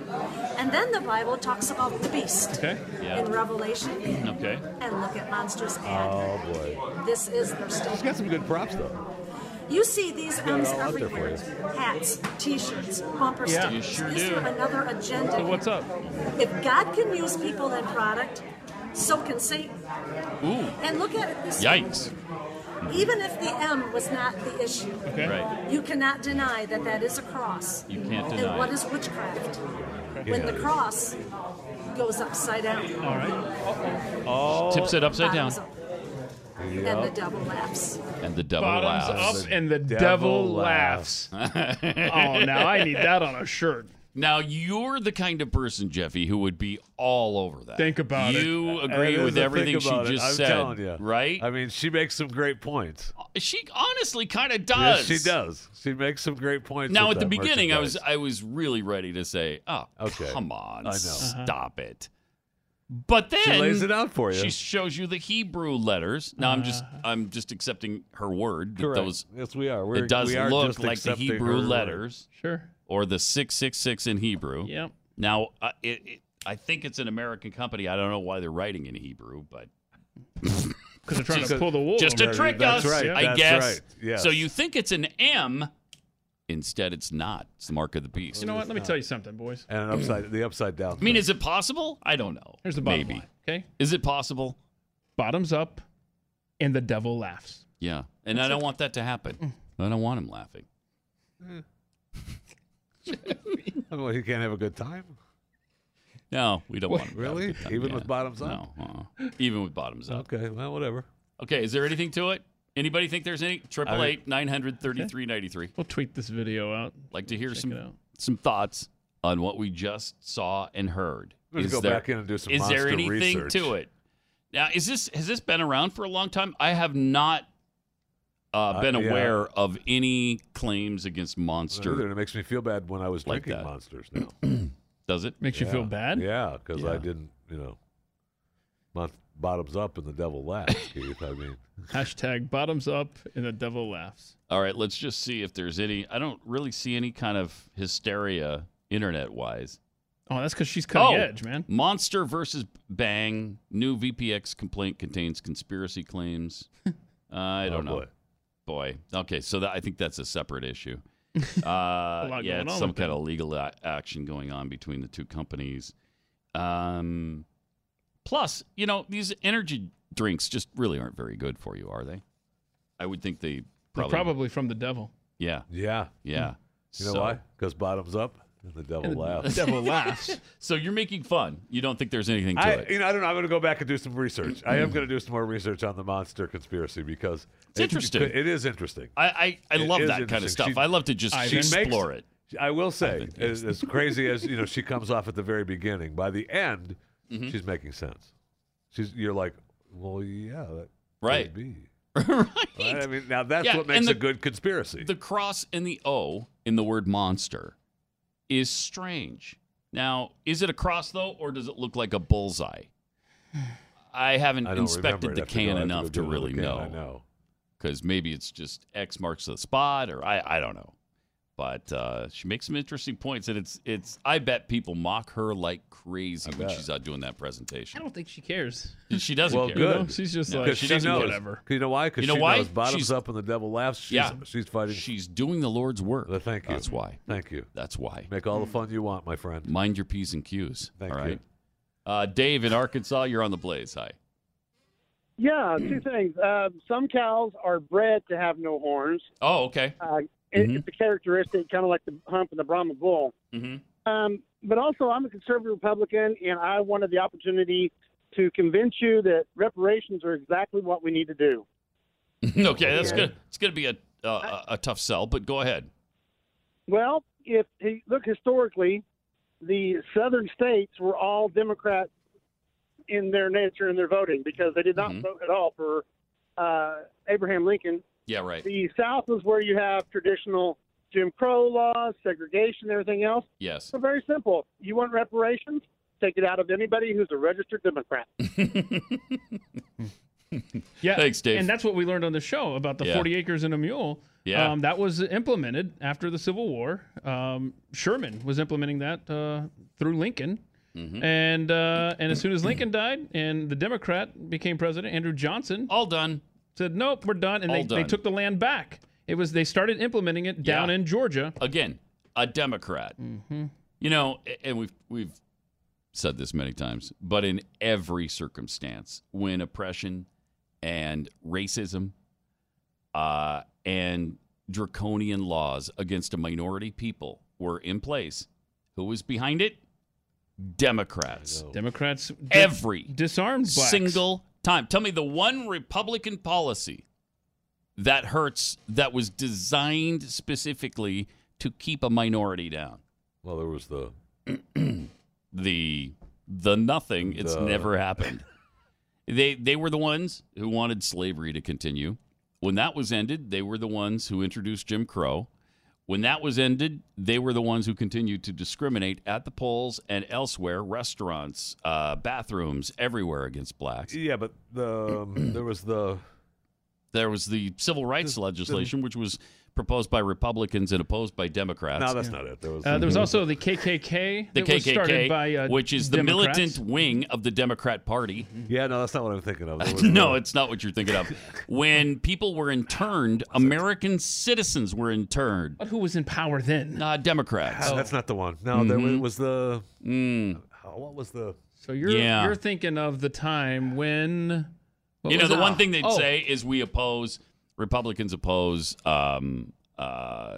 G: And then the Bible talks about the beast
B: Okay.
G: in
B: Yeah. Uh,
G: Revelation.
B: Okay.
G: And look at Monsters ad.
D: Oh boy.
G: This is their
D: He's
G: statement.
D: got some good props though.
G: You see these
D: Got it
G: M's
D: all out there for
G: everywhere. Hats, t-shirts, bumper
D: Yeah.
G: stickers.
D: You sure
G: These
D: do.
G: are another agenda.
C: What's up?
G: If God can use people and product, so can Satan.
B: Ooh.
G: And look at it this way.
B: Yikes.
G: Even if the M was not the issue,
B: Okay. Right.
G: you cannot deny that that is a cross.
B: You can't
G: and
B: deny
G: what
B: it.
G: is witchcraft? When the cross goes upside down.
B: All right. Oh. Tips it upside down.
G: Bottoms up, And the devil laughs.
B: And the double
C: Bottoms
B: laughs.
C: up and the devil laughs.
B: *laughs*
C: oh, now I need that on a shirt.
B: Now you're the kind of person, Jeffy, who would be all over that.
C: Think about it.
B: You
D: And
B: agree
D: there's
B: with
D: the thing
B: everything she
D: about it,
B: just
D: I'm
B: said,
D: telling you.
B: right?
D: I mean, she makes some great points.
B: She honestly kind of
D: Yes,
B: does.
D: she does. She makes some great points.
B: Now
D: with
B: at the
D: that
B: beginning, I was
D: merchandise.
B: I was really ready to say, "Oh,
D: Okay.
B: come on,
D: I know. Uh-huh.
B: stop it." But then
D: She lays it out for you.
B: She shows you the Hebrew letters. Now I'm just
C: Uh-huh.
B: I'm just accepting her word. that
D: Correct.
B: Those
D: Yes, we are. We're-
B: it does
D: we are
B: look
D: just
B: like the
D: accepting
B: Hebrew
D: her word.
B: letters.
C: Sure.
B: Or the six six six in Hebrew.
C: Yep.
B: Now uh, it, it, I think it's an American company. I don't know why they're writing in Hebrew,
C: *laughs*
B: but
C: Because they're trying
B: Just-
C: to pull the wool.
B: just
C: over
B: to trick
C: everybody.
B: us, I guess.
C: Yes.
B: So you think it's an M? Instead, it's not. It's the mark of the beast.
C: You know what? Let me tell you something, boys.
D: And an upside, the upside down.
B: I mean, is it possible? I don't know.
C: Here's the bottom
B: Maybe.
C: line, Okay.
B: Is it possible?
C: Bottoms up, and the devil laughs.
B: Yeah, and I
C: That's
B: don't
C: it.
B: want that to happen. I don't want him laughing.
D: Well, he can't have a good time.
B: No, we don't
D: What?
B: want him. to have a
D: Really?
B: good time.
D: Even with bottoms up?
B: No, uh-uh. even with bottoms up.
D: Okay, well, whatever.
B: Okay, is there anything to it? Anybody think there's any? Triple
C: I-
B: eight nine hundred thirty three ninety three.
C: We'll tweet this video out.
B: Like to hear
C: Check it out.
B: some some thoughts on what we just saw and heard.
D: Let's
B: Is
D: go
B: there-
D: back in and do some
B: Is there
D: monster
B: anything
D: research.
B: to it? Now, is this has this been around for a long time? I have not uh,
D: Uh,
B: been
D: yeah.
B: aware of any claims against Monster.
D: Either, and it makes me feel bad when I was
B: Like
D: drinking
B: that.
D: monsters now. *clears throat*
B: Does it
D: Yeah. Yeah, because I didn't, you know, mon- bottoms up and the devil laughs, *laughs* Keith. I mean,
C: Hashtag bottoms up and the devil laughs.
B: All right, let's just see if there's any. I don't really see any kind of hysteria internet wise.
C: Oh, that's because she's cutting
B: Oh,
C: edge, man.
B: Monster versus Bang. New VPX complaint contains
C: *laughs*
B: conspiracy claims. I don't know. Boy. Okay, so that, I think that's a
C: *laughs*
B: separate issue. Uh,
C: lot
B: yeah,
C: going
B: it's
C: on
B: some
C: with
B: kind of legal a- action going on between the two companies. Um, plus, you know, these energy drinks just really aren't very good for you, are they? I would think they
C: Probably,
B: probably.
C: from the devil.
B: yeah.
D: yeah,
B: Yeah.
D: You know
B: So-
D: why? Because bottoms up and the devil
C: And the
D: laughs. *laughs*
C: devil laughs.
B: So you're making fun. You don't think there's anything to
D: I,
B: it.
D: you know, I don't know. I'm going to go back and do some research. I am going to do some more research on the monster conspiracy because
B: It's interesting.
D: It is interesting.
B: I, I, I
D: It
B: love
D: is
B: that kind
D: interesting.
B: of stuff.
D: She-
B: I love to just
D: she makes-
B: explore it.
D: I will say, as, as crazy as you know, she comes off at the very beginning. By the end,
B: Mm-hmm.
D: she's making sense. She's you're like, well, yeah, that
B: Right.
D: could be.
B: *laughs* right.
D: I mean, now that's
B: Yeah,
D: what makes
B: and the-
D: a good conspiracy.
B: The cross and the O in the word monster is strange. Now, is it a cross though, or does it look like a bullseye? I haven't
D: I don't remember.
B: inspected
D: I'd
B: the
D: have to go- I'd
B: can
D: have to
B: enough
D: go
B: to,
D: do it
B: really
D: again.
B: know.
D: I know.
B: Because maybe it's just X marks the spot, or I, I don't know. But uh, she makes some interesting points, and it's it's. I bet people mock her like crazy
C: I
B: when
C: bet.
B: she's out doing that presentation.
C: I don't think she cares.
B: She doesn't
D: well,
B: care.
D: good.
C: You know, she's just like,
D: 'Cause
C: she doesn't-
D: knows.
C: whatever.
D: You know why? Because
B: You know
D: she
B: why?
D: knows bottoms
B: She's-
D: up and the devil laughs. She's,
B: Yeah.
D: she's fighting.
B: She's doing the Lord's work.
D: Uh, thank you.
B: That's why.
D: Thank you.
B: That's why.
D: Make all the fun you want, my friend.
B: Mind your P's and Q's.
D: Thank
B: all
D: you.
B: right. Uh, Dave in Arkansas, you're on the blaze. Hi.
H: *laughs* Yeah, two things. Uh, some cows are bred to have no horns.
B: Oh, okay.
H: Uh, it, It's a characteristic, kind of like the hump in the Brahma bull.
B: Mm-hmm.
H: Um, but also, I'm a conservative Republican, and I wanted the opportunity to convince you that reparations are exactly what we need to do.
B: *laughs* okay, that's good. It's going to be a, uh, a a tough sell, but go ahead.
H: Well, if you look historically, the southern states were all Democrat in their nature and their voting because they did not
B: Mhm.
H: vote at all for uh, Abraham Lincoln.
B: Yeah, right.
H: The South is where you have traditional Jim Crow laws, segregation, everything else.
B: Yes.
H: So very simple. You want reparations? Take it out of anybody who's a registered Democrat.
C: Yeah.
B: Thanks, Dave.
C: And that's what we learned on the show about the
B: Yeah.
C: 40 acres and a mule.
B: Yeah.
C: Um, that was implemented after the Civil War. Um, Sherman was implementing that uh, through Lincoln.
B: Mm-hmm.
C: And uh, and as soon as Lincoln died and the Democrat became president, Andrew Johnson,
B: all done,
C: said nope, we're done, and
B: All
C: they, they
B: done.
C: took the land back. It was they started implementing it down
B: Yeah.
C: in Georgia.
B: Again, a Democrat.
C: Mhm.
B: You know, a- and we've we've said this many times, but in every circumstance, when oppression and racism uh, and draconian laws against a minority people were in place, who was behind it? Democrats.
C: Democrats di-
B: Every
C: disarmed blacks.
B: single time. Tell me the one Republican policy that hurts that was designed specifically to keep a minority down.
D: Well, there was the
B: *clears throat* the the nothing. It's
D: The-
B: never happened. they they were the ones who wanted slavery to continue. When that was ended, they were the ones who introduced Jim Crow. When that was ended, they were the ones who continued to discriminate at the polls and elsewhere, restaurants, uh, bathrooms, everywhere against blacks.
D: yeah, but the um, *clears throat* there was the
B: There was the civil rights legislation, which was proposed by Republicans and opposed by Democrats.
D: no, that's not it. There was
C: Uh, there was also the KKK.
B: the
C: that was started
B: KKK,
C: by, uh,
B: which is the
C: Democrats.
B: militant wing of the Democrat Party.
D: yeah, no, that's not what I'm thinking
B: *laughs*
D: of. There was
B: no, it's not what you're thinking of. When people
D: *laughs*
B: were interned, American citizens were interned.
C: But who was in power then?
B: Uh, Democrats.
D: That's not the one. No, there
B: Mhm.
D: was the.
B: Mm.
D: Oh, what was the?
C: So you're
B: Yeah.
C: you're thinking of the time when what
B: you know,
C: was
B: the
C: it?
B: one thing they'd
C: Oh,
B: say is we oppose Republicans oppose. Um, uh,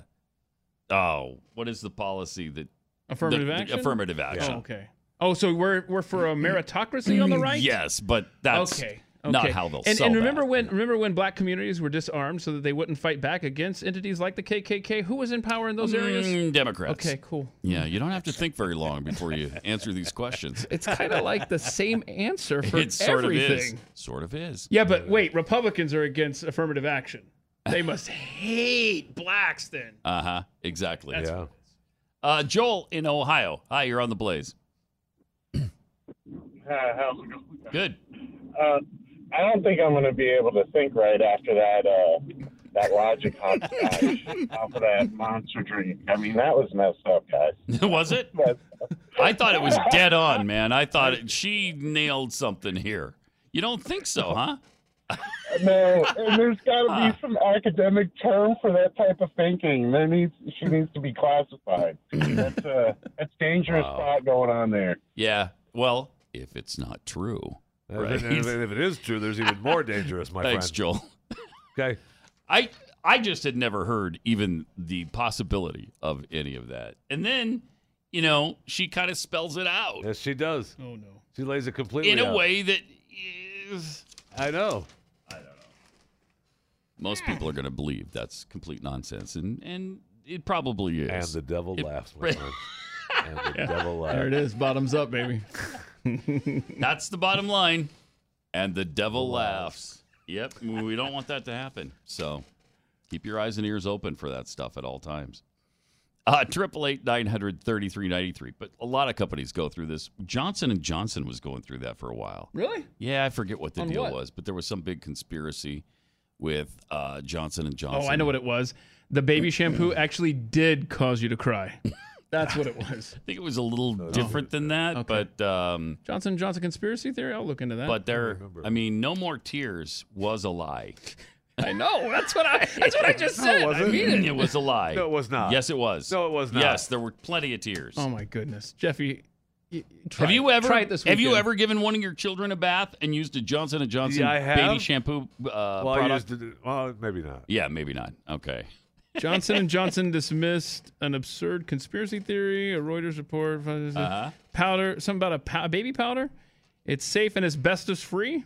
B: oh, what is the policy that
C: affirmative
B: the- the
C: action.
B: affirmative action. *clears throat*
C: Oh, okay. Oh, so we're we're for a meritocracy on the right.
B: Yes, but that's
C: Okay.
B: Not how they'll
C: and,
B: sell
C: And
B: that.
C: remember when remember when black communities were disarmed so that they wouldn't fight back against entities like the KKK? Who was in power in those areas?
B: Mm, Democrats.
C: Okay, cool.
B: Yeah, you don't have to think very long before
C: *laughs*
B: you answer these questions.
C: It's kind of like the
B: *laughs*
C: same answer for
B: it sort
C: everything.
B: of is. Sort of is.
C: Yeah, but wait, Republicans are against affirmative action.
B: *laughs*
C: They must hate blacks then.
B: Uh huh. Exactly.
C: That's
B: yeah. Uh, Joel in Ohio. Hi, you're on the Blaze.
I: Hi, how's it going?
B: Good.
I: Uh, I don't think I'm going to be able to think right after that uh, that logic hop crash *laughs* off of that monster dream. I mean, that was messed up, guys.
B: *laughs* was it? I
D: *laughs*
B: thought it was dead on, man. I thought it, she nailed something here. You don't
D: *laughs*
B: think so, huh?
I: No, and there's got
B: Ah.
I: to be some academic term for that type of thinking. There needs she needs to be
B: *laughs*
I: classified. That's uh, that's dangerous
B: Wow.
I: thought going on there.
B: Yeah. Well, if it's not true,
D: And
B: right?
D: then- and then if it is true, there's even more dangerous, my
B: Thanks,
D: friend.
B: Joel.
D: *laughs* Okay.
B: I I just had never heard even the possibility of any of that. And then, you know, she kind of spells it out
D: Yes, she does.
C: Oh no.
D: She lays it completely
B: in a
D: out.
B: way that is
D: I know.
B: most people are going to believe that's complete nonsense, and and it probably is.
D: And the devil
B: It-
D: laughs.
B: *laughs*
D: My friend. and the devil uh, laughs.
C: There it is. Bottoms up,
D: *laughs*
C: baby.
B: That's the bottom line. And the devil laughs. Yep, we don't want that to happen. So keep your eyes and ears open for that stuff at all times. Uh, Triple eight nine hundred thirty three ninety three. But a lot of companies go through this. Johnson and Johnson was going through that for a while.
C: Really?
B: Yeah, I forget what the
C: On
B: deal
C: what?
B: was, but there was some big conspiracy with uh, Johnson and Johnson.
C: Oh, I know what it was. The baby
B: *clears throat*
C: shampoo actually did cause you to
B: *laughs*
C: cry. That's what it was.
B: I think it was a little different than that, but um,
C: Johnson and Johnson conspiracy theory. I'll look into that.
B: but there. I mean, no more tears was
D: *laughs*
B: a lie.
C: I know. That's what I. That's what I just said. I mean it.
B: It was a lie.
D: No, it was not.
B: Yes, it was. No,
D: it was not.
B: Yes, there were plenty of tears.
C: *laughs* Oh my goodness, Jeffy. y- y- try
B: have
C: it.
B: you ever
C: try it this
B: have you
C: weekend.
B: ever given one of your children a bath and used a Johnson and Johnson
D: Yeah, I have.
B: baby shampoo uh,
D: well, I
B: product?
D: used to, well, maybe not.
B: Yeah, maybe not. Okay.
C: *laughs* Johnson and Johnson dismissed an absurd conspiracy theory, a Reuters report, uh,
B: Uh-huh.
C: powder, something about a pow- baby powder. It's safe and asbestos free.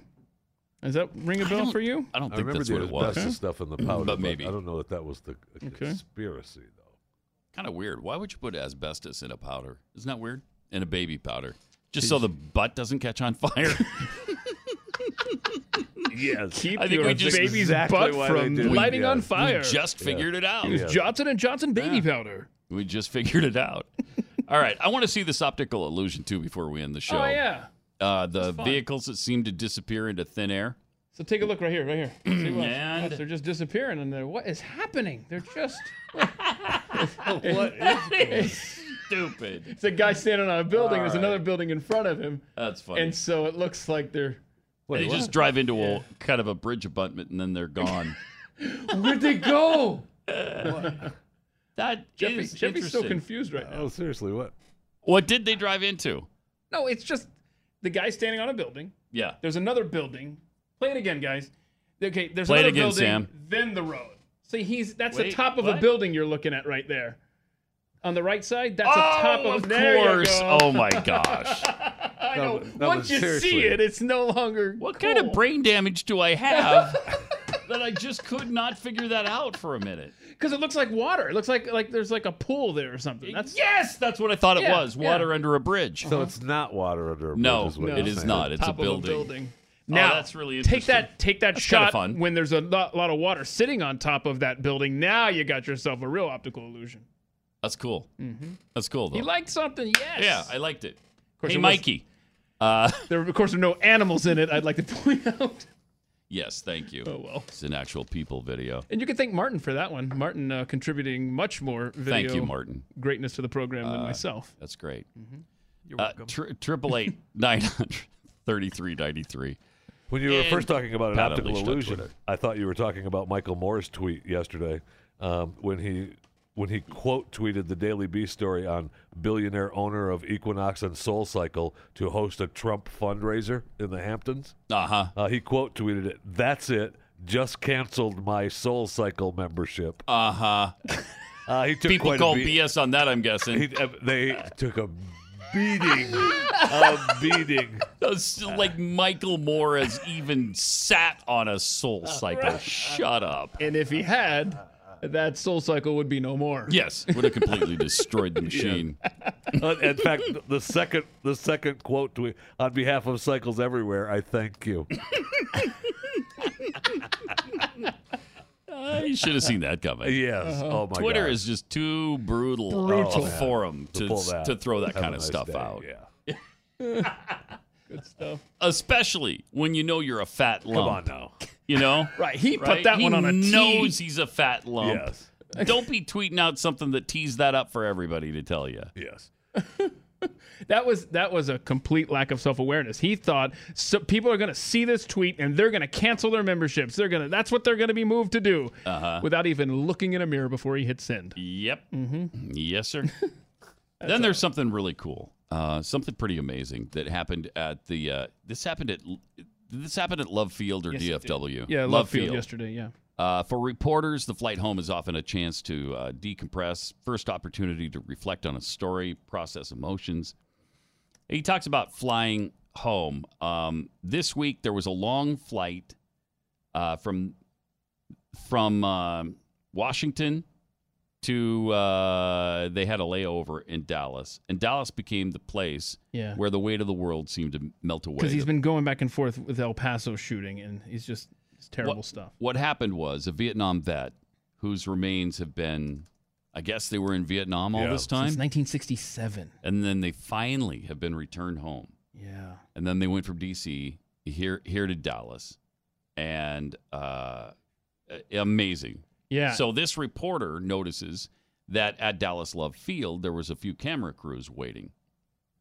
C: Does that ring a bell for you?
B: *laughs* I don't
D: I
B: think
D: remember
B: that's
D: the
B: what it was.
D: asbestos stuff in the powder,
B: but maybe
D: I don't know that that was the a conspiracy though.
B: kind of weird. Why would you put asbestos in a powder? Isn't that weird? In a baby powder, just so the butt doesn't catch
C: *laughs*
B: on fire.
D: Yes,
C: Keep your baby's butt from
B: We-
C: lighting on
B: we
C: fire.
B: just figured it out.
C: Use Johnson and Johnson baby powder.
B: We just figured it out. All right, I want to see this optical illusion too before we end the show.
C: Oh yeah.
B: uh, the
C: That's fun.
B: vehicles that seem to disappear into thin air.
C: So take a look right here, right here. See what-
B: And-
C: they're just disappearing in there. What is happening? They're just
B: What
C: *laughs*
B: is stupid?
C: it's a guy standing on a building.
B: All
C: There's
B: right.
C: another building in front of him,
B: That's funny.
C: and so it looks like they're.
B: they just drive into a kind of a bridge abutment and then they're gone.
C: *laughs* Where'd they go?
B: that
C: Jeffy,
B: is
C: Jeffy's so
B: interesting.
C: confused right now.
D: Oh, seriously, what?
B: What did they drive into?
C: No, it's just the guy standing on a building.
B: Yeah.
C: There's another building. Play it again, guys. Okay, there's
B: Play it
C: another
B: again,
C: building,
B: Sam.
C: then the road. See, he's that's the
B: Wait,
C: top of a
B: what?
C: building you're looking at right there. On the right side, that's
B: Oh,
C: a top of,
B: of
C: there you
B: course.
C: go. *laughs*
B: Oh my gosh.
C: I know.
B: No, no,
C: Once you see
B: seriously.
C: it, it's no longer.
B: What kind of brain damage do
C: *laughs*
B: I have that I just could not figure that out for a minute?
C: Because it looks like water. It looks like like there's like a pool there or something. That's
B: yes, that's what I thought it
C: Yeah,
B: was. Water
C: yeah.
B: under a bridge.
D: So it's not water under a bridge.
B: No,
D: is what
B: no,
D: you're
B: it is
D: saying.
B: not. It's
C: top
B: a building.
C: of a building.
B: Oh,
C: Now
B: that's really
C: take that take that
B: That's kinda
C: shot
B: fun.
C: when there's a lo- lot of water sitting on top of that building. Now you got yourself a real optical illusion.
B: That's cool. That's cool
C: Mm-hmm.
B: though.
C: He liked something, yes.
B: yeah, I liked it.
C: course
B: hey,
C: it was-
B: Mikey. Uh,
C: *laughs* There, of course, are no animals in it. I'd like to *laughs* point out.
B: *laughs* yes, thank you.
C: Oh well.
B: It's an actual people video.
C: And you can thank Martin for that one. Martin uh, contributing much more video
B: Thank you, Martin.
C: greatness to the program than myself.
B: Uh,
C: Mm-hmm.
B: That's great. You're welcome. Triple eight nine hundred thirty three ninety three.
D: When you were
B: And
D: first talking about an
B: Pat
D: optical
B: Unleashed on
D: illusion,
B: Twitter.
D: I thought you were talking about Michael Moore's tweet yesterday um, when he when he quote tweeted the Daily Beast story on billionaire owner of Equinox and Soul Cycle to host a Trump fundraiser in the Hamptons.
B: Uh-huh.
D: Uh, he quote tweeted it. That's it. Just canceled my Soul Cycle membership.
B: Uh-huh.
D: *laughs* Uh, he took
B: People
D: quite
B: call
D: a beat.
B: BS on that, I'm guessing.
D: He, uh, they took a *laughs* beating. a beating.
B: *laughs* Those, like Michael Moore has even sat on a soul cycle. Shut up.
C: And if he had, that soul cycle would be no more. *laughs*
B: Yes, would have
D: *laughs*
B: completely destroyed the machine.
D: Uh, In fact, the second the second quote to on behalf of Cycles Everywhere, I thank you.
B: Uh, you should have seen that coming.
D: Yes. Oh, my
B: Twitter
D: God.
B: is just
C: *laughs*
B: too brutal,
D: Brutal.
B: a forum
D: To
B: to,
D: pull that.
B: to throw that
D: Have a
B: kind of
D: nice
B: stuff
D: day.
B: out.
D: Yeah.
C: Good stuff.
B: Especially when you know you're a fat lump.
D: on now.
B: You know?
C: *laughs* Right, he put that one on a
B: He
C: tee.
B: knows he's a fat lump.
D: Yes.
B: Don't be tweeting out something that tees that up for everybody to tell you.
D: Yes.
C: That was that was a complete lack of self awareness. He thought so people are going to see this tweet and they're going to cancel their memberships. They're going to that's what they're going to be moved to do
B: Uh-huh.
C: without even looking in a mirror before he hit send.
B: Yep.
C: Mm-hmm.
B: Yes,
C: *laughs*
B: sir. then there's something really cool, uh, something pretty amazing that happened at the. Uh, this happened at. This happened at Love Field or
C: Yes, it did.
B: DFW.
C: Yeah, Love Field yesterday, yeah.
B: Uh, for reporters, the flight home is often a chance to uh, decompress, first opportunity to reflect on a story, process emotions. He talks about flying home. Um, this week there was a long flight uh, from from um Washington to uh, they had a layover in Dallas, and Dallas became the place
C: Yeah.
B: where the weight of the world seemed to melt away.
C: Because
B: The
C: he's been going back and forth with El Paso shooting and he's just it's terrible
B: what,
C: stuff.
B: What happened was a Vietnam vet whose remains have been, I guess they were in Vietnam all this time,
C: Since 1967.
B: and then they finally have been returned home.
C: Yeah.
B: And then they went from D.C. here here to Dallas, and uh, a- amazing.
C: Yeah.
B: So this reporter notices that at Dallas Love Field there was a few camera crews waiting.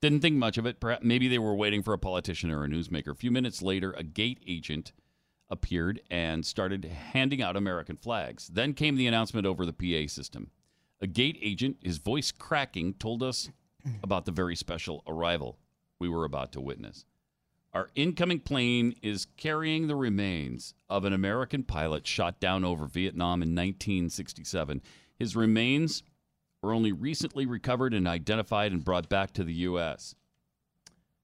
B: Didn't think much of it. Perhaps maybe they were waiting for a politician or a newsmaker. A few minutes later, a gate agent appeared and started handing out American flags. Then came the announcement over the PA system. A gate agent, his voice cracking, told us about the very special arrival we were about to witness. Our incoming plane is carrying the remains of an American pilot shot down over Vietnam in 1967. His remains were only recently recovered and identified and brought back to the U.S.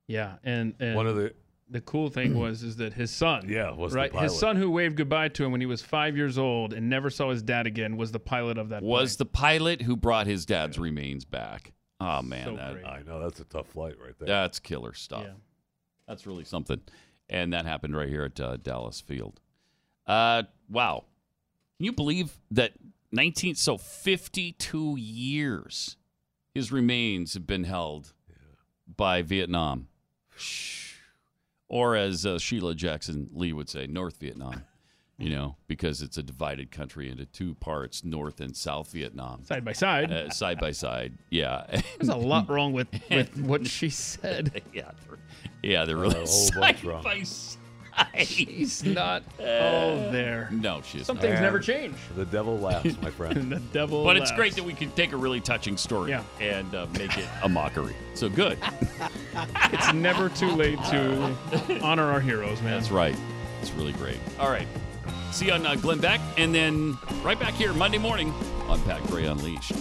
C: Yeah, and, and
B: One of the-
C: the cool thing
B: *clears throat*
C: was is that his son,
B: Yeah, was the
C: right,
B: pilot.
C: his son who waved goodbye to him when he was five years old and never saw his dad again was the pilot of that.
B: Was the pilot who brought his dad's remains back? Oh man,
C: So
B: that,
C: great.
D: I know that's a tough flight right there.
B: That's killer stuff.
C: Yeah.
B: That's really something. And that happened right here at uh, Dallas Field. Uh, wow. Can you believe that 19, so 52 years his remains have been held by Vietnam? Or as uh, Sheila Jackson Lee would say, North Vietnam, you know, because it's a divided country into two parts, North and South Vietnam.
C: Side by side.
B: Uh, side by side, yeah.
C: There's a
B: *laughs*
C: lot wrong with, with what she said.
B: yeah, yeah, they're
C: oh, *laughs*
B: *laughs* really side by
C: She's *laughs* not
B: Uh,
C: all there.
B: No, she is
C: Some
B: not.
C: things never change.
D: Oh, The devil laughs, my
C: *laughs*
D: friend.
C: the devil.
B: But it's
C: laughs.
B: great that we can take a really touching story
C: Yeah.
B: and uh,
D: *laughs*
B: make it a mockery. So good.
C: It's never too late to honor our heroes, man.
B: That's right. It's really great. All right. See you on uh, Glenn Beck, and then right back here Monday morning on Pat Gray Unleashed.